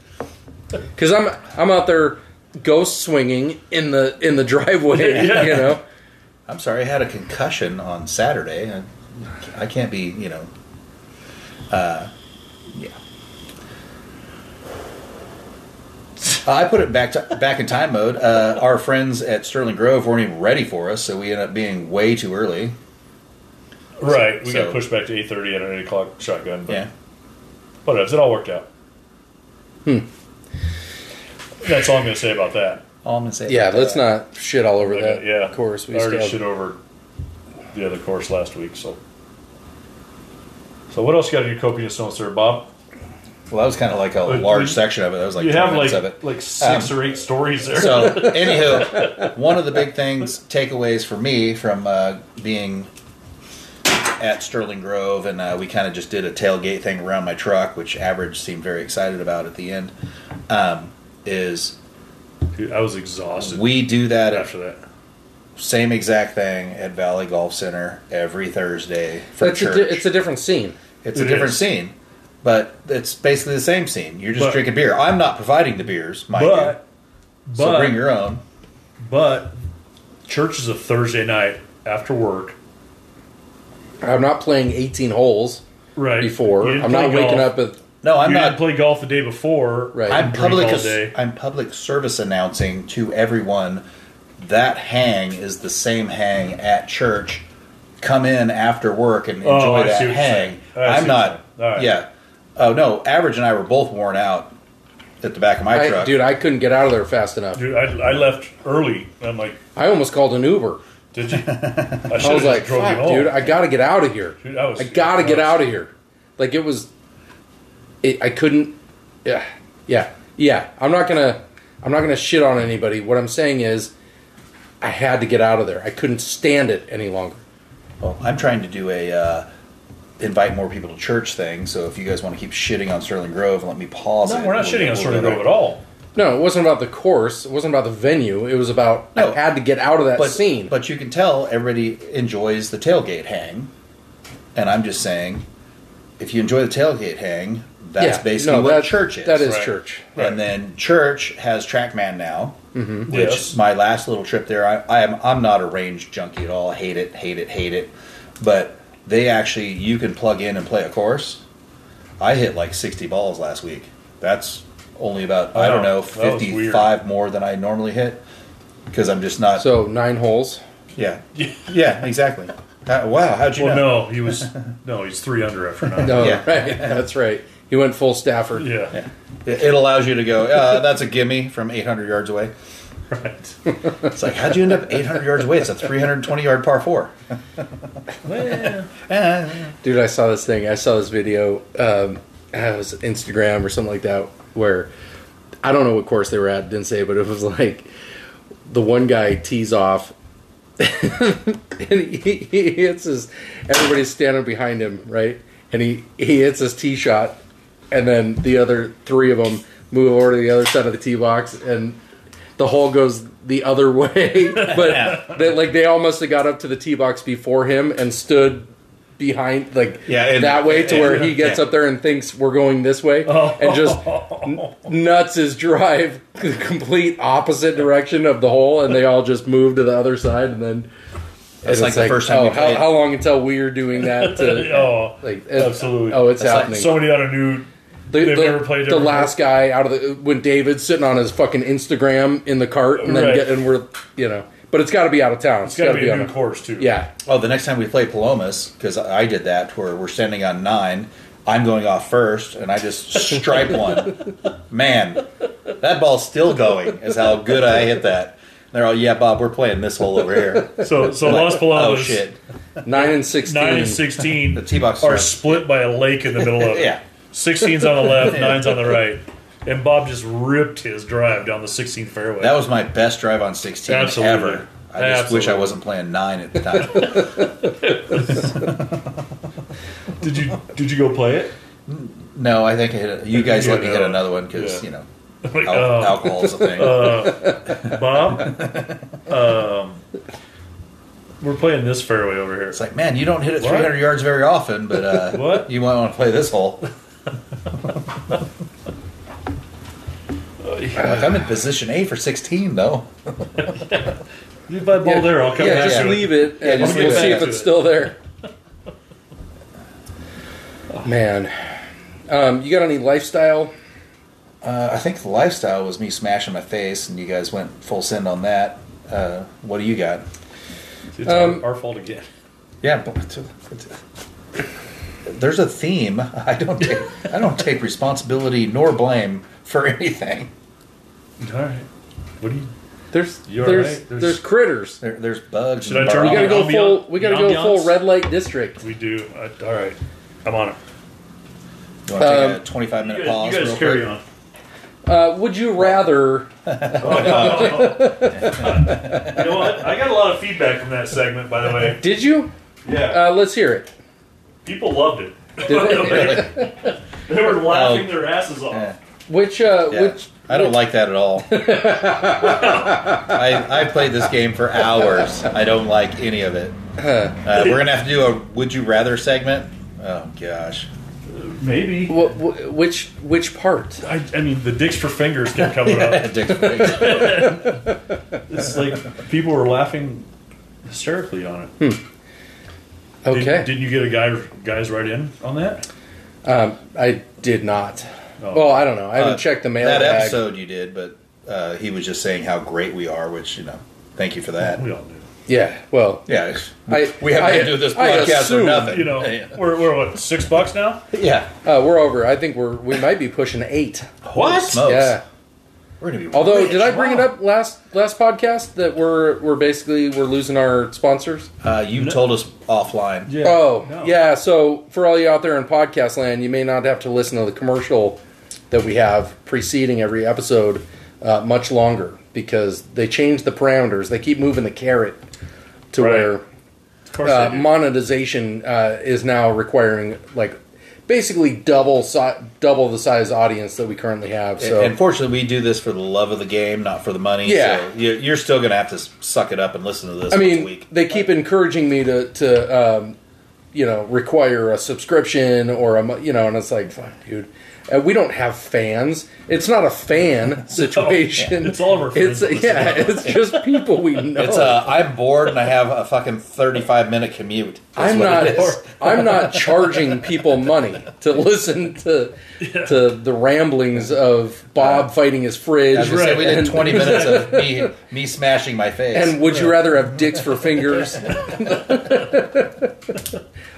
Speaker 1: because I'm I'm out there ghost swinging in the in the driveway.
Speaker 2: Yeah.
Speaker 1: You know,
Speaker 3: I'm sorry, I had a concussion on Saturday. and I can't be, you know. Uh, yeah. Uh, I put it back to, back in time mode. Uh, our friends at Sterling Grove weren't even ready for us, so we ended up being way too early.
Speaker 2: Right, we
Speaker 3: So-
Speaker 2: got pushed back to eight thirty at an eight o'clock shotgun. But
Speaker 3: Yeah.
Speaker 2: whatever, it all worked out.
Speaker 3: Hmm.
Speaker 2: That's all I'm going to say about that.
Speaker 3: All I'm gonna say.
Speaker 1: Yeah,
Speaker 3: about
Speaker 1: let's
Speaker 3: that.
Speaker 1: not shit all over that
Speaker 2: Okay, yeah,
Speaker 1: course. We
Speaker 2: I already
Speaker 1: still
Speaker 2: shit over the other course last week. So, so what else you got in your copious notes, there, Bob?
Speaker 3: Well, that was kind of like a
Speaker 2: But
Speaker 3: large
Speaker 2: you-
Speaker 3: section of it. That was like
Speaker 2: you
Speaker 3: 20
Speaker 2: have
Speaker 3: minutes of
Speaker 2: like
Speaker 3: it. Um,
Speaker 2: like six or eight stories there.
Speaker 3: So, anywho, one of the big things takeaways for me from uh, being at Sterling Grove, and uh, we kind of just did a tailgate thing around my truck, which Average seemed very excited about at the end, um, is
Speaker 2: Dude, I was exhausted
Speaker 3: we do that at
Speaker 2: after that.
Speaker 3: same exact thing at Valley Golf Center every Thursday for
Speaker 1: That's a
Speaker 3: church.
Speaker 1: di- it's a different scene.
Speaker 3: It's
Speaker 2: It
Speaker 3: a different
Speaker 2: is.
Speaker 3: scene, but it's basically the same scene. You're just
Speaker 2: But-
Speaker 3: drinking beer. I'm not providing the beers, mind
Speaker 2: But
Speaker 3: you.
Speaker 2: but
Speaker 3: So bring your own.
Speaker 2: but church is a Thursday night after work.
Speaker 1: I'm not playing 18 holes
Speaker 2: Right
Speaker 1: before.
Speaker 2: You didn't
Speaker 1: I'm
Speaker 2: play
Speaker 1: not waking up
Speaker 2: golf.
Speaker 1: at.
Speaker 3: No, I'm
Speaker 2: you
Speaker 3: not.
Speaker 2: didn't play golf the day before.
Speaker 1: Right.
Speaker 2: and
Speaker 3: I'm
Speaker 2: drink
Speaker 3: public.
Speaker 2: all day.
Speaker 3: I'm public service announcing to everyone that hang is the same hang at church. Come in after work and
Speaker 2: Oh,
Speaker 3: enjoy
Speaker 2: I see
Speaker 3: that
Speaker 2: what you're
Speaker 3: hang.
Speaker 2: saying. Oh, I see
Speaker 3: I'm
Speaker 2: what
Speaker 3: not.
Speaker 2: you're saying. All right.
Speaker 3: Yeah. Oh no, average and I were both worn out at the back of my
Speaker 1: I,
Speaker 3: truck.
Speaker 1: dude, I couldn't get out of there fast enough.
Speaker 2: Dude, I, I left early. I'm like,
Speaker 1: I almost called an Uber.
Speaker 2: did you? I,
Speaker 1: I was
Speaker 2: should've
Speaker 1: like,
Speaker 2: drove you
Speaker 1: "Fuck,
Speaker 2: home."
Speaker 1: dude, I gotta get out of here.
Speaker 2: Dude, I was-
Speaker 1: gotta
Speaker 2: I
Speaker 1: get
Speaker 2: was-
Speaker 1: out of here." Like it was, it, I couldn't. Yeah, yeah, yeah. I'm not gonna, I'm not gonna shit on anybody. What I'm saying is, I had to get out of there. I couldn't stand it any longer.
Speaker 3: Well, I'm trying to do a uh, invite more people to church thing. So if you guys want to keep shitting on Sterling Grove, let me pause.
Speaker 2: no,
Speaker 3: it.
Speaker 2: we're not
Speaker 3: We'll-
Speaker 2: shitting on
Speaker 3: we'll
Speaker 2: Sterling
Speaker 3: go
Speaker 2: Grove
Speaker 3: back.
Speaker 2: at all.
Speaker 1: No, it wasn't about the course. It wasn't about the venue. It was about
Speaker 3: No.
Speaker 1: I had to get out of that
Speaker 3: But
Speaker 1: scene.
Speaker 3: but you can tell everybody enjoys the tailgate hang, and I'm just saying, if you enjoy the tailgate hang, that's
Speaker 1: Yeah,
Speaker 3: basically
Speaker 1: no,
Speaker 3: what
Speaker 1: that-
Speaker 3: church is.
Speaker 1: That is
Speaker 2: Right.
Speaker 1: church.
Speaker 3: And then church has TrackMan now,
Speaker 1: Hmm?
Speaker 3: which
Speaker 2: Yes.
Speaker 3: my last little trip there, I, I am I'm not a range junkie at all. I hate it, hate it, hate it. But they actually you can plug in and play a course. I hit like 60 balls last week. That's only about I don't
Speaker 2: Wow,
Speaker 3: know
Speaker 2: that was weird.
Speaker 3: 55 more than I normally hit because I'm just not.
Speaker 1: So nine holes.
Speaker 3: yeah, yeah, exactly. How- wow, how'd you
Speaker 2: Well,
Speaker 3: know?
Speaker 2: no, he was no, he's three under after nine.
Speaker 1: No,
Speaker 3: Yeah.
Speaker 1: right. That's right. He went full Stafford.
Speaker 2: Yeah,
Speaker 3: It, it allows you to go. Uh, that's a gimme from 800 yards away.
Speaker 2: right.
Speaker 3: It's like how'd you end up 800 yards away? It's a 320 yard par four.
Speaker 2: Well,
Speaker 1: Dude, I saw this thing. I saw this video. Um, it was Instagram or something like that, where I don't know what course they were at. Didn't say, but it was like the one guy tees off, and he, he hits his. Everybody's standing behind him, right? And he he hits his tee shot, and then the other three of them move over to the other side of the tee box, and the hole goes the other way. but they, like they all must have got up to the tee box before him and stood behind like
Speaker 3: Yeah, and-
Speaker 1: that way to
Speaker 3: and-
Speaker 1: where he gets
Speaker 3: yeah. Oh.
Speaker 1: up there and thinks we're going this way and just n- nuts his drive the complete opposite direction of the hole and they all just move to the other side and then
Speaker 3: That's
Speaker 1: and
Speaker 3: like the first time
Speaker 1: oh,
Speaker 3: we
Speaker 1: how,
Speaker 3: played.
Speaker 1: how long until we're doing that to
Speaker 2: oh,
Speaker 1: like it-
Speaker 2: absolutely.
Speaker 1: oh it's
Speaker 3: That's like
Speaker 1: happening
Speaker 2: somebody ought to knew
Speaker 1: the,
Speaker 2: they've
Speaker 1: the-
Speaker 2: never played
Speaker 1: the
Speaker 2: every-
Speaker 1: last guy out of the when David's sitting on his fucking Instagram in the cart and then
Speaker 2: Right.
Speaker 1: get, and we're you know but it's got to be out of town
Speaker 2: It's got to be a
Speaker 1: on
Speaker 2: new course too.
Speaker 1: yeah
Speaker 3: Oh, the next time we play Palomas, because I did that, where we're standing on nine, I'm going off first, and I just stripe one. Man, that ball's still going, is how good I hit that. And they're all, yeah, Bob, we're playing this hole over here.
Speaker 2: So, so Las
Speaker 3: oh,
Speaker 2: Palomas,
Speaker 3: shit.
Speaker 1: nine and sixteen
Speaker 2: nine and sixteen,
Speaker 3: The tee box
Speaker 2: are
Speaker 3: right.
Speaker 2: split by a lake in the middle of it.
Speaker 3: Yeah.
Speaker 2: 16's on the left, nine's on the right, and Bob just ripped his drive down the 16th fairway.
Speaker 3: That was my best drive on 16
Speaker 2: Absolutely.
Speaker 3: ever. I just wish I
Speaker 2: Absolutely.
Speaker 3: wasn't playing nine at the time.
Speaker 2: did you did you go play it?
Speaker 3: no, I think I hit it. You guys
Speaker 2: You
Speaker 3: let me hit
Speaker 2: know.
Speaker 3: another one
Speaker 2: Yeah.
Speaker 3: because, you know,
Speaker 2: Like,
Speaker 3: al-
Speaker 2: oh,
Speaker 3: alcohol is a thing.
Speaker 2: Bob, um, we're playing this fairway over here.
Speaker 3: It's like, man, you don't hit it
Speaker 2: What?
Speaker 3: 300 yards very often, but uh,
Speaker 2: What?
Speaker 3: you might want to play this hole. Like, I'm in position A for 16, though.
Speaker 2: You play ball there, I'll come
Speaker 1: yeah,
Speaker 2: back
Speaker 1: just
Speaker 2: to
Speaker 1: leave it
Speaker 3: Yeah,
Speaker 1: and
Speaker 3: just
Speaker 1: we'll
Speaker 3: leave it.
Speaker 1: see if
Speaker 2: Yeah.
Speaker 1: it's still there. Man, um, you got any lifestyle?
Speaker 3: Uh, I think the lifestyle was me smashing my face, and you guys went full send on that. Uh, what do you got?
Speaker 2: um, it. It's our- our fault again.
Speaker 3: Yeah, but it's- it's- there's a theme. I don't take, I don't take responsibility nor blame for anything.
Speaker 2: All right. What do you?
Speaker 1: There's
Speaker 2: You're
Speaker 1: there's,
Speaker 2: right.
Speaker 1: there's
Speaker 2: There's-
Speaker 1: critters.
Speaker 3: There, there's bugs.
Speaker 2: Should
Speaker 3: in
Speaker 2: I turn
Speaker 1: We
Speaker 2: on
Speaker 1: gotta go
Speaker 2: Ambiance-
Speaker 1: full. We gotta go full
Speaker 2: ambiance?
Speaker 1: red light district.
Speaker 2: We do. I, all right. I'm on it.
Speaker 3: You want to take
Speaker 1: Um,
Speaker 3: a 25 minute
Speaker 2: You
Speaker 3: pause?
Speaker 2: guys, you guys
Speaker 3: real
Speaker 2: carry
Speaker 3: quick?
Speaker 2: on.
Speaker 1: Uh, would you rather?
Speaker 2: You know what? I got a lot of feedback from that segment, by the way.
Speaker 1: Did you?
Speaker 2: Yeah.
Speaker 1: Uh, let's hear it.
Speaker 2: People loved it.
Speaker 1: Did
Speaker 2: They were laughing their asses off.
Speaker 3: Yeah.
Speaker 1: Which uh,
Speaker 3: Yeah.
Speaker 1: which
Speaker 3: I don't like that at all. I, I played this game for hours. I don't like any of it. Uh, we're gonna have to do a "Would you rather" segment. Oh gosh,
Speaker 2: Maybe.
Speaker 1: wh- wh- which which part?
Speaker 2: I, I mean, the dicks for fingers kept coming up.
Speaker 3: Dick-
Speaker 2: It's like people were laughing hysterically on it.
Speaker 1: Hmm. Okay,
Speaker 2: Did, didn't you get a guy guys right in on that?
Speaker 1: um, I did not.
Speaker 2: Oh.
Speaker 1: Well, I don't know. I haven't
Speaker 3: Uh,
Speaker 1: checked the mail.
Speaker 3: that
Speaker 1: bag.
Speaker 3: episode you did, but uh, he was just saying how great we are, which you know, thank you for that.
Speaker 2: We all knew.
Speaker 1: Yeah. Well.
Speaker 3: Yeah,
Speaker 1: I-
Speaker 3: we haven't
Speaker 1: I-
Speaker 3: been doing this
Speaker 1: I
Speaker 3: podcast for
Speaker 1: assume,
Speaker 3: nothing.
Speaker 2: You know, we're, we're what six bucks now?
Speaker 3: yeah.
Speaker 1: Uh, we're over. I think we're we might be pushing eight.
Speaker 3: Holy smokes.
Speaker 1: Yeah.
Speaker 3: We're gonna be
Speaker 1: Although,
Speaker 3: rich.
Speaker 1: did I bring
Speaker 3: Wow.
Speaker 1: it up last last podcast that we're we're basically we're losing our sponsors?
Speaker 3: Uh, you told us offline.
Speaker 2: Yeah.
Speaker 1: Oh,
Speaker 2: No.
Speaker 1: yeah. So for all you out there in podcast land, you may not have to listen to the commercial that we have preceding every episode uh, much longer because they change the parameters. They keep moving the carrot to
Speaker 2: Right.
Speaker 1: where
Speaker 2: Of course
Speaker 1: uh,
Speaker 2: they do.
Speaker 1: monetization uh, is now requiring like basically double si- double the size audience that we currently have. So
Speaker 3: And Unfortunately, we do this for the love of the game, not for the money.
Speaker 1: Yeah.
Speaker 3: so you- you're still gonna have to s- suck it up and listen to this.
Speaker 1: I
Speaker 3: each
Speaker 1: mean,
Speaker 3: week.
Speaker 1: they keep encouraging me to to um, you know require a subscription or a mo- you know, and it's like, fuck, dude. Uh, we don't have fans. It's not a fan situation.
Speaker 2: It's all of our friends
Speaker 1: It's yeah. It's just people we know.
Speaker 3: It's uh, I'm bored and I have a fucking 35 minute commute. is
Speaker 1: I'm
Speaker 3: what
Speaker 1: not.
Speaker 3: it is.
Speaker 1: I'm not charging people money to listen to to the ramblings of Bob fighting his fridge.
Speaker 3: As I said, we did
Speaker 1: and-
Speaker 3: 20 minutes of me me smashing my face.
Speaker 1: And would you rather have dicks for fingers?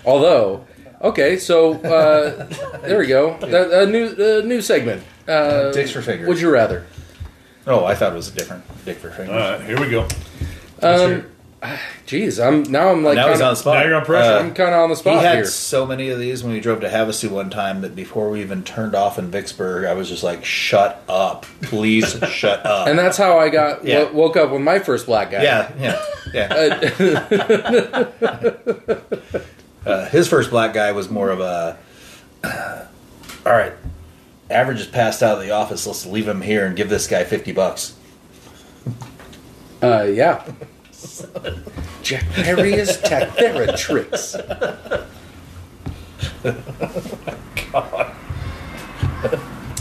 Speaker 1: Although, okay, so uh, there we go. A, a new a new segment. Uh,
Speaker 3: Dicks for fingers.
Speaker 1: Would you rather?
Speaker 3: oh, I thought it was a different dick for
Speaker 2: all
Speaker 3: fingers.
Speaker 2: right, here we go.
Speaker 1: Um, Jeez, I'm now I'm like
Speaker 3: now he's
Speaker 1: kinda,
Speaker 3: on the spot. Uh,
Speaker 2: Now you're on pressure.
Speaker 1: I'm kind of on the
Speaker 3: he
Speaker 1: spot
Speaker 3: had
Speaker 1: here.
Speaker 3: so many of these when we drove to Havasu one time that before we even turned off in Vicksburg, I was just like, "Shut up, please, shut up."
Speaker 1: And that's how I got
Speaker 3: Yeah.
Speaker 1: wo- woke up with my first black guy.
Speaker 3: yeah, yeah, yeah. Uh, his first black guy was more of a, uh, all right, average is passed out of the office. Let's leave him here and give this guy fifty bucks.
Speaker 1: Uh, yeah. Jack Perry is Tricks.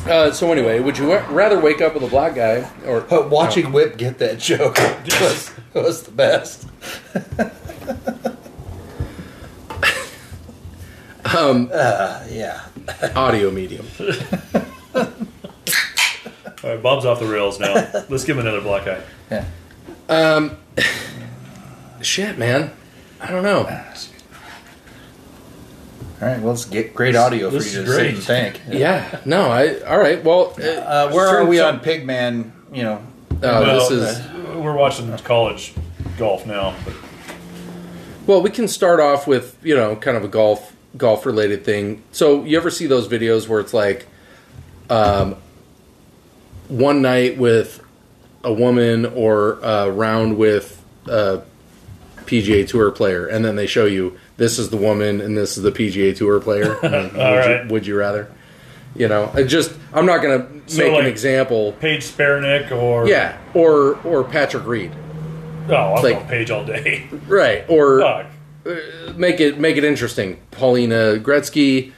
Speaker 1: Uh, so anyway, would you wa- rather wake up with a black guy or
Speaker 3: But watching Whip get that joke was, was the best. um. yeah.
Speaker 1: audio medium?
Speaker 2: All right, Bob's off the rails now. Let's give him another black eye.
Speaker 3: Yeah.
Speaker 1: Shit, man. I don't know.
Speaker 3: All right. Well, it's get great audio for
Speaker 2: This
Speaker 3: you
Speaker 2: is
Speaker 3: to sit
Speaker 2: great.
Speaker 3: and think.
Speaker 1: Yeah. No. I. All right. Well.
Speaker 3: Uh, where
Speaker 1: Sure,
Speaker 3: are we
Speaker 1: so-
Speaker 3: on Pigman? You know,
Speaker 1: Uh,
Speaker 2: well,
Speaker 1: this is.
Speaker 2: uh, we're watching college golf now. But
Speaker 1: Well, we can start off with you know kind of a golf golf related thing. So you ever see those videos where it's like, um, one night with a woman or a round with uh, a PGA Tour player, and then they show you this is the woman and this is the PGA Tour player. would,
Speaker 2: right.
Speaker 1: you, would you rather? You know, I just I'm not gonna make an
Speaker 2: like-
Speaker 1: example.
Speaker 2: Paige Spernick or
Speaker 1: Yeah, or or Patrick Reed,
Speaker 2: oh, I'm
Speaker 1: Like-
Speaker 2: on Paige all day.
Speaker 1: right? Or
Speaker 2: Fuck.
Speaker 1: make it make it interesting. Paulina Gretzky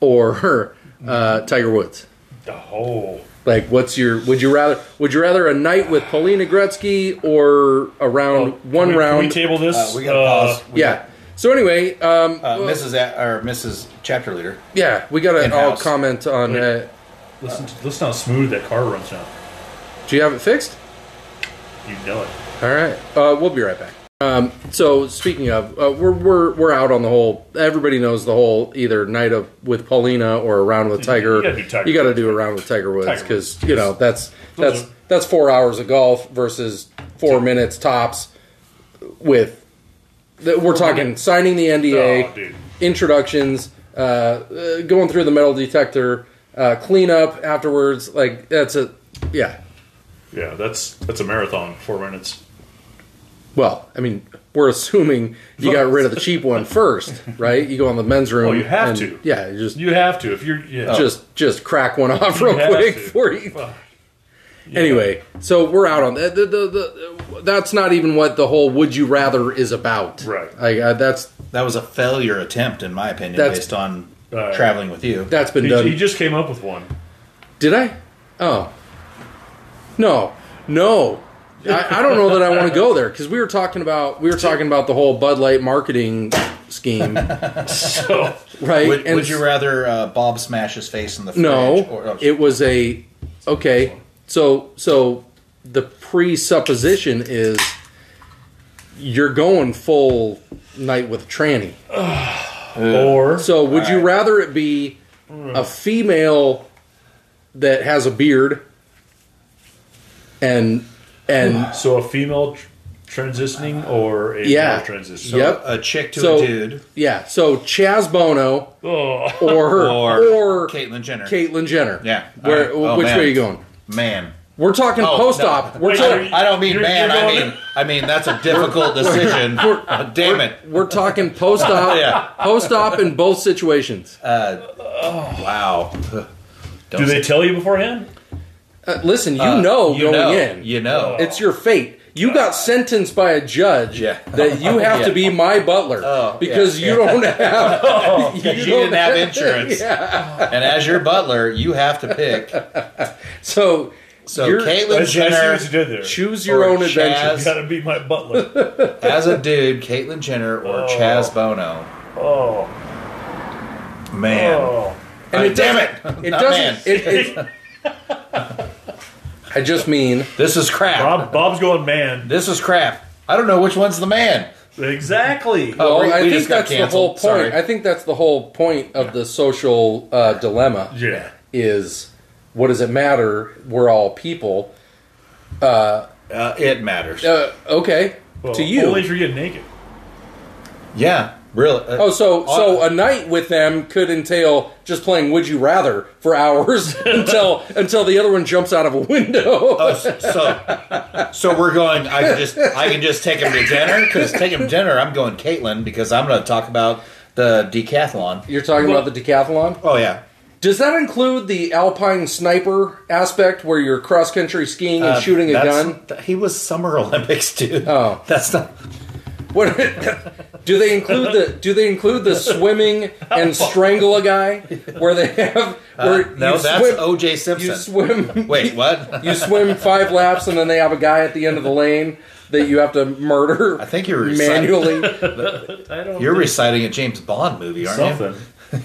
Speaker 1: or uh, Tiger Woods.
Speaker 2: Oh,
Speaker 1: Like, what's your? Would you rather? Would you rather a night with Paulina Gretzky or a round one
Speaker 2: Oh, Can we- Can we
Speaker 1: round?
Speaker 2: table this?
Speaker 3: uh, we got to
Speaker 2: Uh,
Speaker 3: pause. We
Speaker 1: yeah. So anyway, um,
Speaker 3: got- uh, Mrs. A- or Mrs. Chapter Leader.
Speaker 1: yeah, we gotta all
Speaker 3: in-house.
Speaker 1: comment on.
Speaker 2: Wait.
Speaker 1: Uh,
Speaker 2: Listen, to, listen how smooth that car runs now.
Speaker 1: do you have it fixed?
Speaker 2: You know it.
Speaker 1: All right, uh, we'll be right back. So speaking of, uh, we're we're we're out on the whole. Everybody knows the whole either night of with Paulina or around with Tiger.
Speaker 2: You gotta do Tiger
Speaker 1: gotta do around with Tiger Woods
Speaker 2: Tiger
Speaker 1: because
Speaker 2: Woods.
Speaker 1: you know that's
Speaker 2: Those
Speaker 1: that's
Speaker 2: are-
Speaker 1: that's four hours of golf versus four minutes tops. With that we're talking signing the
Speaker 2: Oh,
Speaker 1: NDA,
Speaker 2: dude.
Speaker 1: introductions, uh, uh, going through the metal detector, uh, cleanup afterwards. Like that's a yeah.
Speaker 2: Yeah, that's that's a marathon. Four minutes.
Speaker 1: Well, I mean, we're assuming you got rid of the cheap one first, right? You go in the men's room.
Speaker 2: Well, you have
Speaker 1: and-
Speaker 2: to.
Speaker 1: Yeah, you just
Speaker 2: You have to if you're. Yeah,
Speaker 1: just just crack one off
Speaker 2: You
Speaker 1: real
Speaker 2: have
Speaker 1: quick
Speaker 2: to.
Speaker 1: for you.
Speaker 2: Fuck.
Speaker 1: Anyway, so we're out on that. The, the, the, that's not even what the whole "would you rather" is about,
Speaker 2: Right.
Speaker 1: Like uh, that's
Speaker 3: That was a failure attempt, in my opinion,
Speaker 1: That's-
Speaker 3: based on
Speaker 2: Uh,
Speaker 3: traveling with you.
Speaker 1: that's been
Speaker 2: He,
Speaker 1: done.
Speaker 2: he just came up with one.
Speaker 1: Did I? Oh, no, no. I, I don't know that I want to go there because we were talking about we were talking about the whole Bud Light marketing scheme,
Speaker 2: So
Speaker 1: right?
Speaker 3: would,
Speaker 1: And
Speaker 3: would you rather uh, Bob smash his face in the fridge?
Speaker 1: No,
Speaker 3: or- oh,
Speaker 1: it was a okay. So so the presupposition is you're going full night with a tranny.
Speaker 2: or
Speaker 1: So would you
Speaker 3: Alright.
Speaker 1: rather it be
Speaker 3: Hmm.
Speaker 1: a female that has a beard and and
Speaker 2: so a female tr- transitioning or a
Speaker 1: Yeah.
Speaker 2: male transitioning.
Speaker 1: Yep.
Speaker 3: a chick to
Speaker 1: so-
Speaker 3: a dude,
Speaker 1: yeah, so Chaz Bono
Speaker 2: Oh,
Speaker 1: or her
Speaker 3: or,
Speaker 1: or,
Speaker 3: Caitlyn Jenner.
Speaker 1: Caitlyn Jenner.
Speaker 3: Yeah.
Speaker 1: Where
Speaker 3: Alright. Oh,
Speaker 1: which
Speaker 3: man.
Speaker 1: way are you going?
Speaker 3: man,
Speaker 1: We're talking
Speaker 3: Oh,
Speaker 1: post
Speaker 3: no.
Speaker 1: op. We're
Speaker 2: Wait,
Speaker 1: talking
Speaker 2: are you-
Speaker 3: I don't mean
Speaker 2: You're-
Speaker 3: man.
Speaker 2: you're
Speaker 3: I
Speaker 2: going-
Speaker 3: mean, I mean that's a difficult decision. Uh, damn it!
Speaker 1: We're talking post op,
Speaker 3: Yeah. Uh,
Speaker 1: post op in both situations.
Speaker 3: Wow. Don't
Speaker 2: do they
Speaker 3: say-
Speaker 2: tell you beforehand?
Speaker 1: Uh, listen, you
Speaker 3: uh,
Speaker 1: know
Speaker 3: you
Speaker 1: going
Speaker 3: know,
Speaker 1: in,
Speaker 3: You know.
Speaker 1: it's your fate. You got sentenced by a judge
Speaker 3: Yeah.
Speaker 1: that you have to be my butler
Speaker 3: Oh,
Speaker 1: because
Speaker 3: yeah, Oh,
Speaker 1: you don't have you
Speaker 3: you
Speaker 1: don't
Speaker 3: didn't have insurance, and as your butler, you have to pick.
Speaker 1: So,
Speaker 3: So
Speaker 1: You're-
Speaker 2: I
Speaker 3: Caitlyn
Speaker 2: see what you
Speaker 3: Jenner
Speaker 2: did there.
Speaker 1: choose your
Speaker 3: Or
Speaker 1: own
Speaker 3: Chaz.
Speaker 1: adventure.
Speaker 2: Gotta be my butler.
Speaker 3: as a dude, Caitlyn Jenner or
Speaker 2: Oh.
Speaker 3: Chaz Bono.
Speaker 2: Oh,
Speaker 3: Man,
Speaker 2: oh.
Speaker 1: And
Speaker 3: Uh, damn
Speaker 1: doesn't-
Speaker 3: it!
Speaker 1: It
Speaker 3: Not
Speaker 1: doesn't. It, it, I just mean
Speaker 3: This is crap.
Speaker 2: Bob, Bob's going man.
Speaker 3: This is crap. I don't know which one's the man.
Speaker 2: Exactly.
Speaker 3: Oh,
Speaker 1: Well,
Speaker 3: we-
Speaker 1: I
Speaker 3: we
Speaker 1: think
Speaker 3: just got
Speaker 1: that's the
Speaker 3: canceled.
Speaker 1: whole point.
Speaker 3: Sorry.
Speaker 1: I think that's the whole point of the social uh, dilemma.
Speaker 2: Yeah.
Speaker 1: Is what does it matter? We're all people.
Speaker 3: Uh, it matters.
Speaker 1: Uh, okay,
Speaker 2: Well,
Speaker 1: to you.
Speaker 2: Only if you're getting naked.
Speaker 3: yeah, really. Uh,
Speaker 1: oh, so so a night with them could entail just playing Would You Rather for hours until until the other one jumps out of a window.
Speaker 3: Uh, so so we're going. I can just I can just take him to dinner because take him to dinner. I'm going Caitlin because I'm going to talk about the decathlon.
Speaker 1: You're talking about the decathlon.
Speaker 3: Oh yeah,
Speaker 1: Does that include the alpine sniper aspect, where you're cross country skiing and
Speaker 3: Uh,
Speaker 1: shooting a
Speaker 3: that's-
Speaker 1: gun?
Speaker 3: th- he was Summer Olympics dude.
Speaker 1: Oh.
Speaker 3: that's not.
Speaker 1: What do they include the do they include the swimming and strangle a guy where they have where
Speaker 3: Oh. Uh, No, that's
Speaker 1: swim,
Speaker 3: O.J.
Speaker 1: you
Speaker 3: Simpson.
Speaker 1: swim
Speaker 3: Wait, what?
Speaker 1: you swim five laps and then they have a guy at the end of the lane that you have to murder
Speaker 3: I think you're reciting,
Speaker 1: manually.
Speaker 2: I don't.
Speaker 3: you're reciting a James Bond movie, aren't
Speaker 2: something.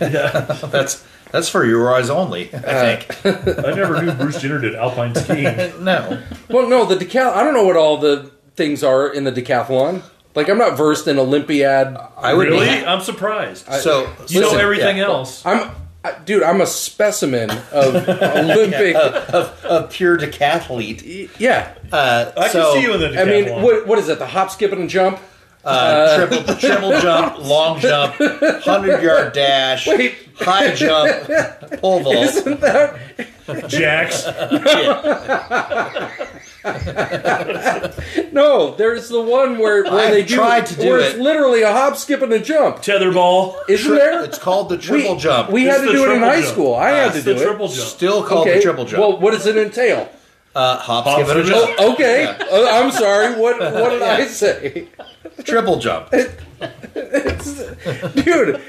Speaker 2: yeah.
Speaker 3: you? That's that's for your eyes only.
Speaker 1: Uh.
Speaker 3: I think.
Speaker 2: I never knew Bruce Jenner did alpine skiing.
Speaker 3: no.
Speaker 1: well no, the decal I don't know what all the things are in the decathlon. Like I'm not versed in Olympiad
Speaker 3: I would
Speaker 2: really?
Speaker 3: Be,
Speaker 2: I'm surprised.
Speaker 3: so
Speaker 2: you
Speaker 3: listen,
Speaker 2: know everything
Speaker 3: yeah,
Speaker 2: else.
Speaker 1: I'm I, dude, I'm a specimen of Olympic
Speaker 3: Oh. A pure decathlete.
Speaker 1: yeah.
Speaker 3: Uh,
Speaker 2: I
Speaker 3: so,
Speaker 2: can see you in the
Speaker 1: I mean,
Speaker 2: decathlon.
Speaker 1: what what is it? The hop, skip, and jump?
Speaker 3: uh, triple triple jump, long jump, hundred yard dash,
Speaker 1: Wait.
Speaker 3: high jump, pole vault.
Speaker 1: Isn't that
Speaker 2: Jax.
Speaker 3: Yeah.
Speaker 1: No, there's the one where, where
Speaker 3: I've
Speaker 1: they do,
Speaker 3: tried to do
Speaker 1: where it's
Speaker 3: it.
Speaker 1: literally a hop, skip, and a jump.
Speaker 2: Tetherball.
Speaker 1: Isn't there?
Speaker 3: It's called the
Speaker 1: we,
Speaker 3: triple jump.
Speaker 1: We
Speaker 2: It's
Speaker 1: had to
Speaker 2: the
Speaker 1: do it in
Speaker 2: triple
Speaker 1: high
Speaker 2: jump.
Speaker 1: school. I had to
Speaker 2: It's the
Speaker 1: do it.
Speaker 2: triple jump.
Speaker 3: still called
Speaker 1: okay.
Speaker 3: the triple jump.
Speaker 1: Well, what does it entail?
Speaker 3: uh, hop,
Speaker 2: Hop,
Speaker 3: skip, and a
Speaker 2: skip,
Speaker 3: jump.
Speaker 1: Okay, uh, I'm sorry. What what did I say,
Speaker 3: Triple jump.
Speaker 1: dude?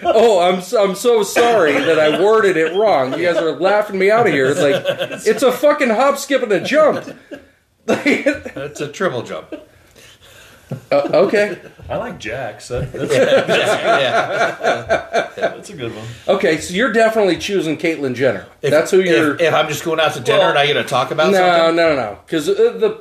Speaker 1: Oh, I'm so- I'm so sorry that I worded it wrong. You guys are laughing me out of here. It's like it's a fucking hop, skip, and a jump. Uh,
Speaker 3: It's a triple jump.
Speaker 1: okay,
Speaker 2: I like Jax. That, that's,
Speaker 3: Yeah.
Speaker 2: that's a good one.
Speaker 1: okay. So you're definitely choosing Caitlyn Jenner. That's who you're.
Speaker 3: If, if I'm just going out to dinner
Speaker 2: Well,
Speaker 3: and I get to talk about
Speaker 1: No,
Speaker 3: something,
Speaker 1: no, no, because uh, the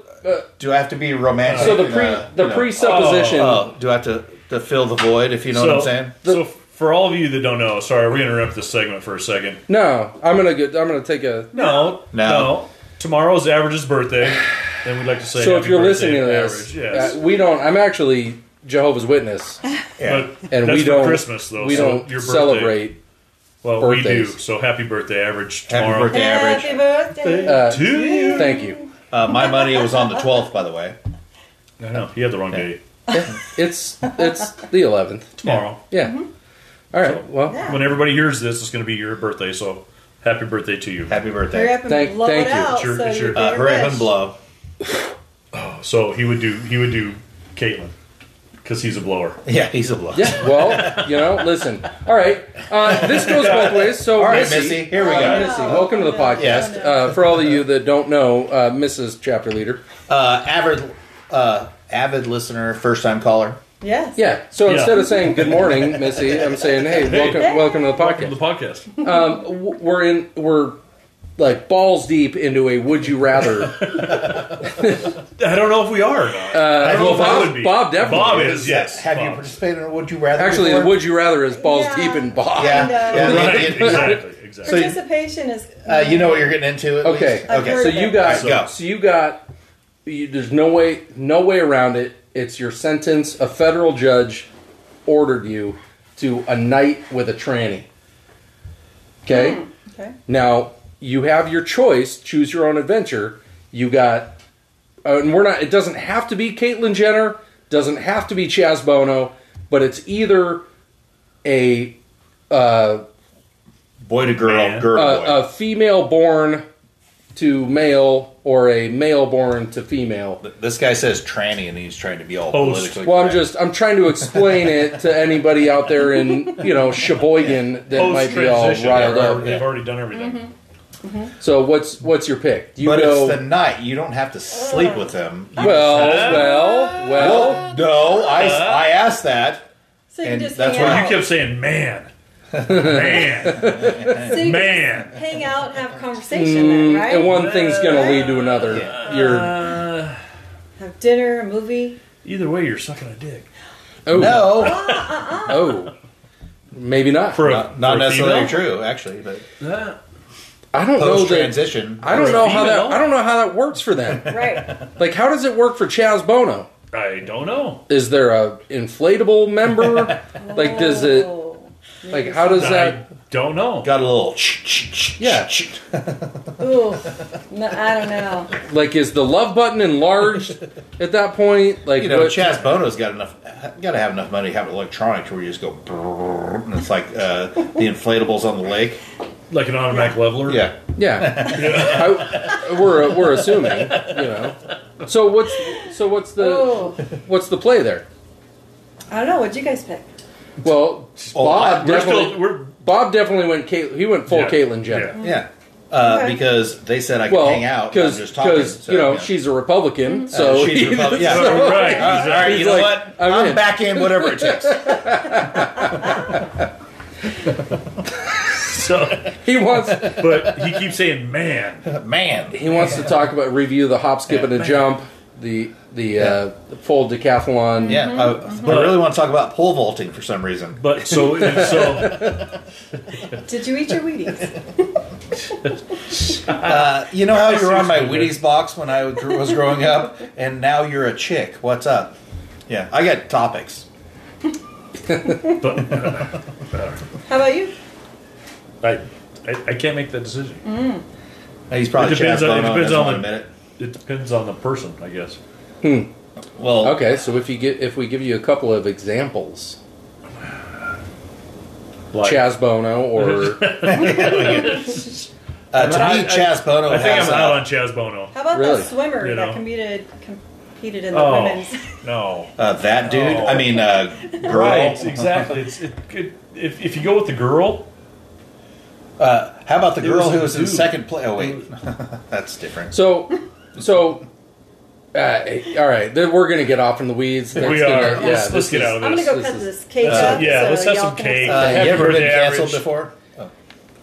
Speaker 3: do I have to be romantic?
Speaker 1: So the
Speaker 3: and,
Speaker 1: pre
Speaker 3: uh,
Speaker 1: the
Speaker 3: you know,
Speaker 1: presupposition.
Speaker 3: oh, do I have to, to fill the void? If you know
Speaker 2: so,
Speaker 3: what I'm saying?
Speaker 2: so for all of you that don't know, sorry, we interrupt this segment for a second.
Speaker 1: No, I'm gonna get. I'm gonna take a.
Speaker 2: No,
Speaker 3: No.
Speaker 2: no. Tomorrow's Average's birthday, and we'd like to say.
Speaker 1: So
Speaker 2: happy
Speaker 1: if you're
Speaker 2: birthday,
Speaker 1: listening to
Speaker 2: Average,
Speaker 1: this,
Speaker 2: yes.
Speaker 1: uh, we don't. I'm actually Jehovah's Witness,
Speaker 3: Yeah.
Speaker 2: but
Speaker 1: and
Speaker 2: that's
Speaker 1: we
Speaker 2: for
Speaker 1: don't.
Speaker 2: Christmas though.
Speaker 1: we
Speaker 2: so
Speaker 1: don't
Speaker 2: your birthday-
Speaker 1: celebrate.
Speaker 2: Well, we do.
Speaker 1: birthdays.
Speaker 2: So happy birthday, Average.
Speaker 3: Happy
Speaker 2: Tomorrow.
Speaker 3: birthday. Average.
Speaker 4: Happy birthday.
Speaker 1: Uh,
Speaker 2: To you.
Speaker 1: thank you.
Speaker 3: uh, my money was on the 12th, by the way.
Speaker 2: I know you had the wrong day.
Speaker 1: It's it's the 11th.
Speaker 2: Tomorrow,
Speaker 1: Yeah. All right. Well,
Speaker 4: Yeah.
Speaker 2: when everybody hears this, it's going to be your birthday. So happy birthday to you.
Speaker 3: Happy
Speaker 4: Hurry
Speaker 3: birthday.
Speaker 4: up and
Speaker 1: Thank-
Speaker 4: blow
Speaker 1: thank
Speaker 4: it
Speaker 1: you.
Speaker 4: out.
Speaker 2: It's your-
Speaker 4: so
Speaker 2: it's
Speaker 4: you're
Speaker 2: your-
Speaker 3: Uh,
Speaker 4: very
Speaker 3: hurry up and
Speaker 4: rich.
Speaker 3: blow.
Speaker 2: So he would do. He would do Caitlin because he's a blower.
Speaker 3: Yeah, he's a blow.
Speaker 1: yeah. Well, you know, listen. All right. Uh, this goes both ways. So,
Speaker 3: All right,
Speaker 1: Missy,
Speaker 3: Missy, here we
Speaker 1: uh,
Speaker 3: go.
Speaker 1: Missy, welcome to the
Speaker 4: No,
Speaker 1: podcast.
Speaker 4: no, no.
Speaker 1: Uh, for all of you that don't know, uh, Mrs. Chapter Leader.
Speaker 3: Uh, avid, uh, avid listener, first time caller.
Speaker 4: Yes.
Speaker 1: Yeah. So
Speaker 2: Yeah.
Speaker 1: instead of saying good morning, Missy, I'm saying hey, welcome,
Speaker 2: Hey.
Speaker 1: welcome to the
Speaker 2: Welcome
Speaker 1: podcast.
Speaker 2: to the podcast.
Speaker 1: Um, w- we're in. We're like balls deep into a would you rather.
Speaker 2: I don't know if we are. Or not. I don't know if I
Speaker 1: Uh, Bob-
Speaker 2: would be.
Speaker 1: Bob definitely
Speaker 2: Bob
Speaker 1: is.
Speaker 2: is. Yes.
Speaker 3: Have you
Speaker 2: Bob.
Speaker 3: participated in Would You Rather?
Speaker 1: Actually, the
Speaker 3: before?
Speaker 1: would you rather is balls
Speaker 4: Yeah.
Speaker 1: deep in Bob.
Speaker 3: Yeah, yeah.
Speaker 4: Kinda.
Speaker 2: Right. Exactly. Exactly.
Speaker 3: So-
Speaker 4: Participation is.
Speaker 3: Uh, you know what you're getting into. At
Speaker 1: Okay.
Speaker 3: least?
Speaker 4: I've
Speaker 3: Okay.
Speaker 4: heard-
Speaker 1: So you got.
Speaker 3: All right, go.
Speaker 1: So you got. You, there's no way. No way around it. It's your sentence. A federal judge ordered you to a night with a tranny. Okay.
Speaker 4: okay.
Speaker 1: Now you have your choice. Choose your own adventure. You got, uh, and we're not. It doesn't have to be Caitlyn Jenner. Doesn't have to be Chaz Bono. But it's either a uh,
Speaker 3: boy to girl,
Speaker 2: Man.
Speaker 3: girl to boy.
Speaker 1: a, a female born to male or a male born to female.
Speaker 3: Th- this guy says tranny, and he's trying to be all
Speaker 2: Host.
Speaker 3: politically.
Speaker 1: Well, I'm
Speaker 3: correct.
Speaker 1: just I'm trying to explain it to anybody out there in you know Sheboygan that might be all
Speaker 2: Post-transition,
Speaker 1: riled
Speaker 2: they've
Speaker 1: up.
Speaker 2: already- They've already done everything.
Speaker 1: So what's what's your pick? Do you
Speaker 3: but
Speaker 1: go?
Speaker 3: it's the night. You don't have to sleep with them.
Speaker 2: Uh.
Speaker 3: You-
Speaker 1: well, well, well.
Speaker 3: Well, no, I,
Speaker 2: Uh.
Speaker 3: I asked that.
Speaker 4: So you
Speaker 3: And
Speaker 4: just
Speaker 3: that's
Speaker 4: hang
Speaker 3: why
Speaker 4: out.
Speaker 2: You kept saying, "Man, man,
Speaker 4: So you can
Speaker 2: man."
Speaker 4: hang out, have conversation, then, right?
Speaker 1: Mm, And one thing's gonna lead to another.
Speaker 3: Yeah.
Speaker 1: You're
Speaker 4: have dinner, a movie.
Speaker 2: Either way, you're sucking a dick
Speaker 1: oh
Speaker 3: No,
Speaker 1: oh, maybe not.
Speaker 2: for a,
Speaker 3: not, not
Speaker 2: for a female?
Speaker 3: necessarily true. Actually, but
Speaker 1: I don't know
Speaker 3: post
Speaker 1: that.
Speaker 3: transition.
Speaker 1: I don't know how that.
Speaker 2: Female?
Speaker 1: I don't know how that works for them.
Speaker 4: Right.
Speaker 1: like, how does it work for Chaz Bono?
Speaker 2: I don't know.
Speaker 1: Is there a inflatable member? like, does it?
Speaker 4: Oh.
Speaker 1: Like, how does
Speaker 2: I
Speaker 1: that?
Speaker 2: don't know.
Speaker 3: Got a little.
Speaker 1: Yeah.
Speaker 4: Ooh. No, I don't know.
Speaker 1: Like, is the love button enlarged at that point? Like,
Speaker 3: You know,
Speaker 1: what-
Speaker 3: Chaz Bono's got enough, got to have enough money to have electronics where you just go, brrrr, and it's like uh, the inflatables on the lake.
Speaker 2: Like an automatic leveler.
Speaker 3: Yeah,
Speaker 1: Yeah, I- we're we're assuming. You know. So what's so what's the
Speaker 4: Ooh.
Speaker 1: what's the play there?
Speaker 4: I don't know. What'd you guys pick?
Speaker 1: Well,
Speaker 3: Oh,
Speaker 1: Bob
Speaker 3: I-
Speaker 2: We're
Speaker 1: definitely.
Speaker 2: still. We're
Speaker 1: Bob definitely went. Cait- he went full
Speaker 2: Yeah.
Speaker 1: Caitlyn Jenner.
Speaker 2: Yeah.
Speaker 3: yeah, uh,
Speaker 4: Okay.
Speaker 3: because they said I could
Speaker 1: Well,
Speaker 3: hang out. and I'm just talking.
Speaker 1: because
Speaker 3: so,
Speaker 1: you know
Speaker 3: yeah.
Speaker 1: she's a Republican, so
Speaker 3: she's a Republican, yeah.
Speaker 2: All
Speaker 1: so-
Speaker 2: right.
Speaker 3: All right,
Speaker 1: He's
Speaker 3: you know
Speaker 1: like,
Speaker 3: what?
Speaker 1: I'm
Speaker 3: I'm,
Speaker 1: in.
Speaker 3: back in whatever it takes.
Speaker 2: So,
Speaker 1: he wants
Speaker 2: but he keeps saying, "Man."
Speaker 3: Man,
Speaker 1: he wants to talk about review the hop, skip, and the jump, the the uh, full decathlon.
Speaker 3: yeah, uh, but I really want to talk about pole vaulting for some reason.
Speaker 2: But so so
Speaker 4: Did you eat your Wheaties?
Speaker 3: Uh, you know how you were on my
Speaker 2: Seriously, dude.
Speaker 3: Wheaties box when I was growing up, and now you're a chick. What's up? Yeah, I got topics.
Speaker 2: but
Speaker 4: How about you?
Speaker 2: I, I I can't make that decision.
Speaker 3: He's probably
Speaker 2: It depends
Speaker 3: Chaz
Speaker 2: on- it
Speaker 3: Bono
Speaker 2: depends on
Speaker 3: doesn't wanna
Speaker 2: the-
Speaker 3: admit it.
Speaker 2: It depends on the person, I guess.
Speaker 3: Well,
Speaker 1: Okay, so if you get if we give you a couple of examples,
Speaker 2: Like,
Speaker 1: Chaz Bono or
Speaker 3: Uh, to
Speaker 2: I-
Speaker 3: me,
Speaker 2: I-
Speaker 3: Chaz Bono
Speaker 2: I think
Speaker 3: has
Speaker 2: I'm
Speaker 3: a-
Speaker 2: out on Chaz Bono.
Speaker 4: How about
Speaker 1: Really?
Speaker 4: the swimmer
Speaker 2: You know.
Speaker 4: that competed competed in the
Speaker 2: Oh
Speaker 4: women's?
Speaker 2: no.
Speaker 3: uh, that dude.
Speaker 2: Oh.
Speaker 3: I mean, uh, girl.
Speaker 2: Right, exactly. It's it, it, if if you go with the girl,
Speaker 3: Uh, how about the
Speaker 2: It
Speaker 3: girl
Speaker 2: was
Speaker 3: who
Speaker 2: the
Speaker 3: was in
Speaker 2: dude.
Speaker 3: second place? Oh wait, that's different.
Speaker 1: so so. Uh, all right, then we're gonna get off in the weeds. That's
Speaker 2: we
Speaker 1: gonna-
Speaker 2: are.
Speaker 1: yeah,
Speaker 2: let's let's
Speaker 1: this
Speaker 2: get
Speaker 1: is-
Speaker 2: out of
Speaker 4: I'm gonna
Speaker 2: Oh, this.
Speaker 4: go
Speaker 1: This
Speaker 4: cut
Speaker 1: is-
Speaker 4: this cake
Speaker 2: Uh,
Speaker 4: up.
Speaker 2: yeah,
Speaker 4: so
Speaker 2: let's have
Speaker 4: y'all
Speaker 2: some
Speaker 4: can
Speaker 2: cake.
Speaker 4: some-
Speaker 3: Uh,
Speaker 2: Happy
Speaker 3: you ever been
Speaker 2: birthday,
Speaker 3: canceled
Speaker 2: average.
Speaker 3: before? Oh.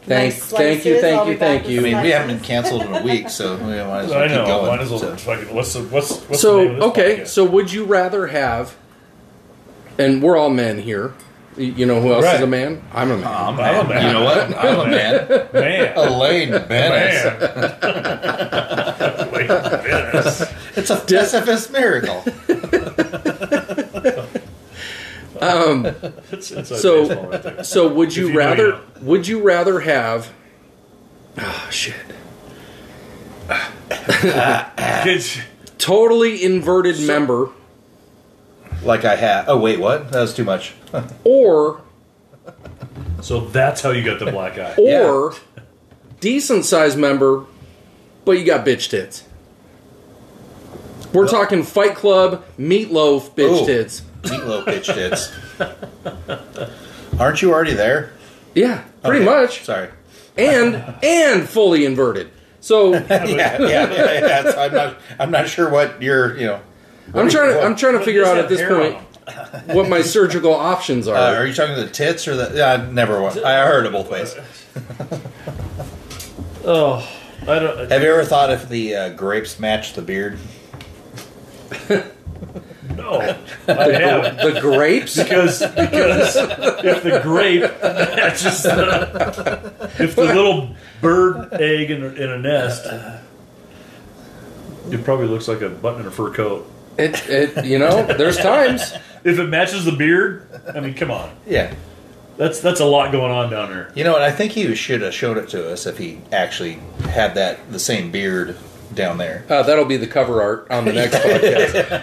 Speaker 1: Thank,
Speaker 4: Nice
Speaker 1: thank you,
Speaker 4: slices.
Speaker 1: thank
Speaker 4: I'll
Speaker 1: you,
Speaker 4: be back
Speaker 1: thank
Speaker 4: with
Speaker 1: you.
Speaker 3: I mean, we
Speaker 4: Slices.
Speaker 3: haven't been canceled in a week, so we might as well
Speaker 2: I
Speaker 3: keep
Speaker 2: know.
Speaker 3: going.
Speaker 2: Might as well
Speaker 3: So-
Speaker 2: fucking. What's the what's what's
Speaker 1: so
Speaker 2: the name of this
Speaker 1: okay,
Speaker 2: podcast?
Speaker 1: so would you rather have? And we're all men here. Y- You know who else is
Speaker 2: Right. Uh,
Speaker 1: a man? I'm a man.
Speaker 3: I'm a
Speaker 2: I'm a
Speaker 3: man.
Speaker 2: man.
Speaker 3: You know what? I'm a man.
Speaker 2: man,
Speaker 3: Elaine Bennett.
Speaker 2: man. Wait, Venice.
Speaker 3: It's a SFS miracle.
Speaker 2: It's inside
Speaker 1: So-
Speaker 2: baseball right there.
Speaker 1: so would you,
Speaker 2: you know,
Speaker 1: rather?
Speaker 2: you know.
Speaker 1: Would you rather have? Oh shit!
Speaker 2: Kids,
Speaker 1: Totally inverted member
Speaker 3: Like I have. Oh wait, what? That was too much.
Speaker 1: or
Speaker 2: so that's how you got the black eye.
Speaker 1: or decent sized member, but you got bitch tits. We're talking Fight Club, Meatloaf, bitch
Speaker 3: Ooh.
Speaker 1: tits.
Speaker 3: Meatloaf bitch tits. Aren't you already there?
Speaker 1: Yeah, pretty
Speaker 3: Okay,
Speaker 1: much,
Speaker 3: Sorry.
Speaker 1: and and fully inverted. So
Speaker 2: Yeah, but-
Speaker 3: Yeah, yeah, yeah. yeah. So I'm not. I'm not sure what you're. You know.
Speaker 1: I'm trying to I'm trying to
Speaker 2: But
Speaker 1: figure
Speaker 2: does
Speaker 1: out
Speaker 2: have
Speaker 1: at this
Speaker 2: hair on
Speaker 1: point
Speaker 2: them.
Speaker 1: what my surgical options
Speaker 3: Uh, are
Speaker 1: are.
Speaker 3: you talking the tits or the? Yeah, never. wa- I heard it both ways.
Speaker 2: Oh, I don't.
Speaker 3: Have you ever thought if the uh, grapes match the beard?
Speaker 2: no, I haven't.
Speaker 1: The grapes?
Speaker 2: Because because if the grape matches the if the little bird egg in a, in a nest, it probably looks like a button in a fur coat.
Speaker 1: It, it you know, there's times.
Speaker 2: If it matches the beard, I mean, come on,
Speaker 3: Yeah.
Speaker 2: that's that's a lot going on down there.
Speaker 3: You know what? I think he should have showed it to us if he actually had that the same beard down there.
Speaker 1: Uh, that'll be the cover art on the next podcast.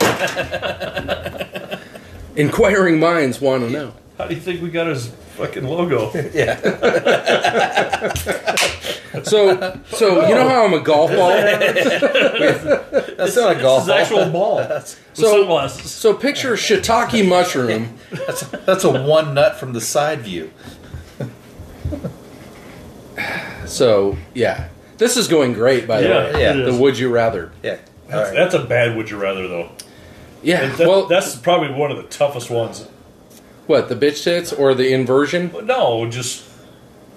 Speaker 1: Inquiring minds want to know.
Speaker 2: How do you think we got his fucking logo?
Speaker 3: Yeah.
Speaker 1: So, so you know how I'm a golf ball.
Speaker 3: That's not a golf.
Speaker 2: This is actual ball with sunglasses.
Speaker 1: So picture shiitake mushroom.
Speaker 3: That's that's a one nut from the side view.
Speaker 1: So yeah, this is going great by the
Speaker 2: Yeah,
Speaker 1: way.
Speaker 3: yeah.
Speaker 2: it
Speaker 1: The
Speaker 2: is.
Speaker 1: would you rather?
Speaker 3: Yeah. All
Speaker 2: That's,
Speaker 3: right.
Speaker 2: that's a bad would you rather though.
Speaker 1: Yeah.
Speaker 2: That, well,
Speaker 1: well,
Speaker 2: that's probably one of the toughest ones.
Speaker 1: what the bitch tits or the inversion?
Speaker 2: But no, just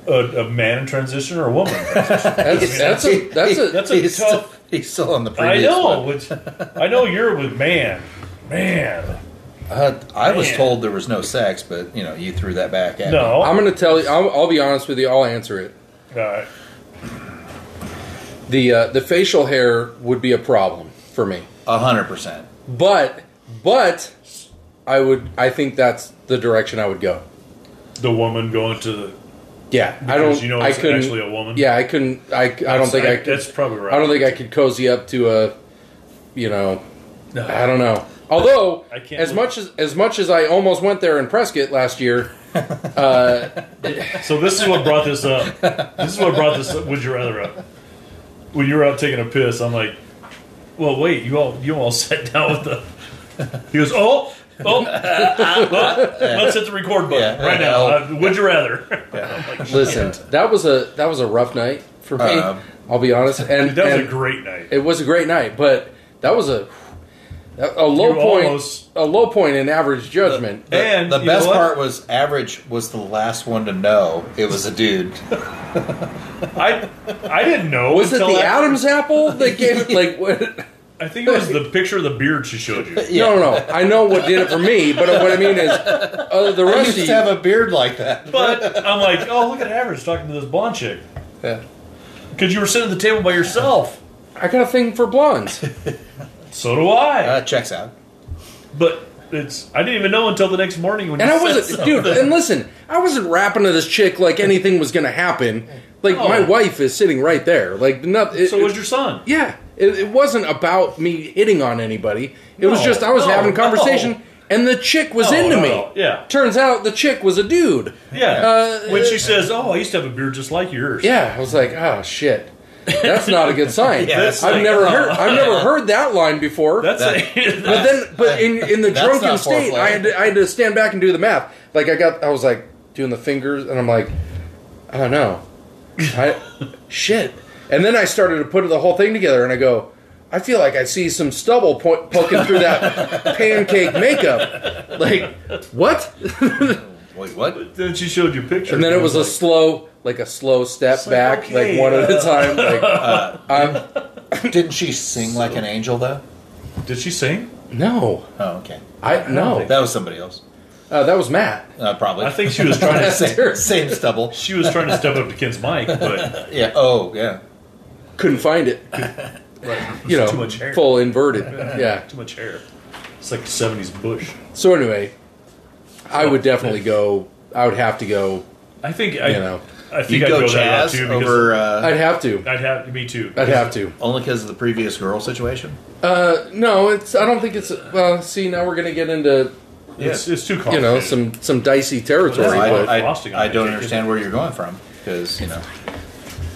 Speaker 2: a, a man in transition or a woman. in transition.
Speaker 1: That's, that's a that's a
Speaker 2: That's a
Speaker 3: he's
Speaker 2: tough-
Speaker 3: Still, he's still on the
Speaker 2: I
Speaker 3: previous
Speaker 2: know.
Speaker 3: one.
Speaker 2: Which, I know you're with man, man.
Speaker 3: Uh, I was
Speaker 2: Man.
Speaker 3: told there was no sex, but you know, you threw that back at me.
Speaker 2: No,
Speaker 1: I'm going to tell you. I'll, I'll be honest with you. I'll answer it.
Speaker 2: All right.
Speaker 1: The uh, the facial hair would be a problem for me,
Speaker 3: A hundred percent.
Speaker 1: but but I would. I think that's the direction I would go.
Speaker 2: the woman going to the.
Speaker 1: Yeah, I
Speaker 2: Because
Speaker 1: don't.
Speaker 2: you know
Speaker 1: I
Speaker 2: it's
Speaker 1: couldn't.
Speaker 2: actually a woman?
Speaker 1: Yeah, I couldn't. I, I don't think I. could,
Speaker 2: That's probably right.
Speaker 1: I don't think I could cozy up to a. You know,
Speaker 2: No.
Speaker 1: I don't know. Although,
Speaker 2: I can't
Speaker 1: as
Speaker 2: look.
Speaker 1: much as as much as I almost went there in Prescott last year,
Speaker 2: So this is what brought this up. This is what brought this up. Would you rather up? When you were out taking a piss, I'm like, well, wait, you all you all sat down with the. He goes, oh, oh, well, let's hit the record button
Speaker 3: Yeah.
Speaker 2: right now. Uh, would you rather?
Speaker 1: listen, that was a that was a rough night for me.
Speaker 3: Um,
Speaker 1: I'll be honest, and,
Speaker 2: That was
Speaker 1: and
Speaker 2: a great night.
Speaker 1: it was a great night, but that was a a low
Speaker 2: You
Speaker 1: point.
Speaker 2: almost-
Speaker 1: a low point in average judgment.
Speaker 3: The-
Speaker 2: And
Speaker 3: the
Speaker 2: you know
Speaker 3: best
Speaker 2: what?
Speaker 3: part was average was the last one to know it was a dude.
Speaker 2: I I didn't know.
Speaker 1: was it
Speaker 2: until
Speaker 1: the
Speaker 2: after-
Speaker 1: Adam's apple that gave it like what?
Speaker 2: I think it was the picture of the beard she showed you.
Speaker 3: Yeah.
Speaker 1: No, no, no. I know what did it for me, but what I mean is, uh, the
Speaker 3: I
Speaker 1: rest
Speaker 3: used
Speaker 1: of
Speaker 3: to
Speaker 1: you.
Speaker 3: have a beard like that.
Speaker 2: But I'm like, oh, look at average talking to this blonde chick
Speaker 3: Yeah.
Speaker 2: because you were sitting at the table by yourself.
Speaker 1: I got a thing for blondes.
Speaker 2: So do I.
Speaker 3: Uh, checks out.
Speaker 2: But it's I didn't even know until the next morning when
Speaker 1: And
Speaker 2: you
Speaker 1: I
Speaker 2: said
Speaker 1: wasn't,
Speaker 2: something.
Speaker 1: dude. And listen, I wasn't rapping to this chick like anything was gonna happen. Like my
Speaker 2: No.
Speaker 1: wife is sitting right there. Like not. It,
Speaker 2: Oh. so was your son.
Speaker 1: Yeah, it, it wasn't about me hitting on anybody. It was
Speaker 2: No,
Speaker 1: just I was
Speaker 2: no,
Speaker 1: having
Speaker 2: no.
Speaker 1: conversation, and the chick was
Speaker 2: No,
Speaker 1: into
Speaker 2: no,
Speaker 1: me.
Speaker 2: no, yeah.
Speaker 1: Turns out the chick was a dude.
Speaker 2: Yeah.
Speaker 1: Uh,
Speaker 2: when she says, "Oh, I used to have a beard just like yours."
Speaker 1: Yeah, I was like, oh shit, that's not a good sign.
Speaker 3: Yeah, that's
Speaker 1: I've
Speaker 2: like- uh-huh.
Speaker 1: never heard. I've never heard that line before.
Speaker 2: That's
Speaker 3: That-
Speaker 2: a,
Speaker 1: But then, but in in the
Speaker 3: That's
Speaker 1: drunken
Speaker 3: not
Speaker 1: state,
Speaker 3: foreplay.
Speaker 1: I had to, I had to stand back and do the math. Like I got, I was like doing the fingers, and I'm like, I don't know, I shit. And then I started to put the whole thing together, and I go, I feel like I see some stubble po- poking through that pancake makeup. Like what?
Speaker 3: Wait, what?
Speaker 2: Then she showed you pictures.
Speaker 1: And then it was a
Speaker 2: like,
Speaker 1: slow, like a slow step
Speaker 2: It's like,
Speaker 1: back,
Speaker 2: okay,
Speaker 1: like one at
Speaker 2: uh,
Speaker 1: a time. Like I'm
Speaker 3: Didn't she sing like an angel though?
Speaker 2: Did she sing?
Speaker 1: no,
Speaker 3: Oh, okay.
Speaker 1: I no.
Speaker 3: That was somebody else.
Speaker 1: Uh, that was Matt.
Speaker 3: Uh, probably.
Speaker 2: I think she was trying to.
Speaker 3: same, same stubble.
Speaker 2: She was trying to step up to Ken's mic, but
Speaker 3: Yeah. Oh, yeah.
Speaker 1: Couldn't find it. You know,
Speaker 2: too much hair.
Speaker 1: full inverted. Yeah.
Speaker 2: too much hair. It's like seventies bush.
Speaker 1: So anyway, I would definitely go. I would have to go.
Speaker 2: I think I.
Speaker 1: You know.
Speaker 2: I think
Speaker 3: You
Speaker 2: I'd
Speaker 3: go
Speaker 2: go that route
Speaker 3: Chaz
Speaker 2: too because
Speaker 3: over uh,
Speaker 1: I'd have to.
Speaker 2: I'd have me too.
Speaker 1: I'd have to.
Speaker 3: only because of the previous girl situation.
Speaker 1: Uh, no, it's. I don't think it's. Well, see, now we're gonna get into
Speaker 2: It's, it's too
Speaker 1: you
Speaker 2: complicated.
Speaker 1: know some some dicey territory.
Speaker 2: Well,
Speaker 3: No, I,
Speaker 1: but
Speaker 3: I,
Speaker 2: Frosting on
Speaker 3: I
Speaker 2: that
Speaker 3: don't
Speaker 2: cake,
Speaker 3: understand where you're going from because you know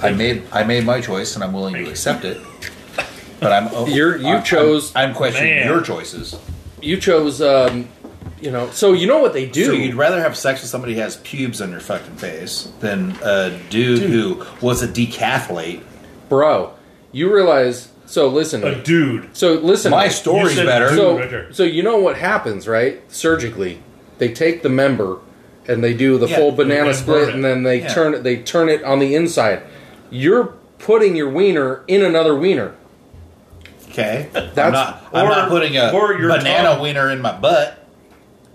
Speaker 3: I made I made my choice and I'm willing to accept it. But I'm oh,
Speaker 1: You're- you
Speaker 3: I'm-
Speaker 1: chose-
Speaker 3: I'm, I'm questioning
Speaker 2: Man.
Speaker 3: your choices.
Speaker 1: you chose. Um, you know, so you know what they do.
Speaker 3: So you'd rather have sex with somebody who has pubes on your fucking face than a dude, who was a decathlete.
Speaker 1: bro you realize so listen
Speaker 2: a dude.
Speaker 1: so listen
Speaker 3: My story's
Speaker 2: said
Speaker 3: better.
Speaker 2: dude.
Speaker 1: so
Speaker 2: Right there.
Speaker 1: so you know what happens right surgically they take the member and they do the
Speaker 3: Yeah,
Speaker 1: full
Speaker 3: they
Speaker 1: banana
Speaker 2: invert
Speaker 1: split
Speaker 2: it.
Speaker 1: and then they
Speaker 3: Yeah.
Speaker 1: turn it they turn it on the inside you're putting your wiener in another wiener
Speaker 3: okay,
Speaker 1: That's-
Speaker 3: I'm not I'm
Speaker 2: or-
Speaker 3: not putting a
Speaker 2: or your
Speaker 3: banana
Speaker 2: tongue.
Speaker 3: wiener in my butt.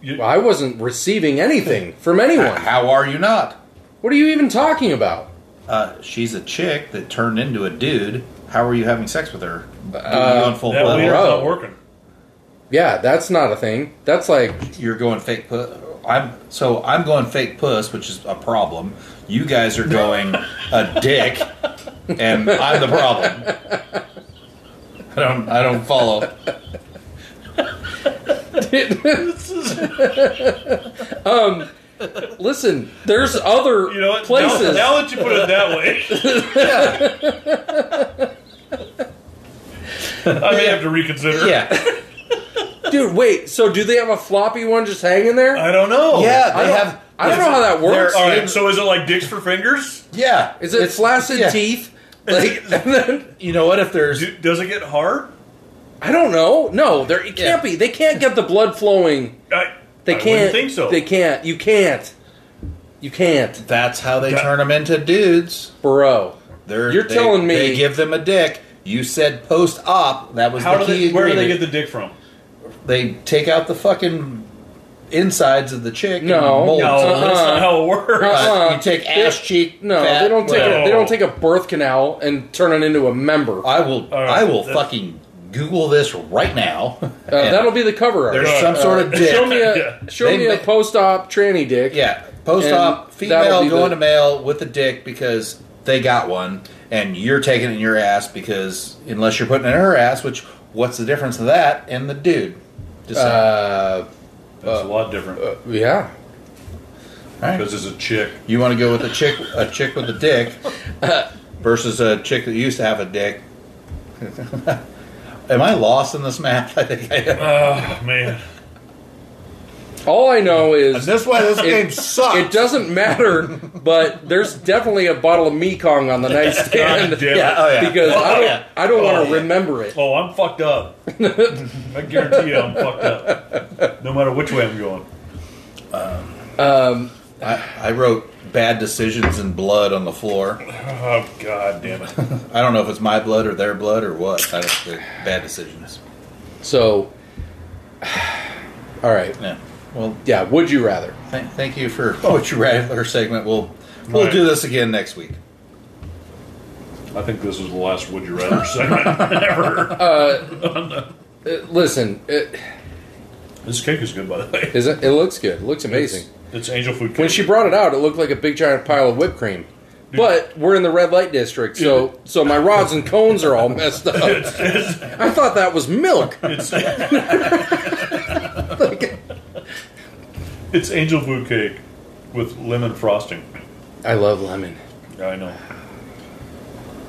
Speaker 2: You-
Speaker 1: i wasn't receiving anything from anyone
Speaker 3: How are you not?
Speaker 1: what are you even talking about
Speaker 3: Uh, she's a chick that turned into a dude. How are you having sex with her? Are you
Speaker 1: uh,
Speaker 3: on full
Speaker 2: that
Speaker 3: blow?
Speaker 2: wiener's
Speaker 1: bro.
Speaker 2: not working.
Speaker 1: yeah that's not a thing that's like
Speaker 3: You're going fake puss. I'm so I'm going fake puss, which is a problem. You guys are going a dick, and I'm the problem. I don't. I don't follow.
Speaker 1: Um, listen there's other
Speaker 2: You know what? Now-
Speaker 1: places
Speaker 2: Now, that you put it that way, I may have to reconsider.
Speaker 3: Yeah,
Speaker 1: dude wait so do they have a floppy one just hanging there
Speaker 2: Uh, I don't know.
Speaker 3: yeah. They
Speaker 1: I don't-
Speaker 3: have.
Speaker 1: I don't know how that works.
Speaker 2: All right. So is it like dicks for fingers?
Speaker 3: Yeah.
Speaker 1: Is it
Speaker 3: It's-
Speaker 1: flaccid
Speaker 3: yeah.
Speaker 1: teeth? Like, and then,
Speaker 3: You know what? If there's
Speaker 2: Do, does it get hard?
Speaker 1: I don't know. No, there it can't
Speaker 3: Yeah.
Speaker 1: be. They can't get the blood flowing.
Speaker 2: I,
Speaker 1: They
Speaker 2: I wouldn't
Speaker 1: can't.
Speaker 2: think so.
Speaker 1: They can't. You can't. You can't,
Speaker 3: that's how they
Speaker 2: That-
Speaker 3: turn them into dudes.
Speaker 1: bro.
Speaker 3: They're,
Speaker 1: You're
Speaker 3: they-
Speaker 1: telling me-
Speaker 3: they give them a dick. You said post op. That was
Speaker 2: How
Speaker 3: the
Speaker 2: do
Speaker 3: key.
Speaker 2: they? Where do they
Speaker 3: ingredient.
Speaker 2: get the dick from?
Speaker 3: They take out the fucking insides of the chick. and
Speaker 1: No.
Speaker 3: mold
Speaker 2: No,
Speaker 3: some of
Speaker 1: Uh-uh.
Speaker 2: that's not how it works.
Speaker 1: Uh-uh.
Speaker 3: Oh, Uh, you take ass cheek.
Speaker 1: No,
Speaker 3: fat,
Speaker 1: they don't take. A,
Speaker 2: well-
Speaker 1: they don't take a birth canal and turn it into a member. Uh,
Speaker 3: I will.
Speaker 2: All right,
Speaker 3: I will
Speaker 2: that's-
Speaker 3: fucking Google this right now. And
Speaker 1: Uh, that'll be the cover art.
Speaker 3: There's some sort of dick.
Speaker 1: Show me a
Speaker 2: Yeah.
Speaker 1: show
Speaker 3: They
Speaker 1: me a
Speaker 3: ma-
Speaker 1: post-op tranny dick.
Speaker 3: yeah, post
Speaker 1: and
Speaker 3: op
Speaker 1: that'll be
Speaker 3: female going
Speaker 1: the-
Speaker 3: to male with a dick because they got one, and you're taking it in your ass because unless you're putting it in her ass, which what's the difference of that and the dude? Just saying.
Speaker 1: Uh,
Speaker 2: That's a lot different
Speaker 1: yeah.
Speaker 3: All right.
Speaker 2: because it's a chick.
Speaker 3: You want to go with a chick, a chick with a dick, versus a chick that used to have a dick. am I lost in this map? I think I am.
Speaker 2: Oh man,
Speaker 1: All I know is
Speaker 3: That's why this game sucks.
Speaker 1: It doesn't matter, but there's definitely a bottle of Mekong on the nightstand.
Speaker 2: God damn it.
Speaker 3: Yeah, oh yeah.
Speaker 1: Because I
Speaker 3: Oh,
Speaker 1: don't,
Speaker 3: yeah.
Speaker 1: I don't want to
Speaker 3: yeah.
Speaker 1: remember it.
Speaker 2: Oh, I'm fucked up. I guarantee you, I'm fucked up. No matter which way I'm going. Oh.
Speaker 1: Um,
Speaker 3: I wrote bad decisions and blood on the floor.
Speaker 2: Oh god damn it!
Speaker 3: I don't know if it's my blood or their blood or what. I just the bad decisions.
Speaker 1: So, all right,
Speaker 3: Yeah. Well,
Speaker 1: yeah. Would you rather?
Speaker 3: th- thank you for what you rattler segment. We'll we'll
Speaker 2: Oh. Right.
Speaker 3: do this again next week.
Speaker 2: I think this was the last "Would You Rather" segment ever.
Speaker 1: Uh, listen, it
Speaker 2: This cake is good, by the way.
Speaker 1: is it, it looks good. It looks amazing.
Speaker 2: It's angel food. Cake.
Speaker 1: When she brought it out, it looked like a big giant pile of whipped cream. But we're in the red light district, so so my rods and cones are all messed up.
Speaker 2: it's, it's,
Speaker 1: I thought that was milk.
Speaker 2: it's, it's angel food cake with lemon frosting.
Speaker 1: I love lemon.
Speaker 2: I know.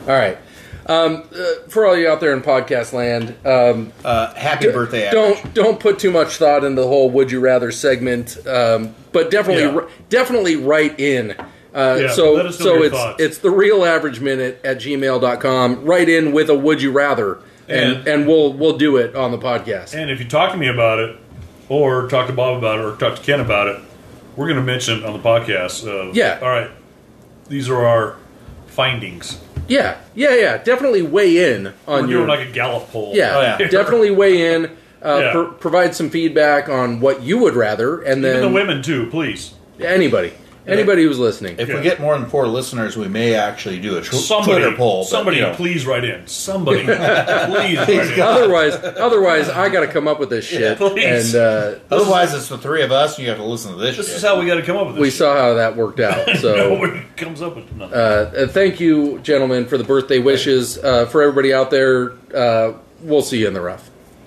Speaker 1: All right. Um, uh, for all you out there in podcast land, um,
Speaker 3: Uh, happy birthday! Average.
Speaker 1: don't don't put too much thought into the whole "Would you rather" segment, um, but definitely
Speaker 2: Yeah.
Speaker 1: ri- definitely write in. Uh,
Speaker 2: Yeah,
Speaker 1: so
Speaker 2: let us know
Speaker 1: so
Speaker 2: your
Speaker 1: it's
Speaker 2: thoughts.
Speaker 1: it's the real average minute at gmail.com. Write in with a "Would you rather," and and,
Speaker 2: And-
Speaker 1: we'll we'll do it on the podcast.
Speaker 2: And if you talk to me about it, or talk to Bob about it, or talk to Ken about it, We're going to mention on the podcast. Of,
Speaker 1: Yeah.
Speaker 2: All right. These are our findings.
Speaker 1: Yeah, yeah, yeah. Definitely weigh in on
Speaker 2: We're
Speaker 1: your.
Speaker 2: doing like a Gallup poll.
Speaker 1: yeah,
Speaker 3: Oh, yeah.
Speaker 1: definitely weigh in. Uh,
Speaker 2: Yeah.
Speaker 1: pro- provide some feedback on what you would rather, and
Speaker 2: Even
Speaker 1: then
Speaker 2: the women too, please.
Speaker 1: anybody, anybody who's listening.
Speaker 3: If
Speaker 2: Yeah.
Speaker 3: we get more than four listeners, we may actually do a tw-
Speaker 2: Somebody,
Speaker 3: Twitter poll. but,
Speaker 2: somebody,
Speaker 3: you know,
Speaker 2: please write in. Somebody, please write in.
Speaker 1: otherwise, otherwise, I got to come up with this shit.
Speaker 2: Yeah, please.
Speaker 1: and uh,
Speaker 3: otherwise, it's the three of us, and you have to listen to this.
Speaker 2: This
Speaker 3: shit.
Speaker 2: is how we got to come up with this.
Speaker 1: we
Speaker 2: shit.
Speaker 1: saw how that worked out. So.
Speaker 2: Nobody comes up with nothing.
Speaker 1: Uh, uh, thank you, gentlemen, for the birthday wishes. Uh, for everybody out there, uh, we'll see you in the rough.